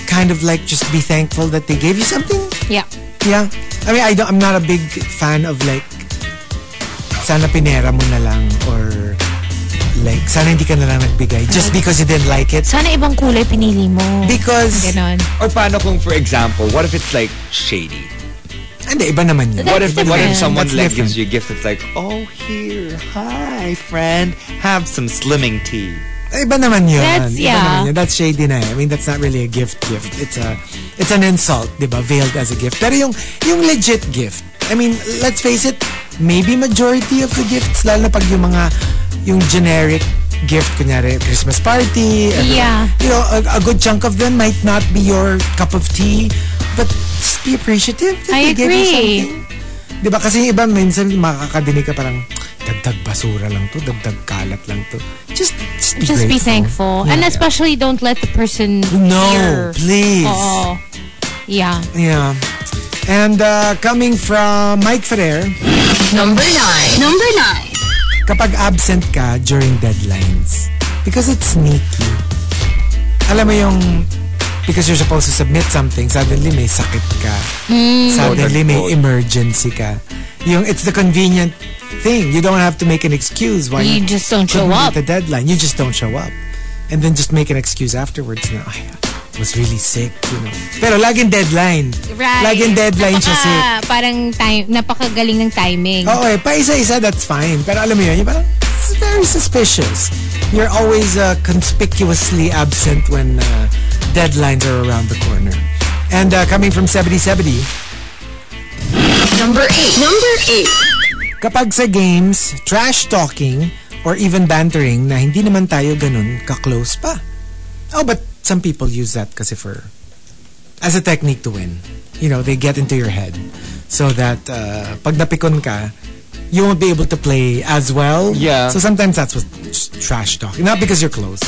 Speaker 4: kind of like just be thankful that they gave you something.
Speaker 6: Yeah.
Speaker 4: Yeah. I mean, I don't, I'm not a big fan of like sana pinera mo na lang or like sana hindi ka na lang nagbigay just because you didn't like it.
Speaker 6: Sana ibang kulay pinili mo.
Speaker 4: Because
Speaker 6: Ganon.
Speaker 5: Or paano kung, for example, what if it's like shady?
Speaker 4: Hindi, iba naman yun.
Speaker 5: What if
Speaker 6: That's
Speaker 5: what if
Speaker 6: different.
Speaker 5: someone
Speaker 4: That's
Speaker 5: like
Speaker 4: different.
Speaker 5: gives you a gift that's like, oh here, hi friend, have some slimming tea.
Speaker 4: Eh, Iba naman yun. Iba
Speaker 6: That's- yeah.
Speaker 4: naman yun. That's shady na eh. I mean, that's not really a gift gift. It's a, it's an insult, di ba? Veiled as a gift. Pero yung, yung legit gift, I mean, let's face it, maybe majority of the gifts, lalo na pag yung mga, yung generic gift, kunyari, Christmas party. everyone-
Speaker 6: Yeah.
Speaker 4: You know, a, a good chunk of them might not be your cup of tea, but just be appreciative that
Speaker 6: I
Speaker 4: they gave you
Speaker 6: agree.
Speaker 4: something. Di ba? Kasi yung iba, minsan makakadinig ka parang, dagdag basura lang to, dagdag kalat lang to. Just, just be
Speaker 6: Just be
Speaker 4: grateful.
Speaker 6: thankful.
Speaker 4: Yeah.
Speaker 6: and especially don't let the person
Speaker 4: No,
Speaker 6: hear.
Speaker 4: please.
Speaker 6: Oo. Yeah.
Speaker 4: Yeah. And uh, coming from Mike Ferrer,
Speaker 1: Number nine. Number nine.
Speaker 4: kapag absent ka during deadlines, because it's sneaky. Alam mo yung, because you're supposed to submit something, suddenly may sakit ka.
Speaker 6: Hmm.
Speaker 4: Suddenly may
Speaker 5: Quote, unquote.
Speaker 4: emergency ka. Yung, it's the convenient thing. You don't have to make an excuse why
Speaker 6: You just don't show
Speaker 4: couldn't meet
Speaker 6: up.
Speaker 4: the deadline. You just don't show up. And then just make an excuse afterwards na, ay, I was really sick, you know. Pero laging deadline.
Speaker 6: Right.
Speaker 4: Laging deadline siya
Speaker 6: [LAUGHS]
Speaker 4: sick.
Speaker 6: Napaka- Parang time, napakagaling ng timing.
Speaker 4: Oo eh, pa isa-isa, that's fine. Pero alam mo yun, yung parang, it's very suspicious. You're always uh, conspicuously absent when uh, deadlines are around the corner. And uh, coming from 7070,
Speaker 1: Number eight. Number eight.
Speaker 4: kapag sa games, trash talking, or even bantering na hindi naman tayo ganun ka-close pa. Oh, but some people use that kasi for, as a technique to win. You know, they get into your head so that uh, pag napikon ka, you won't be able to play as well.
Speaker 5: Yeah.
Speaker 4: So sometimes that's what just trash talking. Not because you're close.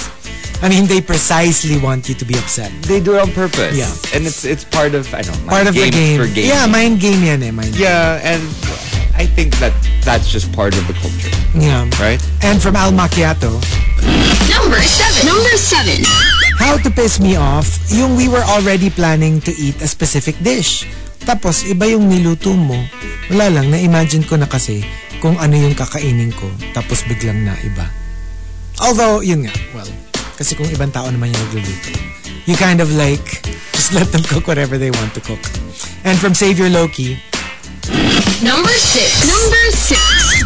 Speaker 4: I mean, they precisely want you to be upset.
Speaker 5: They do it on purpose.
Speaker 4: Yeah.
Speaker 5: and it's it's part of I don't know
Speaker 4: Part of the game.
Speaker 5: for game.
Speaker 4: Yeah, mind game yan eh. Mind
Speaker 5: yeah, and I think that that's just part of the culture,
Speaker 4: Yeah.
Speaker 5: right?
Speaker 4: And from Al Macchiato,
Speaker 1: Number seven. Number seven.
Speaker 4: How to piss me off, yung we were already planning to eat a specific dish. Tapos, iba yung niluto mo. Wala lang, na-imagine ko na kasi kung ano yung kakainin ko. Tapos, biglang naiba. Although, yun nga, well, kasi kung ibang tao naman yung nagluluto. You kind of like, just let them cook whatever they want to cook. And from Savior Loki,
Speaker 1: Number six. Number six.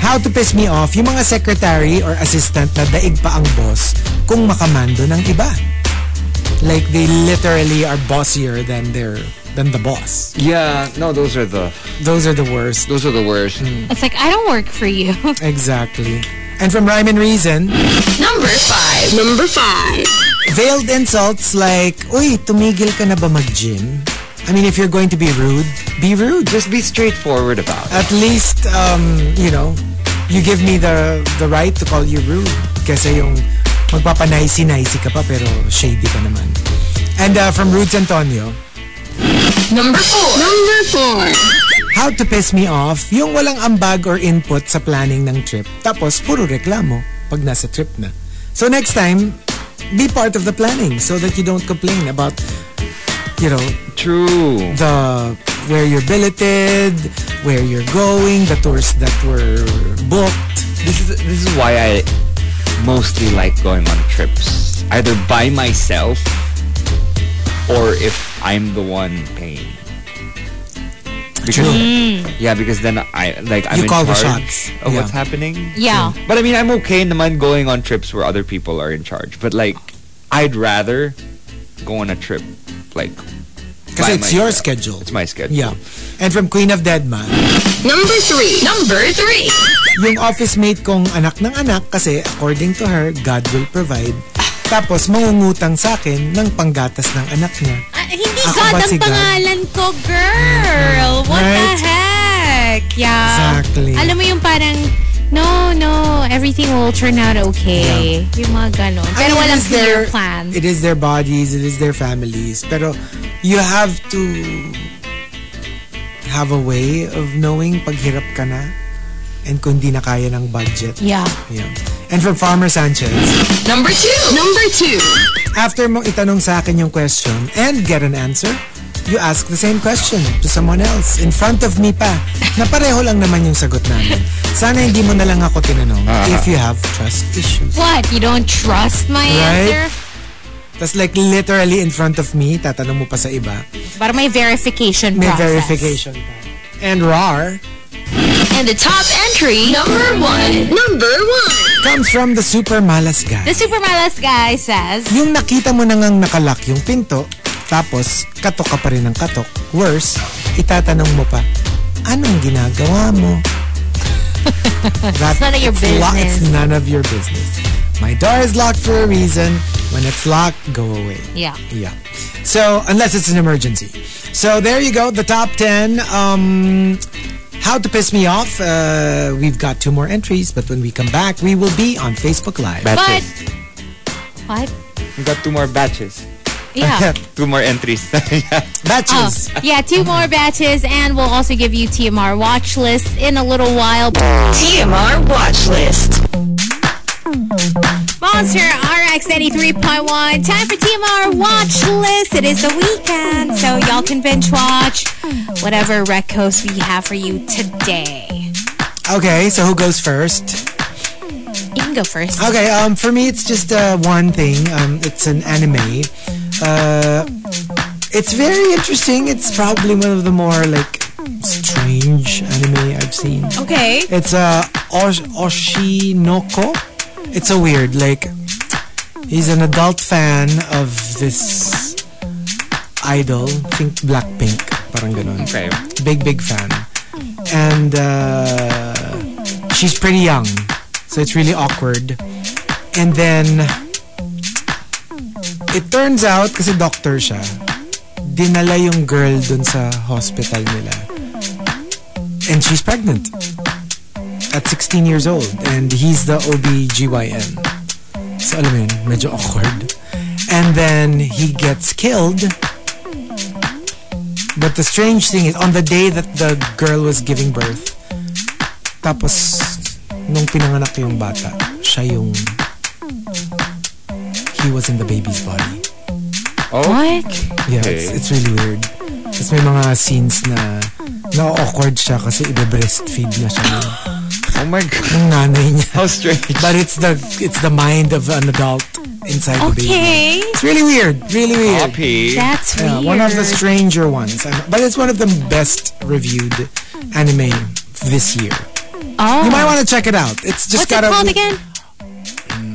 Speaker 4: How to piss me off yung mga secretary or assistant na daig pa ang boss kung makamando ng iba. Like they literally are bossier than their than the boss.
Speaker 5: Yeah, no, those are the
Speaker 4: Those are the worst.
Speaker 5: those are the worst.
Speaker 4: Hmm.
Speaker 6: It's like, I don't work for you.
Speaker 4: Exactly. And from Rhyme and Reason,
Speaker 1: Number five. Number five.
Speaker 4: veiled insults like, Uy, tumigil ka na ba mag-gym? I mean, if you're going to be rude, be rude.
Speaker 5: Just be straightforward about it.
Speaker 4: At least, um, you know, you give me the the right to call you rude. Kasi yung magpapanaisi-naisi ka pa pero shady ka naman. And uh, from Rudes Antonio,
Speaker 1: Number four. Number four.
Speaker 4: how to piss me off yung walang ambag or input sa planning ng trip tapos puro reklamo pag nasa trip na. So next time, be part of the planning so that you don't complain about you know,
Speaker 5: True.
Speaker 4: the where you're billeted, where you're going, the tours that were booked.
Speaker 5: This is this is why I mostly like going on trips, either by myself or if I'm the one paying. Because
Speaker 6: Mm.
Speaker 5: yeah, because then I like I'm
Speaker 4: You
Speaker 5: in
Speaker 4: call the
Speaker 5: charge
Speaker 4: shots.
Speaker 5: of what's
Speaker 4: Yeah.
Speaker 5: happening.
Speaker 6: yeah.
Speaker 5: But I mean, I'm okay in the mind going on trips where other people are in charge. But like, I'd rather go on a trip like
Speaker 4: Because
Speaker 5: by
Speaker 4: it's your
Speaker 5: myself.
Speaker 4: schedule.
Speaker 5: It's my schedule.
Speaker 4: Yeah. And from Queen of Deadma,
Speaker 1: Number three. Number three.
Speaker 4: yung office mate kong anak ng anak kasi according to her, God will provide. Tapos mangungutang sa akin ng panggatas ng anak niya.
Speaker 6: Ah, hindi
Speaker 4: Ako
Speaker 6: God
Speaker 4: ba
Speaker 6: ang
Speaker 4: si God?
Speaker 6: pangalan ko, girl. What the
Speaker 4: Right?
Speaker 6: heck? Yeah.
Speaker 4: Exactly.
Speaker 6: Alam mo yung parang, no, no, everything will turn out okay. Yung mga ganon.
Speaker 4: I
Speaker 6: Pero
Speaker 4: mean,
Speaker 6: walang
Speaker 4: it is
Speaker 6: clear
Speaker 4: their-
Speaker 6: plan.
Speaker 4: It is their bodies, it is their families. Pero you have to have a way of knowing pag hirap ka na and kung di na kaya ng budget.
Speaker 6: yeah.
Speaker 4: Yeah. And from Farmer Sanchez,
Speaker 1: Number two. Number two.
Speaker 4: after mo itanong sa akin yung question and get an answer, you ask the same question to someone else in front of me pa na pareho lang naman yung sagot namin. Sana hindi mo na lang ako tinanong if you have trust issues.
Speaker 6: What? You don't trust my
Speaker 4: Right?
Speaker 6: answer?
Speaker 4: Tapos like literally in front of me, tatanong mo pa sa iba.
Speaker 6: Para may verification
Speaker 4: May
Speaker 6: process.
Speaker 4: verification pa. And RAR
Speaker 8: And the top entry, number one. Number one.
Speaker 4: comes from the super malas guy.
Speaker 6: The super malas guy says,
Speaker 4: Yung nakita mo na ngang nakalock yung pinto, tapos katok ka pa rin ng katok. Worse, itatanong mo pa, anong ginagawa mo? That-
Speaker 6: It's none of your
Speaker 4: it's lo-
Speaker 6: business.
Speaker 4: it's none of your business. My door is locked for a reason. When it's locked, go away.
Speaker 6: Yeah.
Speaker 4: Yeah. So, unless it's an emergency. So, there you go. The top 10. Um, how to piss me off. Uh, we've got two more entries, but when we come back, we will be on Facebook Live. [LAUGHS]
Speaker 6: but,
Speaker 5: Batches.
Speaker 6: what?
Speaker 5: We got two more batches.
Speaker 6: Yeah.
Speaker 5: Two more entries. [LAUGHS]
Speaker 6: Oh,
Speaker 4: Batches.
Speaker 6: yeah, two more batches, and we'll also give you TMR watch list in a little while.
Speaker 8: TMR watch list.
Speaker 6: Monster RX 93.1. Time for TMR Watch List. It is the weekend, so y'all can binge watch whatever rec host we have for you today.
Speaker 4: Okay, so who goes first?
Speaker 6: You can go first.
Speaker 4: Okay, um, for me, it's just uh, one thing. Um, it's an anime. Uh, it's very interesting. It's probably one of the more, like, strange anime I've seen.
Speaker 6: Okay.
Speaker 4: It's a Osh- Oshinoko. It's a weird like he's an adult fan of this idol, think Blackpink, parang ganun.
Speaker 5: Okay.
Speaker 4: Big big fan. And uh, she's pretty young. So it's really awkward. And then it turns out kasi doctor siya. Dinala yung girl dun sa hospital nila. And she's pregnant at 16 years old and he's the OBGYN. So alam mo yun, medyo awkward. And then he gets killed. But the strange thing is, on the day that the girl was giving birth, tapos nung pinanganak yung bata, siya yung he was in the baby's body.
Speaker 5: Oh,
Speaker 6: What?
Speaker 4: Yeah,
Speaker 5: Okay.
Speaker 4: it's, it's really weird. Tapos may mga scenes na na-awkward siya kasi ibe-breastfeed na siya ng,
Speaker 5: oh my god.
Speaker 4: ng nanay niya.
Speaker 5: How strange.
Speaker 4: But it's the it's the mind of an adult inside the baby.
Speaker 6: Okay.
Speaker 4: It's really weird. Really weird.
Speaker 5: Poppy.
Speaker 6: That's
Speaker 4: Yeah,
Speaker 6: weird.
Speaker 4: one of the stranger ones. Um, But it's one of the best reviewed anime this year.
Speaker 6: oh.
Speaker 4: You might want to check it out. It's just
Speaker 6: What's it
Speaker 4: got
Speaker 6: called
Speaker 4: a
Speaker 6: again?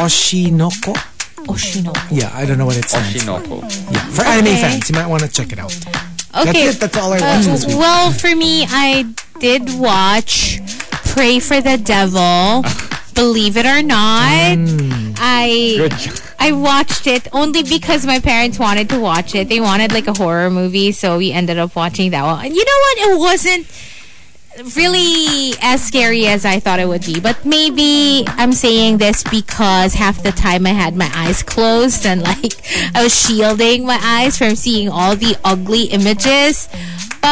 Speaker 4: Oshinoko.
Speaker 6: Oh, Oshino.
Speaker 4: Yeah, I don't know what it stands for.
Speaker 5: Oshinoko.
Speaker 4: Yeah, for anime
Speaker 6: Okay.
Speaker 4: fans, you might want to check it out.
Speaker 6: Okay.
Speaker 4: That's it. That's all I watched
Speaker 6: Uh,
Speaker 4: this week.
Speaker 6: well, for me, I did watch Pray for
Speaker 4: [LAUGHS]
Speaker 6: the Devil. Believe it or not,
Speaker 4: Mm.
Speaker 6: I
Speaker 5: Good job.
Speaker 6: I watched it only because my parents wanted to watch it. They wanted like a horror movie, so we ended up watching that one. And you know what? It wasn't really as scary as I thought it would be. But maybe I'm saying this because half the time I had my eyes closed and like I was shielding my eyes from seeing all the ugly images. But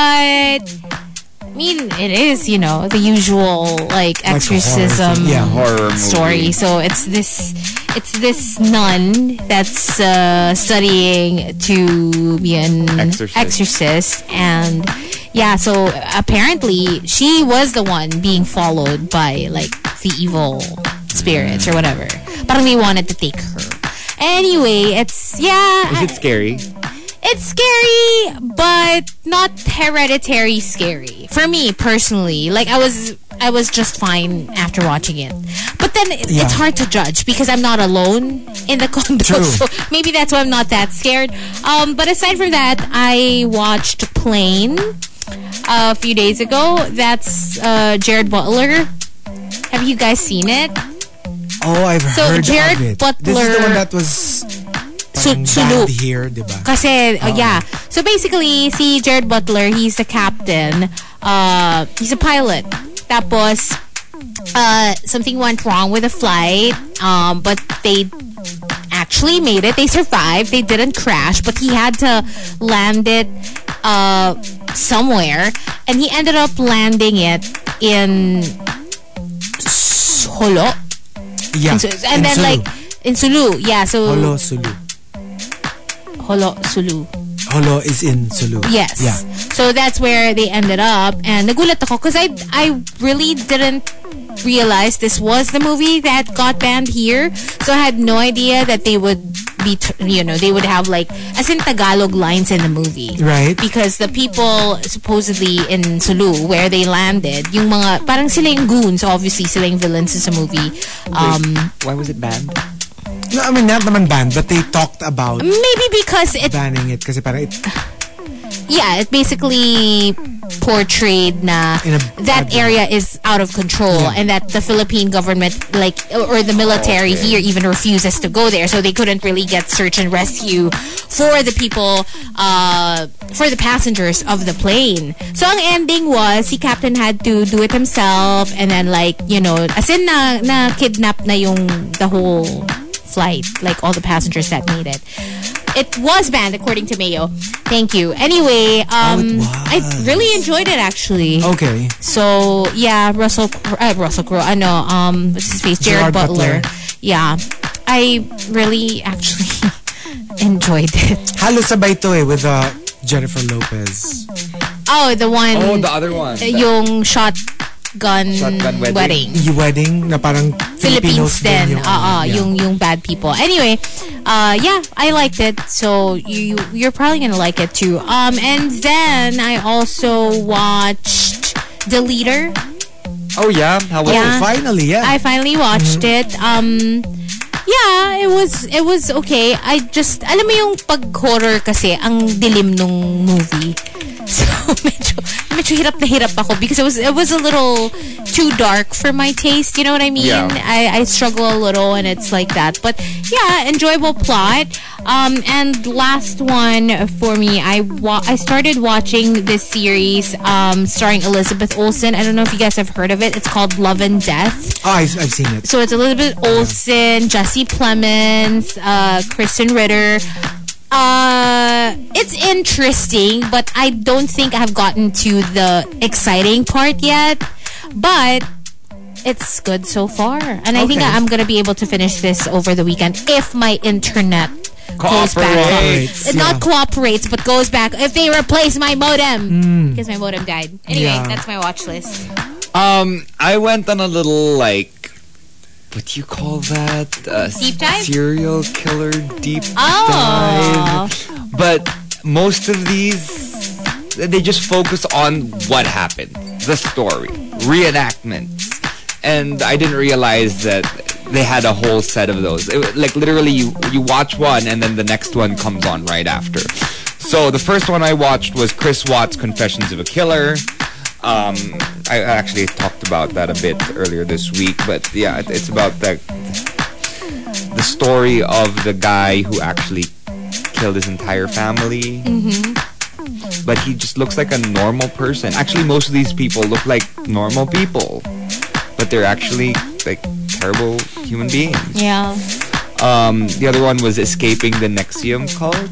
Speaker 6: I mean, it is, you know, the usual
Speaker 4: Like
Speaker 6: like
Speaker 4: a horror
Speaker 6: exorcism
Speaker 4: thing. Yeah,
Speaker 5: Horror movie.
Speaker 6: story. So it's this it's this nun that's uh, studying to be an
Speaker 5: Exorcist.
Speaker 6: exorcist and yeah, so apparently she was the one being followed by like the evil spirits or whatever. But they wanted to take her. Anyway, it's yeah,
Speaker 5: Is it scary?
Speaker 6: it's scary, but not hereditary scary. For me personally, like I was I was just fine after watching it. But then it,
Speaker 4: Yeah.
Speaker 6: it's hard to judge because I'm not alone in the [LAUGHS] condo.
Speaker 4: True.
Speaker 6: So maybe that's why I'm not that scared. Um, but aside from that, I watched Plane a few days ago. That's uh, Jared Butler. Have you guys seen it?
Speaker 4: Oh, I've
Speaker 6: So,
Speaker 4: heard
Speaker 6: Jared
Speaker 4: of it. This is the
Speaker 6: Butler-
Speaker 4: one that was
Speaker 6: Su-
Speaker 4: parang
Speaker 6: Suluk.
Speaker 4: bad here, di ba?
Speaker 6: Kasi, uh, yeah. So basically, si Jared Butler, he's the captain. Uh, he's a pilot. Tapos, uh, something went wrong with the flight. Um, but they actually made it. They survived. They didn't crash, but he had to land it uh, somewhere. And he ended up landing it in Solo.
Speaker 4: Yeah.
Speaker 6: So- and then,
Speaker 4: Sulu.
Speaker 6: like, in Sulu. Yeah, so
Speaker 4: Holo Sulu.
Speaker 6: Holo Sulu.
Speaker 4: Holo is in Sulu.
Speaker 6: Yes.
Speaker 4: Yeah.
Speaker 6: So that's where they ended up. And nagulat ako because I, I really didn't realize this was the movie that got banned here. So I had no idea that they would be, t- you know, they would have like, as in Tagalog lines in the movie.
Speaker 4: Right.
Speaker 6: Because the people supposedly in Sulu, where they landed, yung mga, parang sila yung goons, obviously sila yung villains in the movie. Um,
Speaker 5: Why was it banned?
Speaker 4: No, I mean, not naman banned, but they talked about
Speaker 6: maybe because it
Speaker 4: banning it kasi parang it,
Speaker 6: yeah, it basically portrayed na
Speaker 4: In a
Speaker 6: that
Speaker 4: bad
Speaker 6: area is out of control and that the Philippine government like or the military here even refuses to go there so they couldn't really get search and rescue for the people uh, for the passengers of the plane. So ang ending was si captain had to do it himself and then like, you know, as in na, na kidnap na yung the whole flight, like all the passengers that made it. It was banned according to Mayo. Thank you. Anyway, um, I really enjoyed it actually.
Speaker 4: okay.
Speaker 6: So yeah, Russell, Cr- uh, Russell Crowe. I know. Um, what's his face? Jared,
Speaker 4: Gerard Butler.
Speaker 6: Butler. Yeah, I really actually [LAUGHS] enjoyed it.
Speaker 4: Halos sabay to eh with uh, Jennifer Lopez.
Speaker 6: Oh, the one.
Speaker 5: Oh, the other one.
Speaker 6: Yung shotgun,
Speaker 5: Shotgun wedding.
Speaker 6: wedding.
Speaker 4: Yung wedding na parang
Speaker 6: Philippines
Speaker 4: Filipinos din.
Speaker 6: din.
Speaker 4: yung-
Speaker 6: Oo,
Speaker 4: yeah.
Speaker 6: yung yung bad people. Anyway, uh yeah, I liked it. So you you're probably going to like it too. Um and then I also watched The Leader.
Speaker 5: oh yeah, how was
Speaker 6: Yeah.
Speaker 5: it?
Speaker 4: Finally, yeah.
Speaker 6: I finally watched it. Um Yeah, it was it was okay. I just alam mo yung pag horror kasi ang dilim nung movie. [LAUGHS] So medyo medyo hirap na hirap ako because it was it was a little too dark for my taste, you know what I mean?
Speaker 5: Yeah.
Speaker 6: I I struggle a little and it's like that. But yeah, enjoyable plot. Um and last one for me, I wa- I started watching this series um starring Elizabeth Olsen. I don't know if you guys have heard of it. It's called Love and Death.
Speaker 4: oh, I've, I've seen it.
Speaker 6: So it's Elizabeth Olsen, Jesse Plemons, uh, Kristen Ritter. Uh, it's interesting, but I don't think I've gotten to the exciting part yet. But it's good so far, and I think
Speaker 4: Okay.
Speaker 6: I'm gonna be able to finish this over the weekend if my internet goes back. up.
Speaker 5: Cooperates,
Speaker 6: It Not cooperates, but goes back if they replace my modem because my modem died. Anyway,
Speaker 4: Hmm. Yeah.
Speaker 6: that's my watch list.
Speaker 5: Um, I went on a little like, what do you call that? Uh,
Speaker 6: Deep dive?
Speaker 5: Serial killer deep
Speaker 6: Oh,
Speaker 5: dive. But most of these, they just focus on what happened, the story, reenactments, and I didn't realize that they had a whole set of those. It, wa- like literally, you you watch one and then the next one comes on right after. So the first one I watched was Chris Watts' Confessions of a Killer. Um, I I actually talked about that a bit earlier this week, but yeah, it- it's about the the story of the guy who actually killed his entire family. But he just looks like a normal person. Actually, most of these people look like normal people, but they're actually like terrible human beings.
Speaker 6: yeah.
Speaker 5: Um, the other one was escaping the Nexium cult.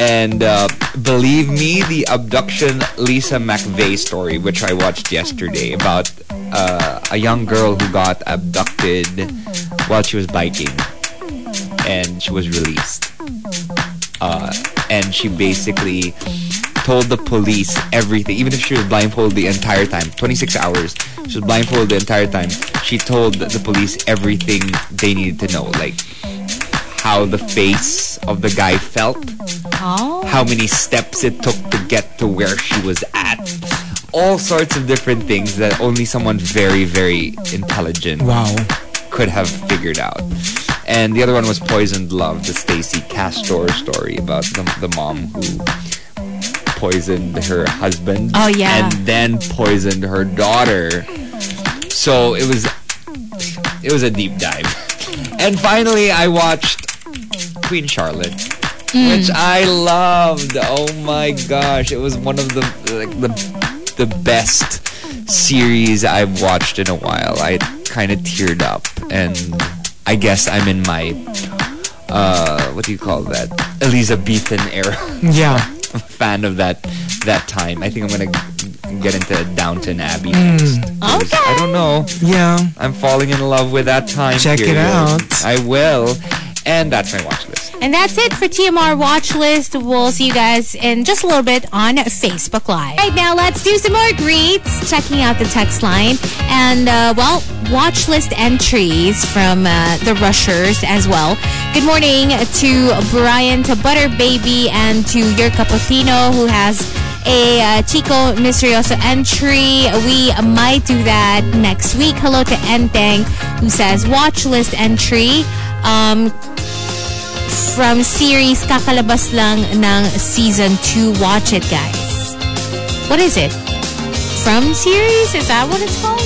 Speaker 5: And uh, believe me, the abduction Lisa McVeigh story, which I watched yesterday, about uh, a young girl who got abducted while she was biking, and she was released. Uh, and she basically told the police everything, even if she was blindfolded the entire time. 26 hours. She was blindfolded the entire time. She told the police everything they needed to know, like how the face of the guy felt,
Speaker 6: Oh.
Speaker 5: how many steps it took to get to where she was at. All sorts of different things that only someone very, very intelligent
Speaker 4: Wow.
Speaker 5: could have figured out. And the other one was Poisoned Love, the Stacy Castor story about the, the mom who poisoned her husband.
Speaker 6: Oh, yeah.
Speaker 5: And then poisoned her daughter. So it was it was a deep dive. [LAUGHS] And finally I watched Queen Charlotte. Which
Speaker 4: Mm.
Speaker 5: I loved. Oh my gosh. It was one of the like the the best series I've watched in a while. I kind of teared up, and I guess I'm in my uh, what do you call that Elizabethan era. [LAUGHS]
Speaker 4: Yeah.
Speaker 5: I'm a fan of that that time. I think I'm gonna get into Downton Abbey
Speaker 4: Mm.
Speaker 5: next. 'cause
Speaker 6: Okay.
Speaker 5: I don't know.
Speaker 4: Yeah.
Speaker 5: I'm falling in love with that time.
Speaker 4: Check it
Speaker 5: period.
Speaker 4: out.
Speaker 5: I will. And that's my watch list.
Speaker 6: And that's it for TMR Watch List. We'll see you guys in just a little bit on Facebook Live. Right now, let's do some more greets, checking out the text line. And, uh, well, watch list entries from uh, the Rushers as well. Good morning to Brian, to Butter Baby, and to your Capotino, who has a uh, Chico Misterioso entry. We might do that next week. Hello to Enteng, who says watch list entry. Um, from series Kakalabas lang ng season 2. Watch it, guys. What is it? From series? Is that what it's called?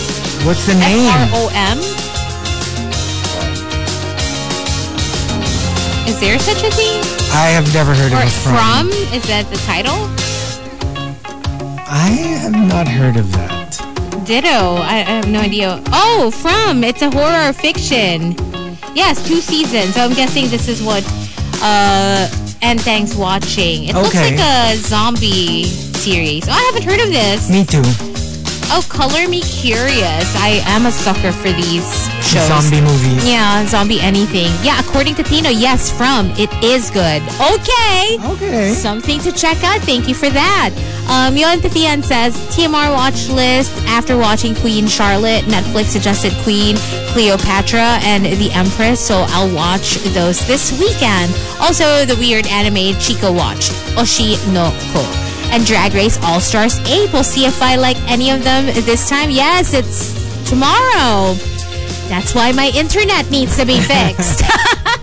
Speaker 4: What's the name?
Speaker 6: F-R-O-M? Is there such a thing?
Speaker 4: I have never heard
Speaker 6: Or
Speaker 4: of it
Speaker 6: from? Is that the title?
Speaker 4: I have not heard of that.
Speaker 6: Ditto. I, I have no idea. Oh, from. It's a horror fiction. Yes, two seasons. So I'm guessing this is what uh Entang's watching. It looks
Speaker 4: Okay.
Speaker 6: like a zombie series. Oh, I haven't heard of this.
Speaker 4: Me too.
Speaker 6: Oh, color me curious. I am a sucker for these shows.
Speaker 4: Zombie movies.
Speaker 6: Yeah, zombie anything. Yeah, according to Tino, yes, from. It is good.
Speaker 4: Oh.
Speaker 6: Okay.
Speaker 4: Okay.
Speaker 6: Something to check out. Thank you for that. Um, Yolan Pathian says, TMR watch list after watching Queen Charlotte, Netflix suggested Queen Cleopatra and the Empress, so I'll watch those this weekend. Also, the weird anime Chico watched, Oshi no Ko. And Drag Race All Stars 8. We'll see if I like any of them this time. Yes, it's tomorrow. That's why my internet needs to be fixed.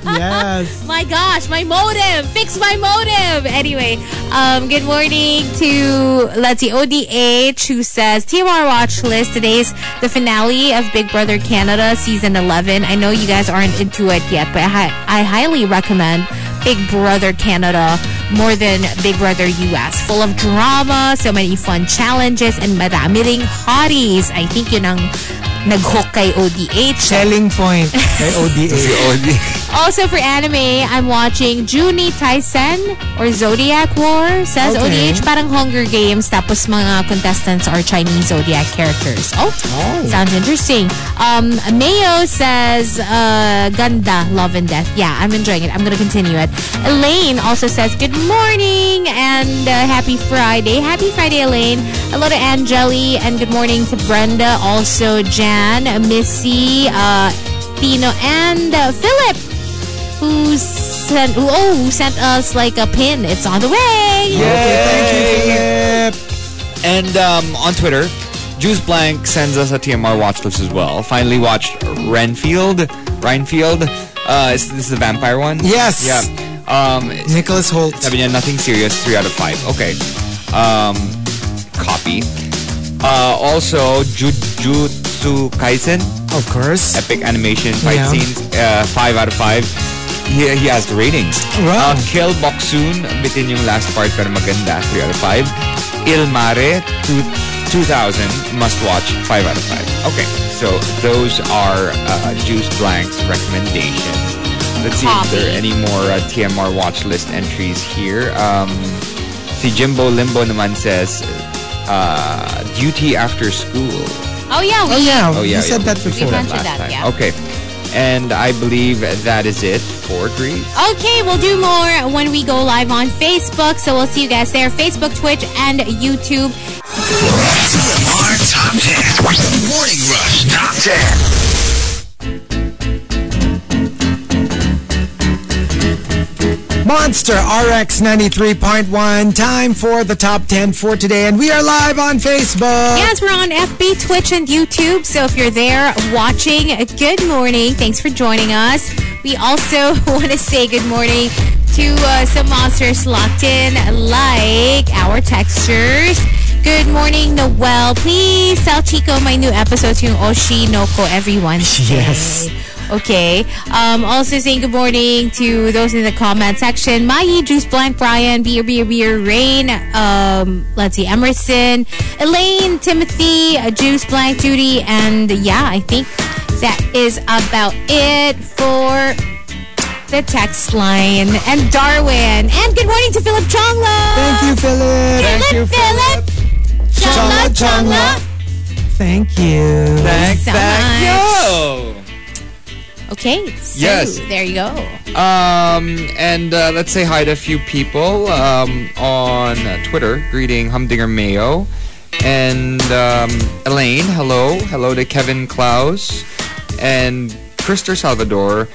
Speaker 4: Yes.
Speaker 6: my gosh, my modem. Fix my modem. Anyway, um, good morning to let's see, ODH who says TMR watch list. Today's the finale of Big Brother Canada season 11. I know you guys aren't into it yet, but I, hi- I highly recommend Big Brother Canada more than Big Brother US. Full of drama, so many fun challenges, and madami ring hotties. I think yun ang nag-hook kay ODH.
Speaker 4: Selling
Speaker 6: [LAUGHS]
Speaker 4: point kay ODA.
Speaker 6: Also for anime, I'm watching Juni Tyson or Zodiac War. Says
Speaker 4: Okay.
Speaker 6: ODH parang Hunger Games tapos mga contestants are Chinese Zodiac characters. Oh, sounds interesting. Um, Mayo says uh, Ganda, Love and Death. Yeah, I'm enjoying it. I'm going to continue it. Elaine also says good morning and uh, happy Friday. Happy Friday, Elaine. Hello to Angeli and good morning to Brenda. Also Jan, Missy, uh, Pino and uh, Philip, who sent who, oh who sent us like a pin. It's on the way.
Speaker 5: And um, on Twitter, Juice Blank sends us a TMR watch list as well. Finally watched Renfield. Renfield. Uh, is this the vampire one?
Speaker 4: Yes.
Speaker 5: Yeah. Um,
Speaker 4: Nicholas Holt.
Speaker 5: sabi niya, nothing serious. Three out of five. Okay. Um, copy. Uh, also, Jujutsu Kaisen.
Speaker 4: Of course.
Speaker 5: epic animation fight
Speaker 4: Yeah.
Speaker 5: scenes, uh, 5 out of 5. He, he has the ratings.
Speaker 4: Wow.
Speaker 5: Uh, Kill Boksoon, bitin yung last part pero maganda, 3 out of 5. Il Mare, two, 2000, must watch, 5 out of 5. Okay, so those are uh, Juice Blank's recommendations. Let's see if there are any more uh, TMR watch list entries here. Um, si Jimbo Limbo naman says, uh, duty after school.
Speaker 6: Oh yeah, we
Speaker 4: Oh yeah,
Speaker 5: Oh, yeah,
Speaker 4: you said
Speaker 5: yeah.
Speaker 4: that before.
Speaker 6: mentioned that, yeah.
Speaker 5: Okay. And I believe that is it for Greece.
Speaker 6: Okay, we'll do more when we go live on Facebook. So we'll see you guys there. Facebook, Twitch, and YouTube.
Speaker 7: TMR Top 10. Morning Rush Top 10.
Speaker 4: Monster RX 93.1. Time for the top 10 for today, and we are live on Facebook.
Speaker 6: Yes, we're on FB, Twitch, and YouTube. So if you're there watching, good morning. Thanks for joining us. We also [LAUGHS] want to say good morning to uh, some monsters locked in, like our textures. Good morning, Noel. Please tell Chico my new episodes yung Oshi Noko every Wednesday.
Speaker 4: Yes.
Speaker 6: Okay. Um, also saying good morning to those in the comment section. Mayi, Juice Blank, Brian, Beer, Beer, Beer, Rain, um, let's see, Emerson, Elaine, Timothy, uh, Juice Blank, Judy, and yeah, I think that is about it for the text line. And Darwin. And good morning to Philip Chongla.
Speaker 4: Thank you, Philip.
Speaker 6: Philip, Philip. Chongla, Chongla.
Speaker 4: Thank you.
Speaker 5: Thank,
Speaker 6: so much.
Speaker 5: yo!
Speaker 6: Okay. So,
Speaker 5: Yes.
Speaker 6: There you go.
Speaker 5: Um, and uh, let's say hi to a few people um, on uh, Twitter. Greeting Humdinger Mayo and um, Elaine. Hello. Hello to Kevin Klaus and Krister Salvador.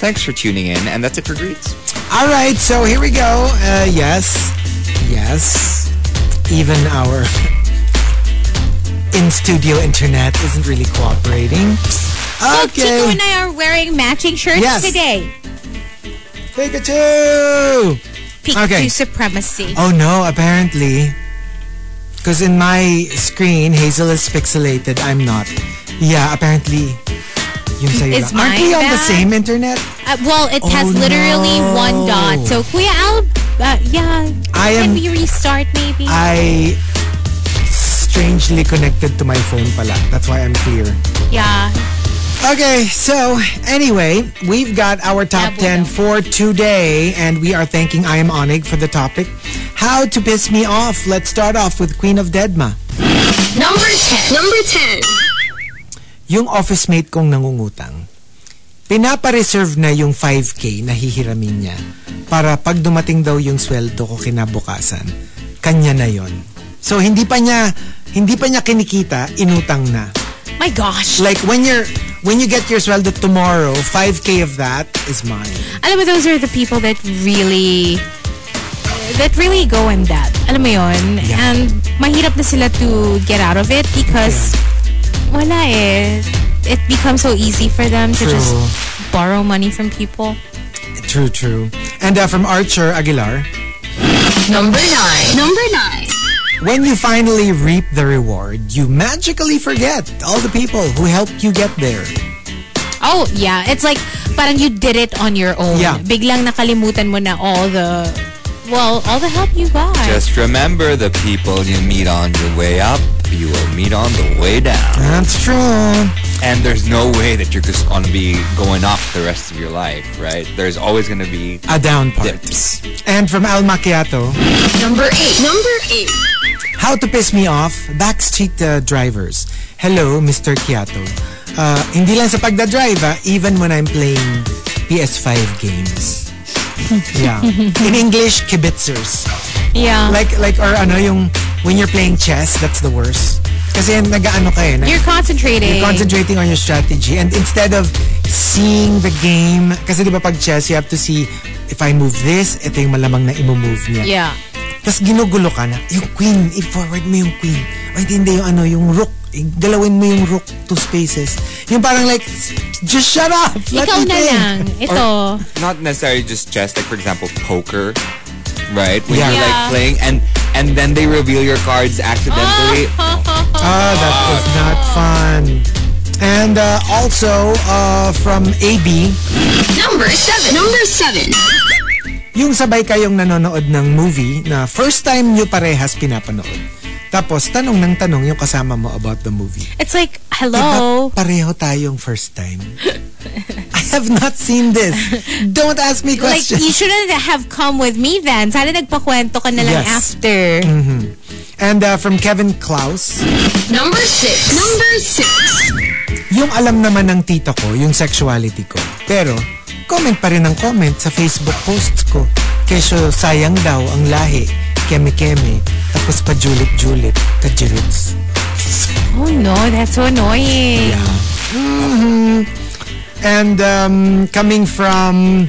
Speaker 5: Thanks for tuning in. And that's it for greets.
Speaker 4: All right, so here we go. Uh, yes, yes. Even our in studio internet isn't really cooperating.
Speaker 6: Look, Chico
Speaker 4: Okay,
Speaker 6: and I are wearing matching shirts
Speaker 4: Yes.
Speaker 6: today.
Speaker 4: Pikachu.
Speaker 6: Peak
Speaker 4: Okay.
Speaker 6: to supremacy.
Speaker 4: Oh no, apparently. Because in my screen, Hazel is pixelated. I'm not. Yeah, apparently. Yung sa'yo
Speaker 6: Is
Speaker 4: lang. Aren't we
Speaker 6: mine
Speaker 4: on the
Speaker 6: bad?
Speaker 4: same internet?
Speaker 6: Uh, well, it has
Speaker 4: Oh,
Speaker 6: literally
Speaker 4: no.
Speaker 6: one dot. So, Kuya Al, uh, yeah.
Speaker 4: I
Speaker 6: Can
Speaker 4: am-
Speaker 6: we restart maybe?
Speaker 4: I strangely connected to my phone pala. That's why I'm clear.
Speaker 6: yeah.
Speaker 4: Okay, so anyway, we've got our top 10
Speaker 6: Yeah, bueno.
Speaker 4: for today, and we are thanking I Am Onig for the topic How to Piss Me Off. Let's start off with Queen of Deadma.
Speaker 8: Number 10. Number 10.
Speaker 4: Yung office mate kong nangungutang, pinapa-reserve na yung 5K na hihiramin niya para pag dumating daw yung sweldo ko kinabukasan, kanya na yon. So hindi pa niya hindi pa niya kinikita, inutang na.
Speaker 6: My gosh.
Speaker 4: Like when you're when you get your sweldo tomorrow, 5K of that is mine.
Speaker 6: Alam mo, those are the people that really that really go in that. Alam mo yun? And mahirap na sila to get out of it because wala eh. It becomes so easy for them to
Speaker 4: True.
Speaker 6: just borrow money from people.
Speaker 4: True, true. And uh, from Archer Aguilar,
Speaker 8: Number 9. Number 9.
Speaker 4: when you finally reap the reward, you magically forget all the people who helped you get there.
Speaker 6: Oh, yeah. It's like, parang you did it on your own.
Speaker 4: Yeah.
Speaker 6: Biglang nakalimutan mo na all the, well, all the help you got.
Speaker 5: Just remember the people you meet on your way up, you will meet on the way down.
Speaker 4: That's true.
Speaker 5: And there's no way that you're just going to be going up the rest of your life, right? There's always going to be
Speaker 4: a down part.
Speaker 5: dips.
Speaker 4: And from Al Macchiato,
Speaker 8: Number 8. Number 8.
Speaker 4: how to piss me off, backstreet uh, drivers. Hello, Mr. Kiato. Uh, hindi lang sa pagdadrive, ah, even when I'm playing PS5 games. yeah. In English, kibitzers.
Speaker 6: yeah.
Speaker 4: Like, like, or ano yung, when you're playing chess, that's the worst. Kasi nag-ano ka eh, nag-
Speaker 6: you're concentrating.
Speaker 4: You're concentrating on your strategy. And instead of seeing the game, kasi di ba pag chess, you have to see, if I move this, ito yung malamang na imo-move niya.
Speaker 6: Yeah.
Speaker 4: Tapos ginugulo ka na, yung queen, i-forward mo yung queen. O hindi, hindi yung ano, yung rook. I- Galawin mo yung rook two spaces. Yung parang like, just shut up! Let
Speaker 6: Ikaw
Speaker 4: me
Speaker 6: na
Speaker 4: think.
Speaker 6: lang. Ito.
Speaker 5: not necessarily just chess, like for example, poker, right? When
Speaker 4: Yeah.
Speaker 5: you're
Speaker 6: Yeah.
Speaker 5: like playing and and then they reveal your cards accidentally.
Speaker 4: Ah, that was not fun. And uh, also, uh, from AB,
Speaker 8: Number 7. Number 7.
Speaker 4: yung sabay kayong nanonood ng movie na first time nyo parehas pinapanood. Tapos, tanong ng tanong yung kasama mo about the movie.
Speaker 6: [LAUGHS] It's like,
Speaker 4: Diba [LAUGHS]
Speaker 6: hello.
Speaker 4: pareho tayong first time? I have not seen this. Don't ask me
Speaker 6: Like,
Speaker 4: questions.
Speaker 6: you shouldn't have come with me then. Sana nagpakwento ka na
Speaker 4: Yes.
Speaker 6: lang
Speaker 4: Mm.
Speaker 6: after.
Speaker 4: And uh, from Kevin Klaus,
Speaker 8: Number 6. Number 6.
Speaker 4: yung alam naman ng tito ko, yung sexuality ko. Pero, comment pa rin ang comment sa Facebook posts ko. Keso sayang daw ang lahi. Keme-keme. Tapos pa julit-julit. Kajirits.
Speaker 6: Oh no, that's so annoying.
Speaker 4: And um, coming from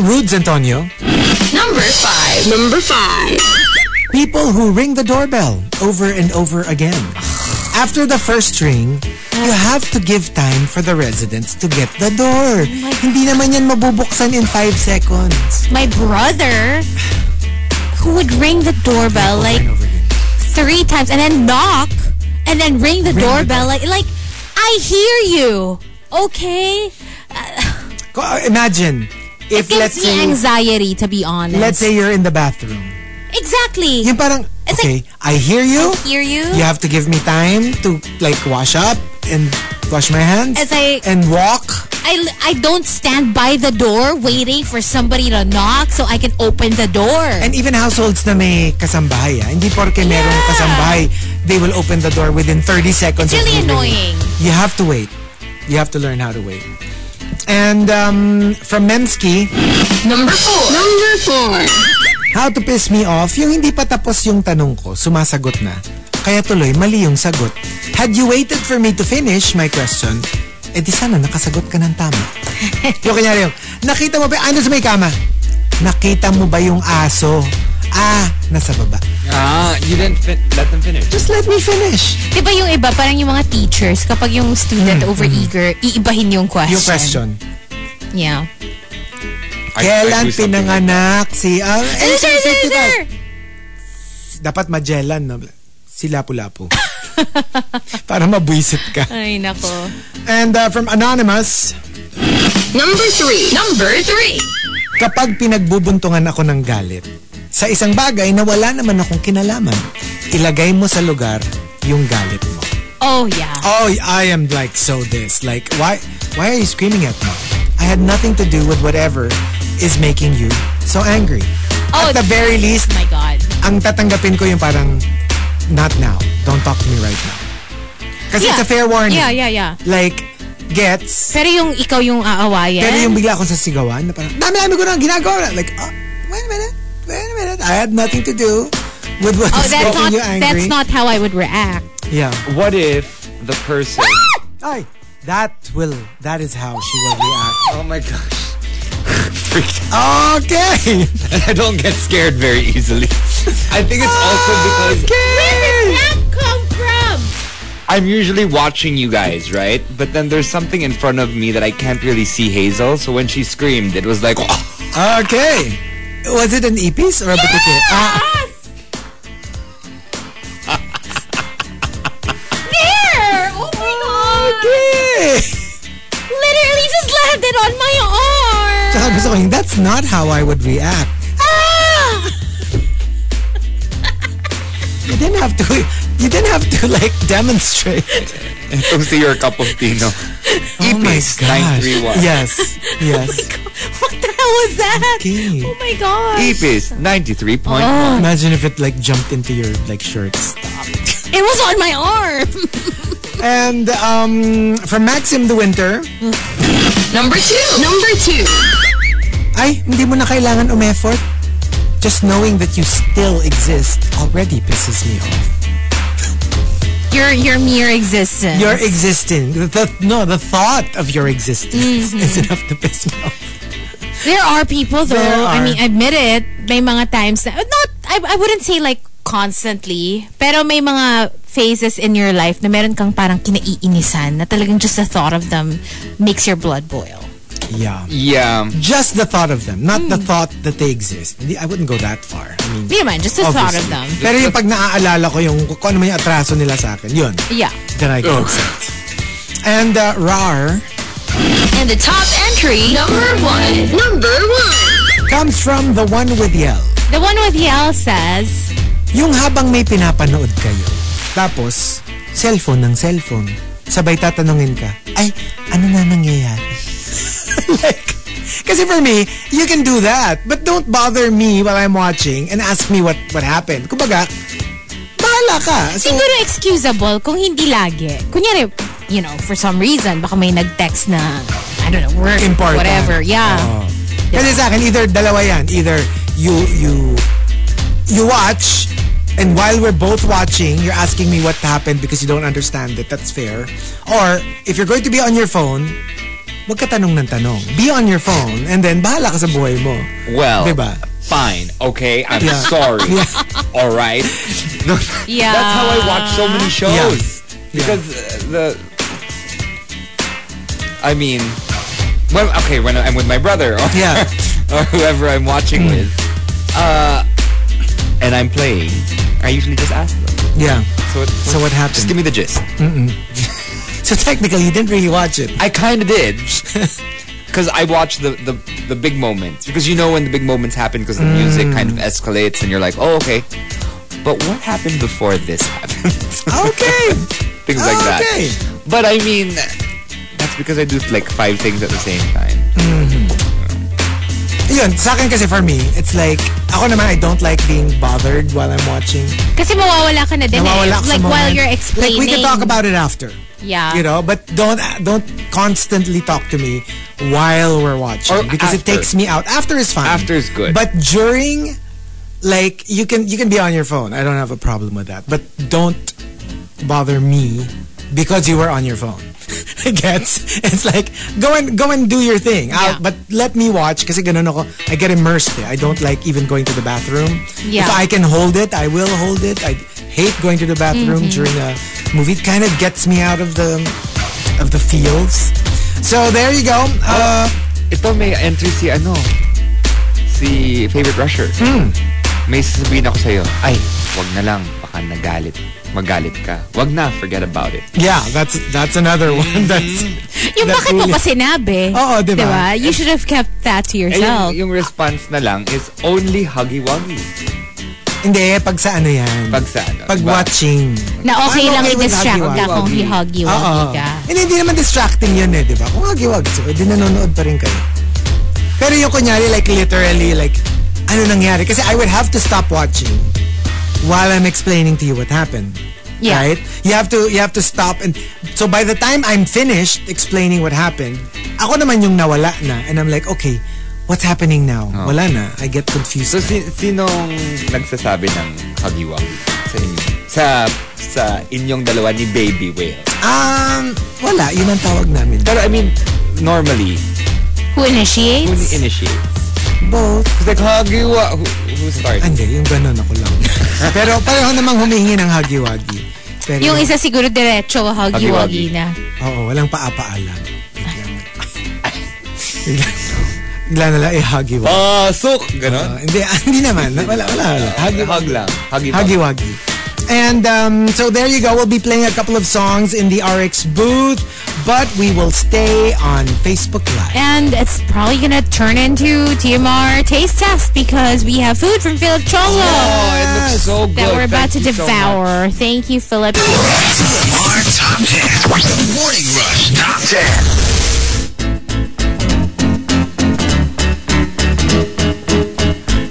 Speaker 4: Rudes Antonio,
Speaker 8: Number 5. Number 5.
Speaker 4: people who ring the doorbell over and over again. After the first ring, you have to give time for the residents to get the door.
Speaker 6: Oh
Speaker 4: Hindi naman yan mabubuksan in 5 seconds.
Speaker 6: My brother, who would ring the doorbell like
Speaker 4: Over and over again.
Speaker 6: three times and then knock and then ring the doorbell like like I hear you. Okay,
Speaker 4: Ko- Imagine, if
Speaker 6: it gives
Speaker 4: let's
Speaker 6: me
Speaker 4: say,
Speaker 6: anxiety to be honest.
Speaker 4: let's say you're in the bathroom.
Speaker 6: exactly.
Speaker 4: Yung parang,
Speaker 6: It's
Speaker 4: okay, I hear you.
Speaker 6: hear you.
Speaker 4: You have to give me time to like wash up and wash my hands.
Speaker 6: As I-
Speaker 4: and walk.
Speaker 6: I, I don't stand by the door waiting for somebody to knock so I can open the door.
Speaker 4: And even households na may kasambahay, ah, hindi porke merong kasambahay, they will open the door within 30 seconds.
Speaker 6: It's
Speaker 4: of
Speaker 6: really
Speaker 4: you ringing.
Speaker 6: annoying.
Speaker 4: You have to wait. You have to learn how to wait. And um, from Mensky,
Speaker 8: Number four. Number four.
Speaker 4: How to piss me off? Yung hindi pa tapos yung tanong ko, sumasagot na. Kaya tuloy, mali yung sagot. Had you waited for me to finish my question, eh di sana nakasagot ka ng
Speaker 8: [LAUGHS]
Speaker 4: tama. yung kanyari yung, nakita mo ba, ano sa may kama? Nakita mo ba yung aso? Ah, nasa baba.
Speaker 5: Ah, you didn't fin- let them finish.
Speaker 4: Just let me finish.
Speaker 6: Di ba yung iba, parang yung mga teachers, kapag yung student overeager, iibahin yung
Speaker 4: Hmm.
Speaker 6: question.
Speaker 4: Yung question.
Speaker 6: Yeah.
Speaker 5: I- I
Speaker 4: Kailan
Speaker 5: do something like
Speaker 4: pinanganak si... ah, eh,
Speaker 6: Sir, sir, sir!
Speaker 4: dapat Magellan, no? Si Lapu-Lapu. [LAUGHS] Para mabwisit ka.
Speaker 6: Ay, nako.
Speaker 4: And uh, from Anonymous,
Speaker 8: Number three. Number three.
Speaker 4: Kapag pinagbubuntungan ako ng galit, sa isang bagay na wala naman akong kinalaman, ilagay mo sa lugar yung galit mo.
Speaker 6: Oh, yeah.
Speaker 4: Oh, I am like so this. Like, why, why are you screaming at me? I had nothing to do with whatever is making you so angry.
Speaker 6: Oh,
Speaker 4: at the very least,
Speaker 6: my God.
Speaker 4: ang tatanggapin ko yung parang, not now. Don't talk to me right now. Kasi
Speaker 6: Yeah.
Speaker 4: it's a fair warning.
Speaker 6: Yeah, yeah, yeah.
Speaker 4: Like, gets,
Speaker 6: Pero yung ikaw yung aawayan.
Speaker 4: Pero yung bigla akong sasigawan, na parang, dami-dami ko na ginagawa. Like, oh, wait a minute, wait a minute. I had nothing to do with what [LAUGHS]
Speaker 6: Oh,
Speaker 4: is
Speaker 6: that's
Speaker 4: making
Speaker 6: not,
Speaker 4: you angry.
Speaker 6: that's not how I would react.
Speaker 4: Yeah.
Speaker 5: that. What if the person?
Speaker 4: Ay, that will, that is how she will react.
Speaker 5: oh my gosh! [LAUGHS] Freaked
Speaker 4: Okay. [LAUGHS]
Speaker 5: out. [LAUGHS] I don't get scared very easily. [LAUGHS] I think it's
Speaker 4: Oh,
Speaker 5: also because
Speaker 6: that come from?
Speaker 5: I'm usually watching you guys, right? But then there's something in front of me that I can't really see Hazel. So when she screamed, it was like, [LAUGHS]
Speaker 4: Okay. Was it an ipis or a butike? Ah,
Speaker 6: There! Oh my God!
Speaker 4: okay.
Speaker 6: Literally just landed on my arm!
Speaker 4: Tsaka [LAUGHS] gusto ko yung, that's not how I would react.
Speaker 6: Ah! [LAUGHS]
Speaker 4: You didn't have to, you didn't have to like demonstrate.
Speaker 5: "Come see your cup of tea now."
Speaker 4: [LAUGHS] Oh my
Speaker 5: Ipis,
Speaker 4: gosh.
Speaker 5: 931.
Speaker 4: Yes. Yes.
Speaker 6: What the hell was that?
Speaker 4: Okay.
Speaker 6: Oh my God!
Speaker 5: Epis, 93 point.
Speaker 4: Imagine if it like jumped into your like shirts.
Speaker 6: It was on my arm!
Speaker 4: And um, from Maxim the Winter,
Speaker 8: Number two. Number two.
Speaker 4: ay, hindi mo na kailangan umeffort. Just knowing that you still exist already pisses me off.
Speaker 6: Your, your mere existence.
Speaker 4: Your existence, the, no, the thought of your existence is enough to piss me off.
Speaker 6: There are people though.
Speaker 4: There
Speaker 6: I
Speaker 4: are.
Speaker 6: mean, admit it. May mga times na not I, I wouldn't say like constantly, pero may mga phases in your life na meron kang parang kinaiinisan na talagang just the thought of them makes your blood boil.
Speaker 4: Yeah.
Speaker 5: Yeah.
Speaker 4: Just the thought of them, not the thought that they exist. Hindi, I wouldn't go that far. I mean,
Speaker 6: Hindi naman, just the thought of
Speaker 4: obviously.
Speaker 6: them.
Speaker 4: Pero yung pag naaalala ko yung kung ano man yung atraso nila sa akin, yun.
Speaker 6: Yeah.
Speaker 4: Then I get upset. And uh, RAR
Speaker 8: And the top entry. Number one. Number one.
Speaker 4: comes from the one with yell.
Speaker 6: The one with Yel says,
Speaker 4: Yung habang may pinapanood kayo, tapos, cellphone ng cellphone, sabay tatanungin ka, ay, ano na nangyayari? [LAUGHS] like, kasi for me, you can do that, but don't bother me while I'm watching and ask me what what happened. Kumbaga, bahala ka. So,
Speaker 6: siguro excusable kung hindi lagi. Kunyari, you know, for some reason, baka may nag-text na, I don't know, work,
Speaker 4: Important. Oh.
Speaker 6: whatever. Yeah.
Speaker 4: Oo. Kasi sa akin, either dalawa yan. Either you, you, you watch, and while we're both watching, you're asking me what happened because you don't understand it. That's fair. Or, if you're going to be on your phone, huwag ka tanong ng tanong. Be on your phone, and then bahala ka sa buhay mo.
Speaker 5: Well,
Speaker 4: Diba?
Speaker 5: fine. Okay, I'm
Speaker 4: Yeah.
Speaker 5: sorry.
Speaker 4: [LAUGHS]
Speaker 5: All right. No,
Speaker 6: Yeah.
Speaker 5: That's how I watch so many shows. Because uh, the. I mean, when, okay, when I'm with my brother or,
Speaker 4: Yeah.
Speaker 5: [LAUGHS]
Speaker 4: Mm.
Speaker 5: or whoever I'm watching with, uh, and I'm playing, I usually just ask them.
Speaker 4: Yeah.
Speaker 5: So, it,
Speaker 4: So what
Speaker 5: Just
Speaker 4: happened?
Speaker 5: give me the gist.
Speaker 4: So technically, you didn't really watch it.
Speaker 5: I kind of did. [LAUGHS] Because I watched the, the the big moments. Because you know when the big moments happen because the music kind
Speaker 4: Mm.
Speaker 5: of escalates and you're like, oh, okay. But what happened before this happened? [LAUGHS]
Speaker 4: Okay.
Speaker 5: Things like
Speaker 4: Ah, Okay.
Speaker 5: that. But I mean, that's because I do like five things at the same time.
Speaker 4: Yun, sa akin kasi for me, it's like, ako naman, I don't like being bothered while I'm watching.
Speaker 6: Kasi mawawala ka na din eh.
Speaker 4: Nawawala ako sa
Speaker 6: Like
Speaker 4: moment.
Speaker 6: while you're
Speaker 4: Like,
Speaker 6: explaining.
Speaker 4: we can talk about it after.
Speaker 6: Yeah.
Speaker 4: You know, but don't uh, don't constantly talk to me while we're watching
Speaker 5: Or
Speaker 4: because it
Speaker 5: after.
Speaker 4: takes me out. After is fine.
Speaker 5: After is good.
Speaker 4: But during, like you can you can be on your phone. I don't have a problem with that. But don't bother me because you were on your phone. [LAUGHS] I guess it's like go and go and do your thing. I'll-
Speaker 6: Yeah.
Speaker 4: But let me watch kasi ganun ako. I get immersed. Eh. I don't like even going to the bathroom.
Speaker 6: Yeah.
Speaker 4: If I can hold it, I will hold it. I hate going to the bathroom
Speaker 6: Mm-hmm.
Speaker 4: during a movie. It kind of gets me out of the of the feels. So there you go. Uh,
Speaker 5: Ito may entry si ano, si favorite rusher.
Speaker 4: Hmm.
Speaker 5: May sasabihin ako sa'yo, ay, wag na lang, baka nagalit. Magalit ka. Wag na, forget about it.
Speaker 4: yeah, that's that's another [LAUGHS] one. That's
Speaker 6: Yung
Speaker 4: that
Speaker 6: bakit mo
Speaker 4: really-
Speaker 6: pa sinabi?
Speaker 4: Oo, di ba?
Speaker 6: You should have kept that to
Speaker 5: Eh,
Speaker 6: yourself.
Speaker 5: yung, yung response na lang is only huggy-wuggy.
Speaker 4: Hindi, pag sa ano yan.
Speaker 5: Pag sa ano,
Speaker 4: Pag
Speaker 5: diba?
Speaker 4: watching.
Speaker 6: na okay
Speaker 4: I'm
Speaker 6: lang
Speaker 4: okay with
Speaker 6: i-distract ka
Speaker 4: huggy-wuggy.
Speaker 6: kung hihagi-wagi
Speaker 4: Oo.
Speaker 6: ka.
Speaker 4: Hindi, hindi naman distracting yun eh, di ba? Kung wag-wag, so, edi nanonood pa rin kayo. Pero yung kunyari, like literally, like, ano nangyari? Kasi I would have to stop watching while I'm explaining to you what happened.
Speaker 6: Yeah.
Speaker 4: Right? You have to you have to stop and so by the time I'm finished explaining what happened, ako naman yung nawala na and I'm like, okay, what's happening now? Wala na. I get confused.
Speaker 5: Oh. So, si, sinong nagsasabi ng huggy-wuggy sa inyo? Sa, sa inyong dalawa ni Baby Whale.
Speaker 4: um, wala. Yun ang tawag namin.
Speaker 5: Pero I mean, normally, who
Speaker 6: Who initiates?
Speaker 5: initiates?
Speaker 4: Both.
Speaker 5: It's like, huggy-wuggy. Who, who starts?
Speaker 4: Hindi, yung ganun ako lang. Pero pareho namang humihingi ng hagi-wagi. Pero
Speaker 6: Yung isa siguro diretso
Speaker 5: Hagi-wagi.
Speaker 6: hagi-wagi na.
Speaker 4: Oo, walang paapaalam. Biglang. Biglang- Bigla na lang eh hagi-wagi.
Speaker 5: Pasok! Ganon?
Speaker 4: hindi, ah, hindi naman. Wala, wala, wala.
Speaker 5: Huggy hug lang. Huggy
Speaker 4: Hagi-wagi. And um, so there you go. We'll be playing a couple of songs in the RX booth, but we will stay on Facebook Live.
Speaker 6: And it's probably gonna turn into TMR taste test because we have food from Philip Cholo
Speaker 5: Oh, it looks so good.
Speaker 6: that we're about to
Speaker 5: Thank you so much.
Speaker 6: devour. Thank you, Philip.
Speaker 7: TMR Top 10. Morning Rush Top 10.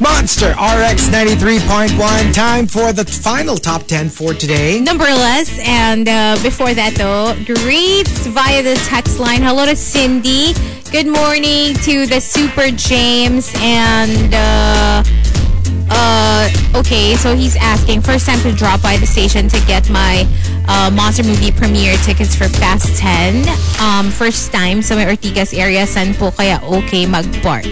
Speaker 4: Monster RX 93.1. Time for the final top 10 for today.
Speaker 6: Numberless. And uh, before that, though, greets via the text line. Hello to Cindy. Good morning to the Super James. And, uh, uh, okay, so he's asking first time to drop by the station to get my uh, monster movie premiere tickets for Fast 10. Um, first time sa may Ortigas area, san po kaya okay mag-park?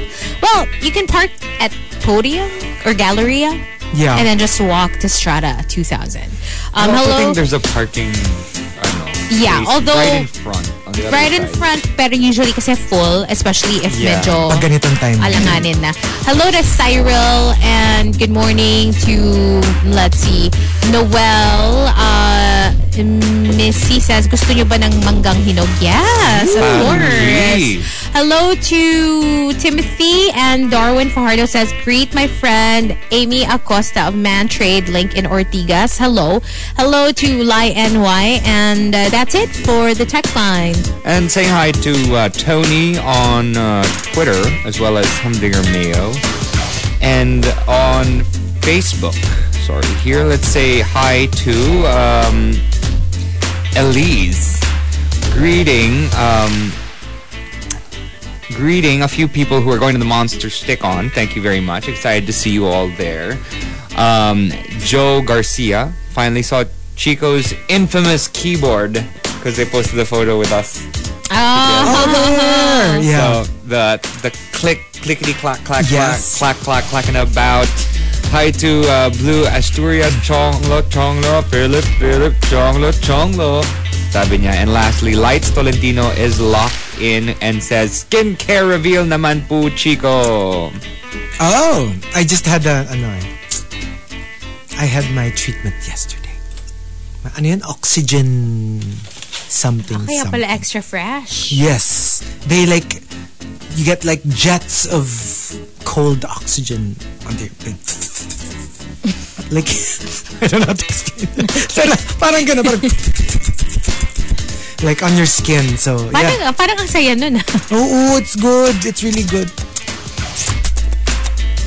Speaker 6: Well, you can park at Podium or Galleria.
Speaker 4: Yeah.
Speaker 6: And then just walk to Strata 2000. Um,
Speaker 5: I also
Speaker 6: hello.
Speaker 5: think there's a parking, ano,
Speaker 6: Yeah,
Speaker 5: place
Speaker 6: although-
Speaker 5: Right in front. on the other
Speaker 6: Right in
Speaker 5: side.
Speaker 6: front, pero usually kasi full, especially if
Speaker 5: Yeah.
Speaker 6: medyo
Speaker 4: Pag ganitong time.
Speaker 6: alanganin na. Hello to Cyril and good morning to, let's see, Noel. Uh, Missy says, gusto nyo ba ng manggang hinog? Yes, of
Speaker 5: Family.
Speaker 6: course. Hello to Timothy and Darwin Fajardo says, greet my friend Amy Acosta of Man Trade Link in Ortigas. Hello. Hello to Lai NY. And uh, that's it for the text line.
Speaker 5: And saying hi to uh, Tony on uh, Twitter, as well as Humdinger Mayo. And on Facebook, sorry, here, let's say hi to um, Elise. Greeting, um, greeting a few people who are going to the Monster Stick On. Thank you very much. Excited to see you all there. Um, Joe Garcia finally saw Chico's infamous keyboard because they posted the photo with us
Speaker 6: Oh,
Speaker 4: There. [LAUGHS] Yeah.
Speaker 5: so the the click clickety clack clack
Speaker 4: Yes.
Speaker 5: clack clack clack clacking about. Hi to uh, Blue Asturias Chonglo Chonglo Philip Philip Chonglo Chonglo. Sabi niya. And lastly, Lights Tolentino is locked in and says, Skincare reveal naman po, Chico.
Speaker 4: Oh, I just had a ano eh. I had my treatment yesterday. Ma- Ano yun? Oxygen something
Speaker 6: Ah, Kaya
Speaker 4: something.
Speaker 6: pala extra fresh.
Speaker 4: Yes. They like you get like jets of cold oxygen on their like, [LAUGHS] like [LAUGHS] I don't know how to explain it. [LAUGHS] Pero parang ganun, parang [LAUGHS] like on your skin. So
Speaker 6: Parang,
Speaker 4: yeah.
Speaker 6: parang ang saya nun. ah.
Speaker 4: Oo, it's good. It's really good.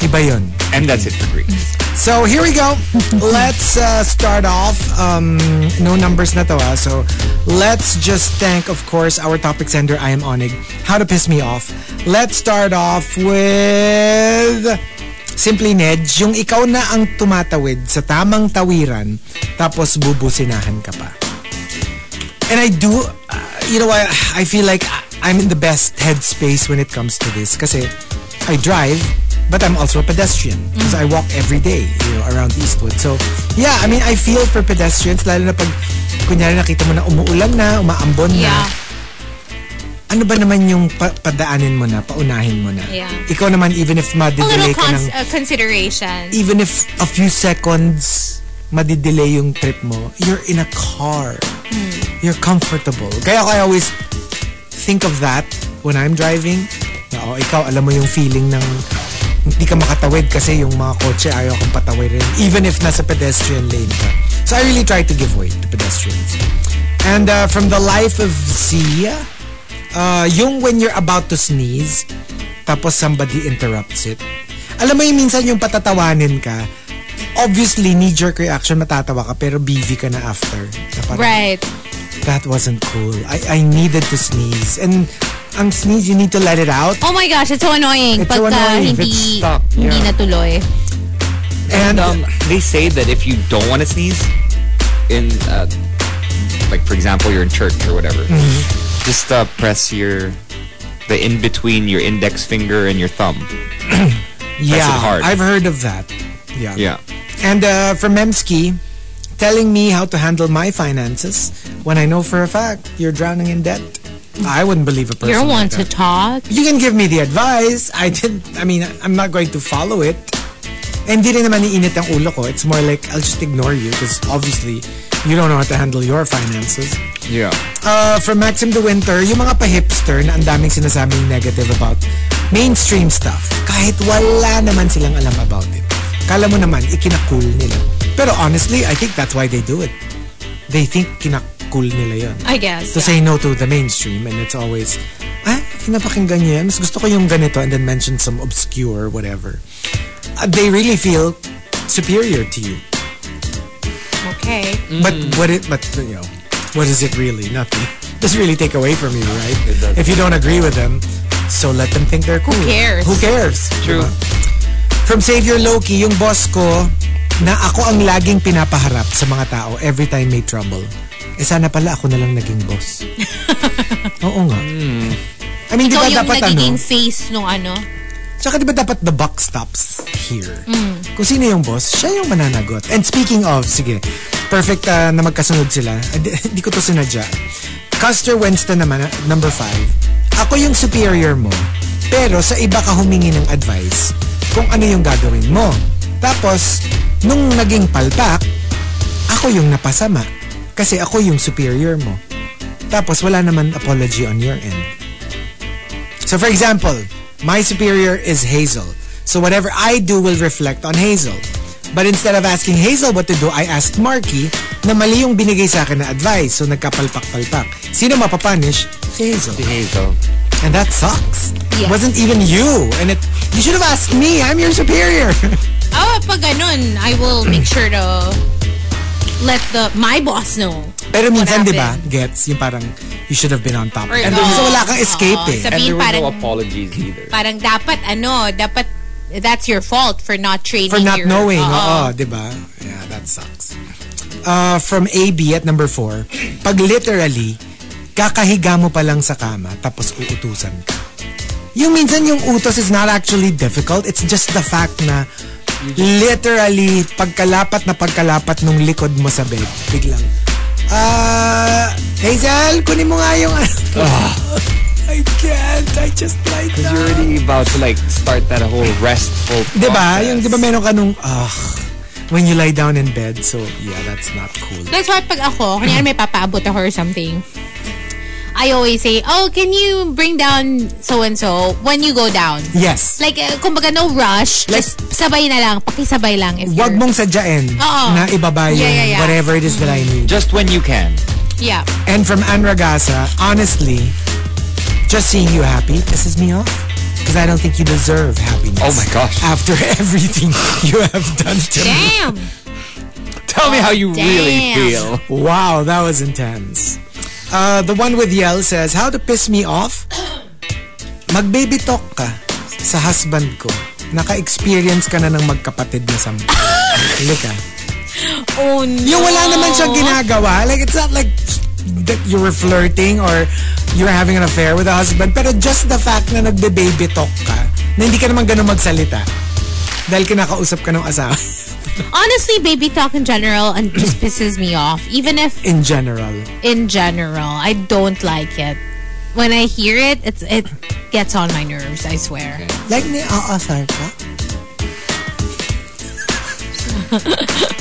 Speaker 4: Iba yun.
Speaker 5: And that's it for Greece.
Speaker 4: So here we go. Let's uh, start off. Um, no numbers na to, ah. So let's just thank, of course, our topic sender, I am Onig. How to piss me off. Let's start off with... Simply Ned, yung ikaw na ang tumatawid sa tamang tawiran tapos bubusinahan ka pa. And I do, uh, you know, I, I feel like I'm in the best headspace when it comes to this kasi I drive but I'm also a pedestrian because I walk every day, you know, around Eastwood. So, yeah, I mean, I feel for pedestrians lalo na pag kunyari nakita mo na umuulan na, umaambon na.
Speaker 6: Yeah.
Speaker 4: Ano ba naman yung pa- padaanin mo na, paunahin mo na?
Speaker 6: Yeah.
Speaker 4: Ikaw naman, even if
Speaker 6: A little
Speaker 4: madidelay ka ng
Speaker 6: cons- uh, consideration.
Speaker 4: even if a few seconds madidelay yung trip mo, you're in a car. You're comfortable. Kaya ako, I always think of that when I'm driving. Na, oh, ikaw, alam mo yung feeling ng hindi ka makatawid kasi yung mga kotse ayaw kang patawirin. Even if nasa pedestrian lane ka. So I really try to give way to pedestrians. And uh, from the life of Zia, uh, yung when you're about to sneeze, tapos somebody interrupts it. Alam mo yung minsan yung patatawanin ka, obviously, knee-jerk reaction, matatawa ka, pero BV ka na after. Na parang,
Speaker 6: Right.
Speaker 4: That wasn't cool. I, I needed to sneeze. And ang sneeze, you need to let it out.
Speaker 6: Oh my gosh, it's so annoying.
Speaker 4: It's so
Speaker 6: pagka
Speaker 4: annoying if
Speaker 6: hindi,
Speaker 4: it's
Speaker 5: stuck.
Speaker 6: hindi
Speaker 5: Yeah.
Speaker 6: natuloy.
Speaker 4: And,
Speaker 5: um, they say that if you don't want to sneeze, in uh, like for example, you're in church or whatever, just uh, press your the in between your index finger and your thumb.
Speaker 4: yeah,
Speaker 5: hard.
Speaker 4: I've heard of that. Yeah.
Speaker 5: Yeah.
Speaker 4: And uh, from Memski, telling me how to handle my finances when I know for a fact you're drowning in debt. I wouldn't believe a person.
Speaker 6: You're one
Speaker 4: like
Speaker 6: to
Speaker 4: that.
Speaker 6: talk.
Speaker 4: You can give me the advice. I didn't, I mean, I'm not going to follow it. And di rin naman iinit ang ulo ko. It's more like, I'll just ignore you because obviously, you don't know how to handle your finances.
Speaker 5: Yeah.
Speaker 4: uh, from Maxim the Winter, yung mga pa-hipster na ang daming sinasabing negative about mainstream stuff, kahit wala naman silang alam about it. Kala mo naman, ikinakul nila. Pero honestly, I think that's why they do it. They think kinakul nila yon.
Speaker 6: I guess.
Speaker 4: To say no to the mainstream and it's always, ah, pinapakinggan niyo yan? Mas gusto ko yung ganito and then mention some obscure whatever. Uh, they really feel superior to you.
Speaker 6: Okay.
Speaker 4: But what it but you know, what is it really? Nothing. Doesn't really take away from you, right? If you don't agree with them, so let them think they're cool.
Speaker 6: cares?
Speaker 4: Who cares? Diba?
Speaker 5: True.
Speaker 4: From Savior Loki, yung boss ko, na ako ang laging pinapaharap sa mga tao every time may trouble. Eh sana pala ako na lang naging
Speaker 6: [LAUGHS]
Speaker 4: boss. Oo nga. I mean, di
Speaker 6: Ikaw
Speaker 4: ba
Speaker 6: yung
Speaker 4: dapat
Speaker 6: nagiging
Speaker 4: ano?
Speaker 6: face nung ano?
Speaker 4: Tsaka di ba dapat the buck stops here? Kung sino yung boss, siya yung mananagot. And speaking of, sige, perfect ah, na magkasunod sila. [LAUGHS] Hindi ko to sinadya. Custer Winston naman, ah, number five. Ako yung superior mo, pero sa iba ka humingi ng advice kung ano yung gagawin mo. Tapos, nung naging palpak, ako yung napasama kasi ako yung superior mo. Tapos wala naman apology on your end. So for example, my superior is Hazel. So whatever I do will reflect on Hazel. But instead of asking Hazel what to do, I asked Marky na mali yung binigay sa akin na advice. So nagkapalpak-palpak. Sino mapapunish? Si Hazel.
Speaker 5: Hazel.
Speaker 4: And that sucks. It wasn't even you. And it, you should have asked me. I'm your superior. [LAUGHS]
Speaker 6: Oh, pag ganun, I will make sure to let the my boss know.
Speaker 4: Pero
Speaker 6: what
Speaker 4: minsan, di ba,
Speaker 6: happened.
Speaker 4: gets yung parang you should have been on top.
Speaker 6: Or,
Speaker 4: And
Speaker 6: oo,
Speaker 4: so wala kang escape
Speaker 6: oo,
Speaker 4: eh.
Speaker 5: And there
Speaker 6: Sabihin
Speaker 5: were no
Speaker 6: parang,
Speaker 5: apologies either.
Speaker 6: parang dapat ano, dapat that's your fault for not training
Speaker 4: for not
Speaker 6: your,
Speaker 4: knowing. Oo,
Speaker 6: Oo.
Speaker 4: di ba? Yeah, that sucks. Uh, from AB at number 4, pag literally, kakahiga mo pa lang sa kama tapos uutusan ka. Yung minsan yung utos is not actually difficult. It's just the fact na literally, pagkalapat na pagkalapat nung likod mo sa bed, biglang, ah, Hazel, kunin mo nga yung ano. [LAUGHS] I can't. I just like
Speaker 5: Ah. Because
Speaker 4: that.
Speaker 5: you're already about to like start that whole restful.
Speaker 4: Di ba?
Speaker 5: process.
Speaker 4: Diba? Yung di ba meron ka nung, ugh, when you lie down in bed. So, yeah, that's not cool.
Speaker 6: That's why pag ako, kanyari may papaabot ako or something, I always say, oh, can you bring down so-and-so when you go down?
Speaker 4: Yes.
Speaker 6: Like, uh, kumbaga, no rush.
Speaker 4: Like-
Speaker 6: just sabay na lang. Pakisabay lang. If
Speaker 4: Huwag
Speaker 6: you're-
Speaker 4: mong sadyain
Speaker 6: Oo.
Speaker 4: na ibaba yung
Speaker 6: Yeah, yeah, yeah.
Speaker 4: whatever it is that I need.
Speaker 5: Just when you can.
Speaker 6: Yeah.
Speaker 4: And from Ann Ragasa, honestly, just seeing you happy pisses me off. Because I don't think you deserve happiness.
Speaker 5: Oh my gosh.
Speaker 4: After [LAUGHS] everything you have done to me.
Speaker 6: Damn.
Speaker 5: Tell me how you
Speaker 6: Damn.
Speaker 5: really feel.
Speaker 4: Wow, that was intense. Uh, the one with yell says, How to piss me off? [COUGHS] Mag-baby talk ka sa husband ko. Naka-experience ka na ng magkapatid na sampu. Lika.
Speaker 6: Oh no.
Speaker 4: Yung wala naman siyang ginagawa. Like, it's not like that you were flirting or you were having an affair with a husband. Pero just the fact na nagbe-baby talk ka, na hindi ka naman ganun magsalita. Dahil kinakausap ka ng asawa. [LAUGHS]
Speaker 6: Honestly, baby talk in general and just pisses me off. Even if
Speaker 4: In general.
Speaker 6: in general, I don't like it. When I hear it, it's it gets on my nerves. I swear.
Speaker 4: Like, may uh, aasar ka?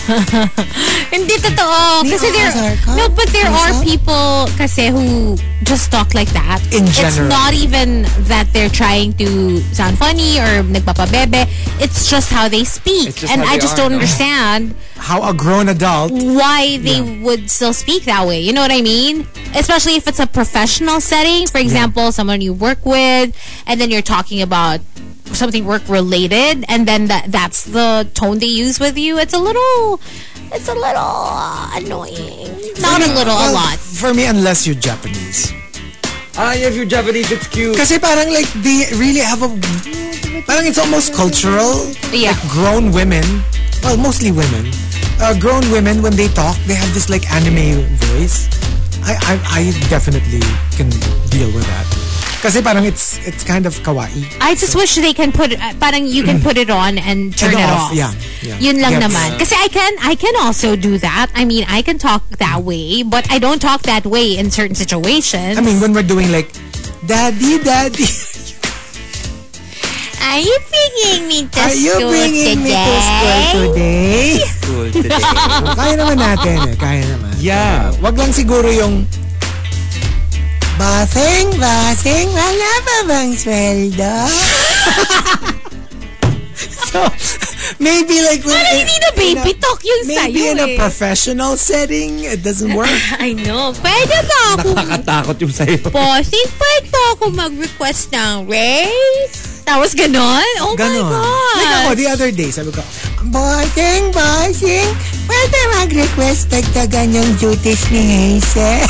Speaker 6: Hindi totoo. Kasi there,
Speaker 4: aasar ka?
Speaker 6: no, but there are people kasi who just talk like that.
Speaker 4: In
Speaker 6: It's
Speaker 4: general.
Speaker 6: not even that they're trying to sound funny or nagpapabebe. It's just how they speak.
Speaker 5: It's just
Speaker 6: and
Speaker 5: how
Speaker 6: I
Speaker 5: they
Speaker 6: just
Speaker 5: are,
Speaker 6: don't
Speaker 5: no?
Speaker 6: understand
Speaker 4: How a grown adult
Speaker 6: why they would still speak that way. You know what I mean? Especially if it's a professional setting. For example, someone you work with and then you're talking about something work related and then that that's the tone they use with you. It's a little it's a little uh, annoying. Not a little, a
Speaker 4: Well,
Speaker 6: lot.
Speaker 4: For me, unless you're Japanese.
Speaker 5: Ah, if you're Japanese, it's cute.
Speaker 4: Kasi parang like, they really have a... Parang it's almost cultural.
Speaker 6: Yeah.
Speaker 4: Like grown women, well, mostly women, uh, grown women, when they talk, they have this like anime voice. I, I, I definitely can deal with that. Kasi parang it's it's kind of kawaii.
Speaker 6: I just wish they can put uh, parang you can put it on and turn
Speaker 4: And
Speaker 6: it
Speaker 4: off,
Speaker 6: off.
Speaker 4: yeah, yeah.
Speaker 6: Yun lang
Speaker 4: Gets-
Speaker 6: naman. Kasi I can I can also do that. I mean, I can talk that way, but I don't talk that way in certain situations.
Speaker 4: I mean, when we're doing like, daddy, daddy,
Speaker 6: Are you bringing me to
Speaker 4: are you
Speaker 6: school
Speaker 4: bringing me to school today? [LAUGHS] Kaya naman natin eh. Kaya naman.
Speaker 5: yeah.
Speaker 4: Wag lang siguro yung Basing, basing, wala pa bang sweldo?
Speaker 6: [LAUGHS]
Speaker 4: so, maybe like when...
Speaker 6: Parang hindi na
Speaker 4: in
Speaker 6: baby
Speaker 4: a-
Speaker 6: talk yung
Speaker 4: Maybe
Speaker 6: sa'yo
Speaker 4: in a
Speaker 6: eh. Oh
Speaker 4: professional setting, it doesn't work.
Speaker 6: I know. Pwede ba ako?
Speaker 5: Nakakatakot yung sa'yo.
Speaker 6: Bossing, pwede ba ako mag-request ng raise? Tapos ganon? Oh
Speaker 4: Ganon.
Speaker 6: my God.
Speaker 4: Like ako, the other day, sabi ko, Bossing, bossing, pwede mag-request tagtagan yung duties ni Hazel.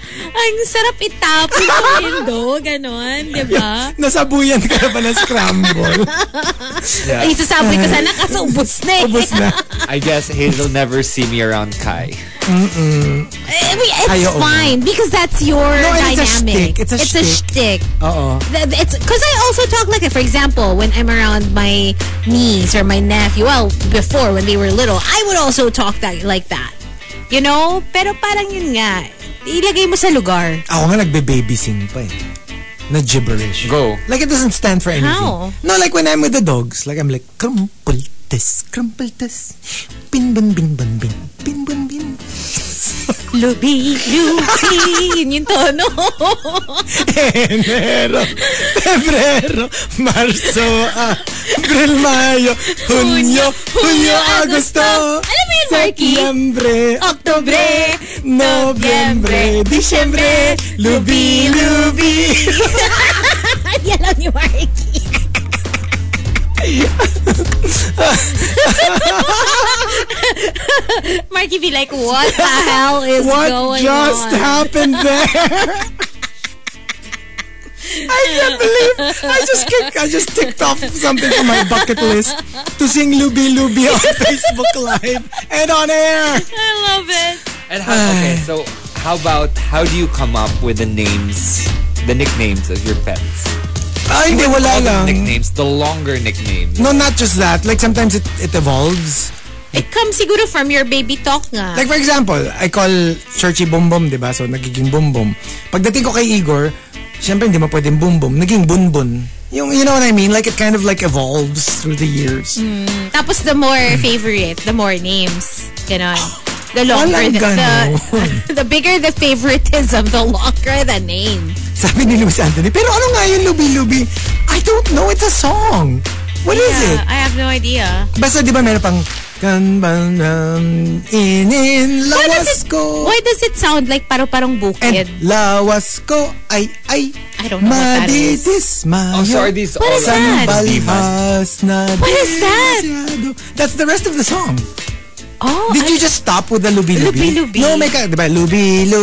Speaker 6: Ang sarap itapon sa window. Ganon, di
Speaker 4: [LAUGHS]
Speaker 6: ba?
Speaker 4: Nasabuyan ka na pala
Speaker 6: [LAUGHS]
Speaker 4: scramble.
Speaker 6: Ay, sasabi ko sana kasi ubus na eh.
Speaker 4: Ubus na.
Speaker 5: I guess Hazel never see me around Kai.
Speaker 6: [LAUGHS] I mean, it's
Speaker 4: Ayaw, oo.
Speaker 6: fine because that's your
Speaker 4: No, and it's a
Speaker 6: dynamic.
Speaker 4: shtick. It's a
Speaker 6: shtick.
Speaker 4: Oo.
Speaker 6: Th- th- It's because I also talk like it. For example, when I'm around my niece or my nephew, well, before when they were little, I would also talk that like that. You know? Pero parang yun nga, ilagay mo sa lugar.
Speaker 4: Ako nga nagbe-babysing pa eh. Na gibberish.
Speaker 5: Go.
Speaker 4: Like it doesn't stand for anything.
Speaker 6: How?
Speaker 4: No, like when I'm with the dogs, like I'm like, krumpultis, krumpultis, bin bin bin bin bin, bin bin bin.
Speaker 6: Lubi, lubi. [LAUGHS] yun yung tono.
Speaker 4: Enero, Febrero, Marso, Abril, Mayo, Hunyo, Hunyo, Agosto,
Speaker 6: Alam mo yun, Marky?
Speaker 4: Septiembre,
Speaker 6: Oktobre,
Speaker 4: Nobyembre, Disyembre, Lubi, Lubi.
Speaker 6: Yan lang ni Marky. [LAUGHS] Marky be like, what the hell is
Speaker 4: What
Speaker 6: going
Speaker 4: just
Speaker 6: on?
Speaker 4: happened there? I can't believe I just kicked, I just ticked off something from my bucket list to sing Lubi Lubi on [LAUGHS] Facebook Live and on air.
Speaker 6: I love it.
Speaker 5: And how,
Speaker 4: [SIGHS]
Speaker 5: okay, so how about how do you come up with the names, the nicknames of your pets?
Speaker 4: Ay, Ah, hindi, wala
Speaker 5: All the
Speaker 4: lang.
Speaker 5: nicknames, the longer nicknames.
Speaker 4: No, not just that. Like sometimes it, it evolves.
Speaker 6: It comes siguro from your baby talk nga.
Speaker 4: Like for example, I call Churchy Bum Bum, di ba? So nagiging Bum Bum. Pagdating ko kay Igor, syempre hindi mo pwedeng Bum Bum. Naging Bun Bun. Yung, you know what I mean? Like it kind of like evolves through the years.
Speaker 6: Tapos the more favorite, the more names. Ganon. The longer
Speaker 4: Walang
Speaker 6: the,
Speaker 4: ganon.
Speaker 6: [LAUGHS] the, the bigger the favoritism, the longer the name.
Speaker 4: Sabi ni Luis Anthony, pero ano nga yung lubi-lubi? I don't know, it's a song. What is
Speaker 6: Yeah,
Speaker 4: it?
Speaker 6: I have no idea.
Speaker 4: Basta di ba meron pang Kan ban ban, in in
Speaker 6: Why does
Speaker 4: lawas
Speaker 6: it,
Speaker 4: ko.
Speaker 6: why does it sound like paro-parong
Speaker 4: And
Speaker 6: bukid?
Speaker 4: lawas ko ay ay.
Speaker 6: I don't know what that is.
Speaker 4: Madidismayo.
Speaker 5: Oh, sorry, these
Speaker 6: What
Speaker 5: all
Speaker 6: is
Speaker 5: are-
Speaker 6: that?
Speaker 4: Balhas na
Speaker 6: What is that?
Speaker 4: desgraciado. That's the rest of the song.
Speaker 6: oh,
Speaker 4: Did
Speaker 6: I-
Speaker 4: you just stop with the lubi-lubi?
Speaker 6: Lubi-lubi.
Speaker 4: No, may ka, diba?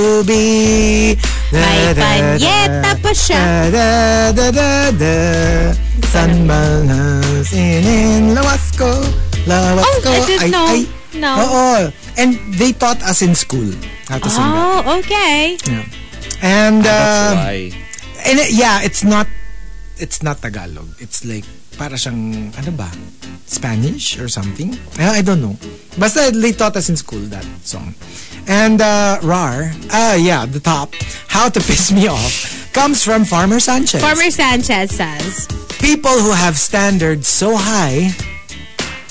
Speaker 4: Lubi-lubi.
Speaker 6: May panyeta pa siya.
Speaker 4: Da, da, da, da. San Banas, inin, lawas ko. Lawas
Speaker 6: Oh,
Speaker 4: ko.
Speaker 6: I didn't know. No.
Speaker 4: Oo. And they taught us in school how to sing that.
Speaker 6: oh, okay.
Speaker 4: Yeah. And,
Speaker 5: Ah, That's
Speaker 4: uh,
Speaker 5: why.
Speaker 4: and it- yeah, it's not, it's not Tagalog. It's like, para siyang, ano ba? Spanish or something? I, I don't know. Basta they taught us in school that song. And uh, RAR, ah yeah, the top, How to Piss Me Off, comes from Farmer Sanchez.
Speaker 6: Farmer Sanchez says,
Speaker 4: People who have standards so high,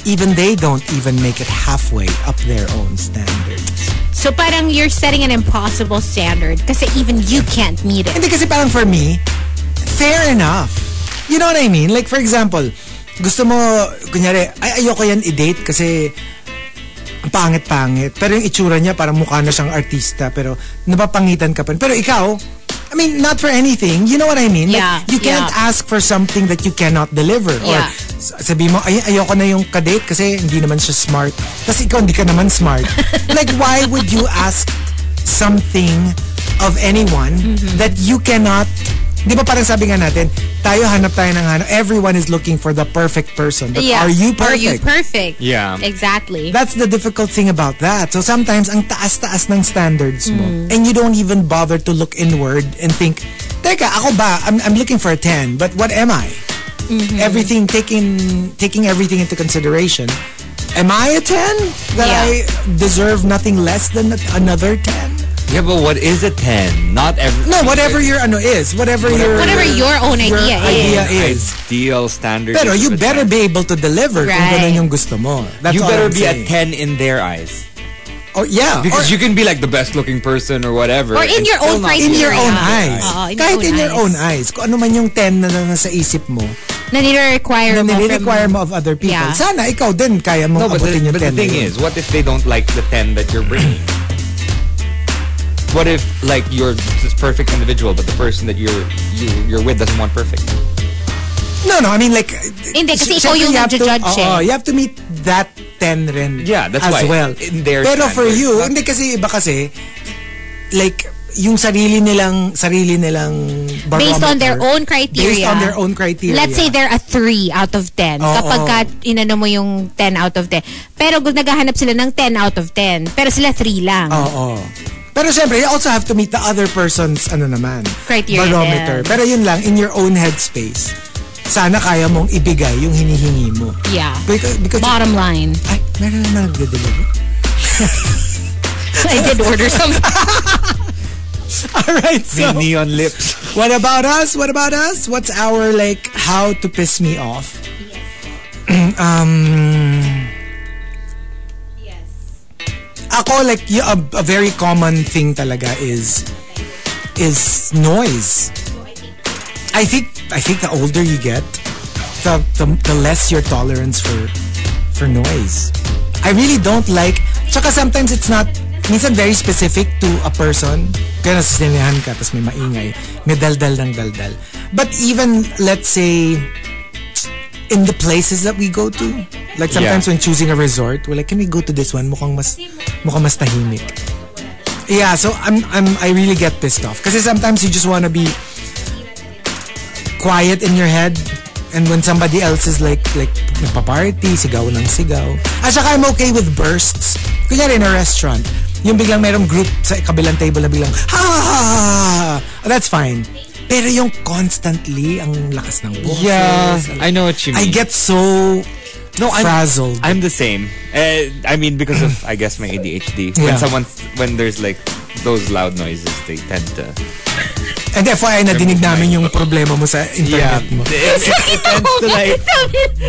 Speaker 4: even they don't even make it halfway up their own standards.
Speaker 6: so parang you're setting an impossible standard kasi even you can't meet it.
Speaker 4: Hindi kasi parang for me, fair enough. You know what I mean? Like for example, gusto mo, kunyari, ay ayoko yan i-date kasi ang pangit-pangit. Pero yung itsura niya, parang mukha na siyang artista. Pero napapangitan ka pa. rin. Pero ikaw, I mean, not for anything. You know what I mean? Like,
Speaker 6: Yeah,
Speaker 4: you can't
Speaker 6: yeah.
Speaker 4: ask for something that you cannot deliver. Or
Speaker 6: Yeah.
Speaker 4: sa- sabi mo, ay, ayoko na yung kadate kasi hindi naman siya smart. Tapos ikaw, hindi ka naman smart.
Speaker 6: [LAUGHS]
Speaker 4: like, why would you ask something of anyone
Speaker 6: Mm-hmm.
Speaker 4: that you cannot Di ba parang sabi nga natin, tayo hanap tayo ng hanap. Everyone is looking for the perfect person. But
Speaker 6: Yeah.
Speaker 4: are you
Speaker 6: Are you
Speaker 4: perfect?
Speaker 6: perfect?
Speaker 5: Yeah.
Speaker 6: Exactly.
Speaker 4: That's the difficult thing about that. So sometimes ang taas-taas ng standards mo
Speaker 6: Mm.
Speaker 4: and you don't even bother to look inward and think, Teka, ako ba? I'm, I'm looking for a 10, but what am I?
Speaker 6: Mm-hmm.
Speaker 4: Everything, taking, taking everything into consideration, am I a 10? That
Speaker 6: Yeah.
Speaker 4: I deserve nothing less than another 10?
Speaker 5: Yeah, but what is a 10? Not every.
Speaker 4: No, whatever your ano is, whatever, your,
Speaker 6: Whatever your own
Speaker 4: your
Speaker 6: idea
Speaker 4: idea
Speaker 6: is.
Speaker 4: is.
Speaker 5: Ideal standard.
Speaker 4: Pero
Speaker 5: is
Speaker 4: you
Speaker 5: of a
Speaker 4: better
Speaker 5: 10.
Speaker 4: be able to deliver kung
Speaker 6: Right.
Speaker 4: ganun yung gusto mo. That's
Speaker 5: You
Speaker 4: all I'm
Speaker 5: better be
Speaker 4: saying.
Speaker 5: a 10 in their eyes.
Speaker 4: Or, yeah. or-
Speaker 5: Because you can be like the best looking person or whatever.
Speaker 6: Or in
Speaker 5: and
Speaker 6: your
Speaker 5: still
Speaker 6: own
Speaker 5: not be
Speaker 6: criteria.
Speaker 4: in your own
Speaker 6: Yeah.
Speaker 4: eyes.
Speaker 6: Oo, in your
Speaker 4: Kahit
Speaker 6: own
Speaker 4: in your
Speaker 6: eyes.
Speaker 4: own eyes. Kung ano man yung 10 na nasa isip mo,
Speaker 6: Na nire-require
Speaker 4: na
Speaker 6: mo from-
Speaker 4: nire-require mo of other people.
Speaker 6: Yeah.
Speaker 4: Sana ikaw din kaya mong
Speaker 5: No, but,
Speaker 4: abutin
Speaker 5: the,
Speaker 4: yung
Speaker 5: but
Speaker 4: 10
Speaker 5: the thing
Speaker 4: na yun.
Speaker 5: is, what if they don't like the 10 that you're bringing? what if, like, you're this perfect individual, but the person that you're you, you're with doesn't want perfect?
Speaker 4: No, no. I mean like...
Speaker 6: Hindi, kasi ikaw
Speaker 4: syempre
Speaker 6: yung
Speaker 4: you have to-
Speaker 6: nagja-judge eh.
Speaker 4: Oo, you have to meet that 10 rin
Speaker 5: Yeah, that's
Speaker 4: as
Speaker 5: why.
Speaker 4: well.
Speaker 5: In their
Speaker 4: Pero for
Speaker 5: standards.
Speaker 4: you, hindi kasi iba kasi, like, yung sarili nilang, sarili nilang
Speaker 6: Based on their
Speaker 4: barometer,
Speaker 6: own criteria.
Speaker 4: Based on their own criteria.
Speaker 6: Let's say they're a 3 out of 10.
Speaker 4: Oo.
Speaker 6: Kapag ka, inano mo yung 10 out of 10. Pero kung naghahanap sila ng 10 out of 10, pero sila 3 lang.
Speaker 4: Oo. Pero syempre, you also have to meet the other person's ano naman.
Speaker 6: Criteria
Speaker 4: Barometer.
Speaker 6: din.
Speaker 4: Pero yun lang, in your own headspace, sana kaya mong ibigay yung hinihingi mo.
Speaker 6: Yeah.
Speaker 4: Because, because
Speaker 6: Bottom line.
Speaker 4: ay, meron na nagde-deliver.
Speaker 6: [LAUGHS] I did order some.
Speaker 4: [LAUGHS] Alright, so,
Speaker 5: neon lips.
Speaker 4: what about us? What about us? What's our, like, how to piss me off? [CLEARS THROAT] um... Ako, like, y- a, a very common thing talaga is is noise. I think I think the older you get, the the, the less your tolerance for for noise. I really don't like. Tsaka sometimes it's not minsan very specific to a person. Kaya nasa sinihan ka, tapos may maingay. May daldal ng daldal. But even, let's say, in the places that we go to, like sometimes
Speaker 5: Yeah.
Speaker 4: when choosing a resort, we're like, can we go to this one? Mukhang mas, mukhang mas tahimik. Yeah, so I'm I'm I really get pissed off because sometimes you just want to be quiet in your head and when somebody else is like like nagpa-party, sigaw ng sigaw. At saka I'm okay with bursts. Kunyari in a restaurant, yung biglang merong group sa kabilang table na biglang ha ha ha ha, ha. That's fine. Pero yung constantly ang lakas ng boses.
Speaker 5: Yeah, I know what you
Speaker 4: I
Speaker 5: mean.
Speaker 4: get so no,
Speaker 5: I'm-
Speaker 4: frazzled.
Speaker 5: I'm the same. Uh, I mean, because of I guess my ADHD.
Speaker 4: Yeah.
Speaker 5: When someone's when there's like those loud noises, they tend to.
Speaker 4: And FYI, nadinig namin yung problema mo sa internet mo.
Speaker 5: [LAUGHS] it,
Speaker 4: [LAUGHS]
Speaker 5: it tends to [LAUGHS]
Speaker 6: [LAUGHS]
Speaker 5: like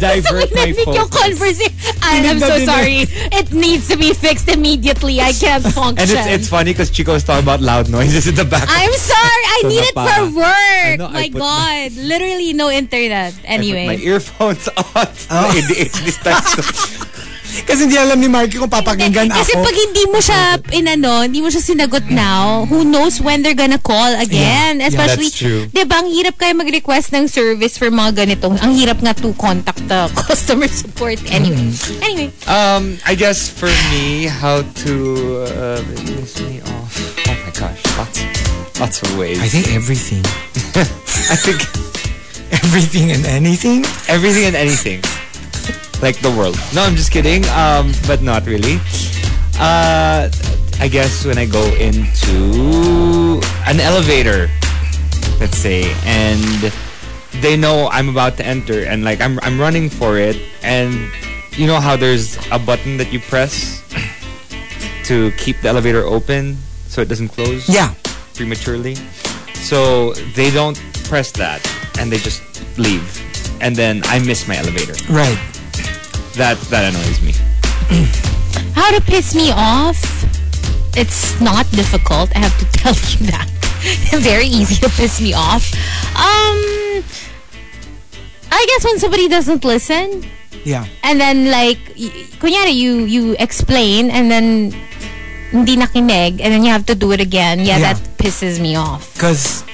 Speaker 5: divert my
Speaker 6: Yung
Speaker 5: focus.
Speaker 6: conversation. And I'm
Speaker 5: Hindi
Speaker 6: so
Speaker 5: na-
Speaker 6: sorry. It needs to be fixed immediately. I can't function.
Speaker 5: [LAUGHS] And it's it's funny because Chico was talking about loud noises in the back. [LAUGHS]
Speaker 6: I'm sorry. I
Speaker 5: So
Speaker 6: need it for
Speaker 5: napa-
Speaker 6: work.
Speaker 5: Ano, I
Speaker 6: my
Speaker 5: put
Speaker 6: God. Literally no internet.
Speaker 5: I put [LAUGHS]
Speaker 6: Anyway.
Speaker 4: Oh. [LAUGHS]
Speaker 5: my earphones on. ADHD starts to-
Speaker 4: Kasi hindi alam ni Marky kung papakinggan
Speaker 6: Kasi
Speaker 4: ako.
Speaker 6: pag hindi mo siya inano, hindi mo siya sinagot now, who knows when they're gonna call again.
Speaker 4: Yeah,
Speaker 6: Especially,
Speaker 5: that's true.
Speaker 6: 'di ba, ang hirap kayo mag-request ng service for mga ganitong. Ang hirap nga to contact the [LAUGHS] customer support anyway.
Speaker 4: Mm.
Speaker 6: Anyway,
Speaker 5: Um, I guess for me, how to uh, piss me off. Oh my gosh, lots, lots of ways.
Speaker 4: I think everything. [LAUGHS]
Speaker 5: I think
Speaker 4: Everything and anything?
Speaker 5: everything and anything, like the world. No, I'm just kidding. Um, but not really. Uh, I guess when I go into an elevator, let's say, and they know I'm about to enter, and like I'm I'm running for it, and you know how there's a button that you press to keep the elevator open so it doesn't close
Speaker 4: Yeah.
Speaker 5: prematurely. So they don't press that and they just leave. And then I miss my elevator.
Speaker 4: Right.
Speaker 5: That that annoys me.
Speaker 6: how to piss me off? It's not difficult. I have to [LAUGHS] tell you that. Very easy to piss me off. Um, I guess when somebody doesn't listen,
Speaker 4: Yeah.
Speaker 6: And then like, y- kunyari, you, you explain and then hindi nakinig and then you have to do it again. Yeah,
Speaker 4: Yeah.
Speaker 6: that pisses me off.
Speaker 4: Because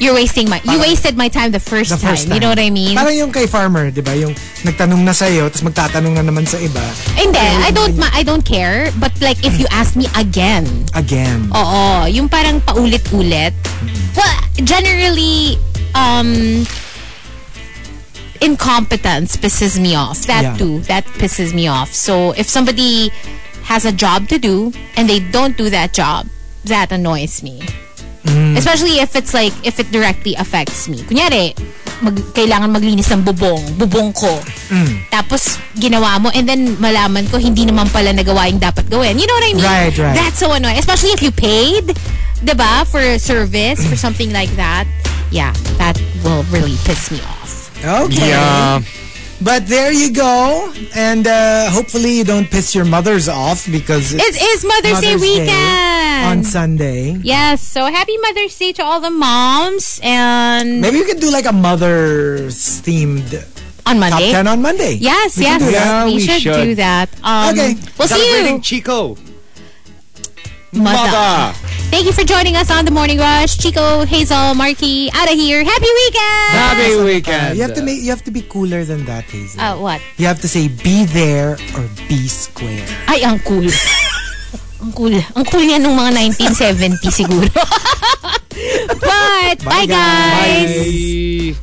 Speaker 6: You're wasting my, you wasted my time the first,
Speaker 4: the
Speaker 6: time,
Speaker 4: first time.
Speaker 6: You know what I mean?
Speaker 4: Parang yung kay Farmer, di ba? Yung nagtanong na sa'yo, tapos magtatanong na naman sa iba.
Speaker 6: Hindi, I don't, ma- I don't care. But like, if you ask me again,
Speaker 4: Again.
Speaker 6: oo, yung parang paulit-ulit. Well, generally, um, incompetence pisses me off. That
Speaker 4: Yeah.
Speaker 6: too. That pisses me off. So if somebody has a job to do and they don't do that job, that annoys me. Especially if it's like, if it directly affects me. Kunyari, mag, kailangan maglinis ng bubong. Bubong ko. Tapos, ginawa mo and then malaman ko, hindi naman pala nagawa yung dapat gawin. You know what I mean?
Speaker 4: Right, right.
Speaker 6: That's so annoying. Especially if you paid, diba, for a service, for something like that. Yeah, that will really piss me off.
Speaker 4: Okay. But there you go. And uh, hopefully you don't piss your mothers off because it's
Speaker 6: It is Mother's, Day
Speaker 4: Mother's Day on
Speaker 6: weekend.
Speaker 4: Sunday.
Speaker 6: yes, so happy Mother's Day to all the moms and
Speaker 4: Maybe we could do like a mother's themed
Speaker 6: on
Speaker 4: top
Speaker 6: Monday.
Speaker 4: 10 on Monday.
Speaker 6: Yes,
Speaker 4: We
Speaker 6: yes,
Speaker 4: can do that.
Speaker 5: that.
Speaker 6: we,
Speaker 5: Yeah, we
Speaker 6: should,
Speaker 5: should.
Speaker 6: do that. Um,
Speaker 4: Okay.
Speaker 6: we'll see
Speaker 5: Celebrating
Speaker 6: you,
Speaker 5: Chico.
Speaker 6: mother.
Speaker 5: Mother.
Speaker 6: Thank you for joining us on the Morning Rush, Chico, Hazel, Marky. Out of here. Happy weekend.
Speaker 5: Happy weekend.
Speaker 4: You have to make you have to be cooler than that, Hazel.
Speaker 6: Uh, what?
Speaker 4: You have to say be there or be square.
Speaker 6: Ay, ang cool. ang cool. Ang cool niya nung mga [LAUGHS] 1970 siguro. But, bye, guys.
Speaker 5: Bye.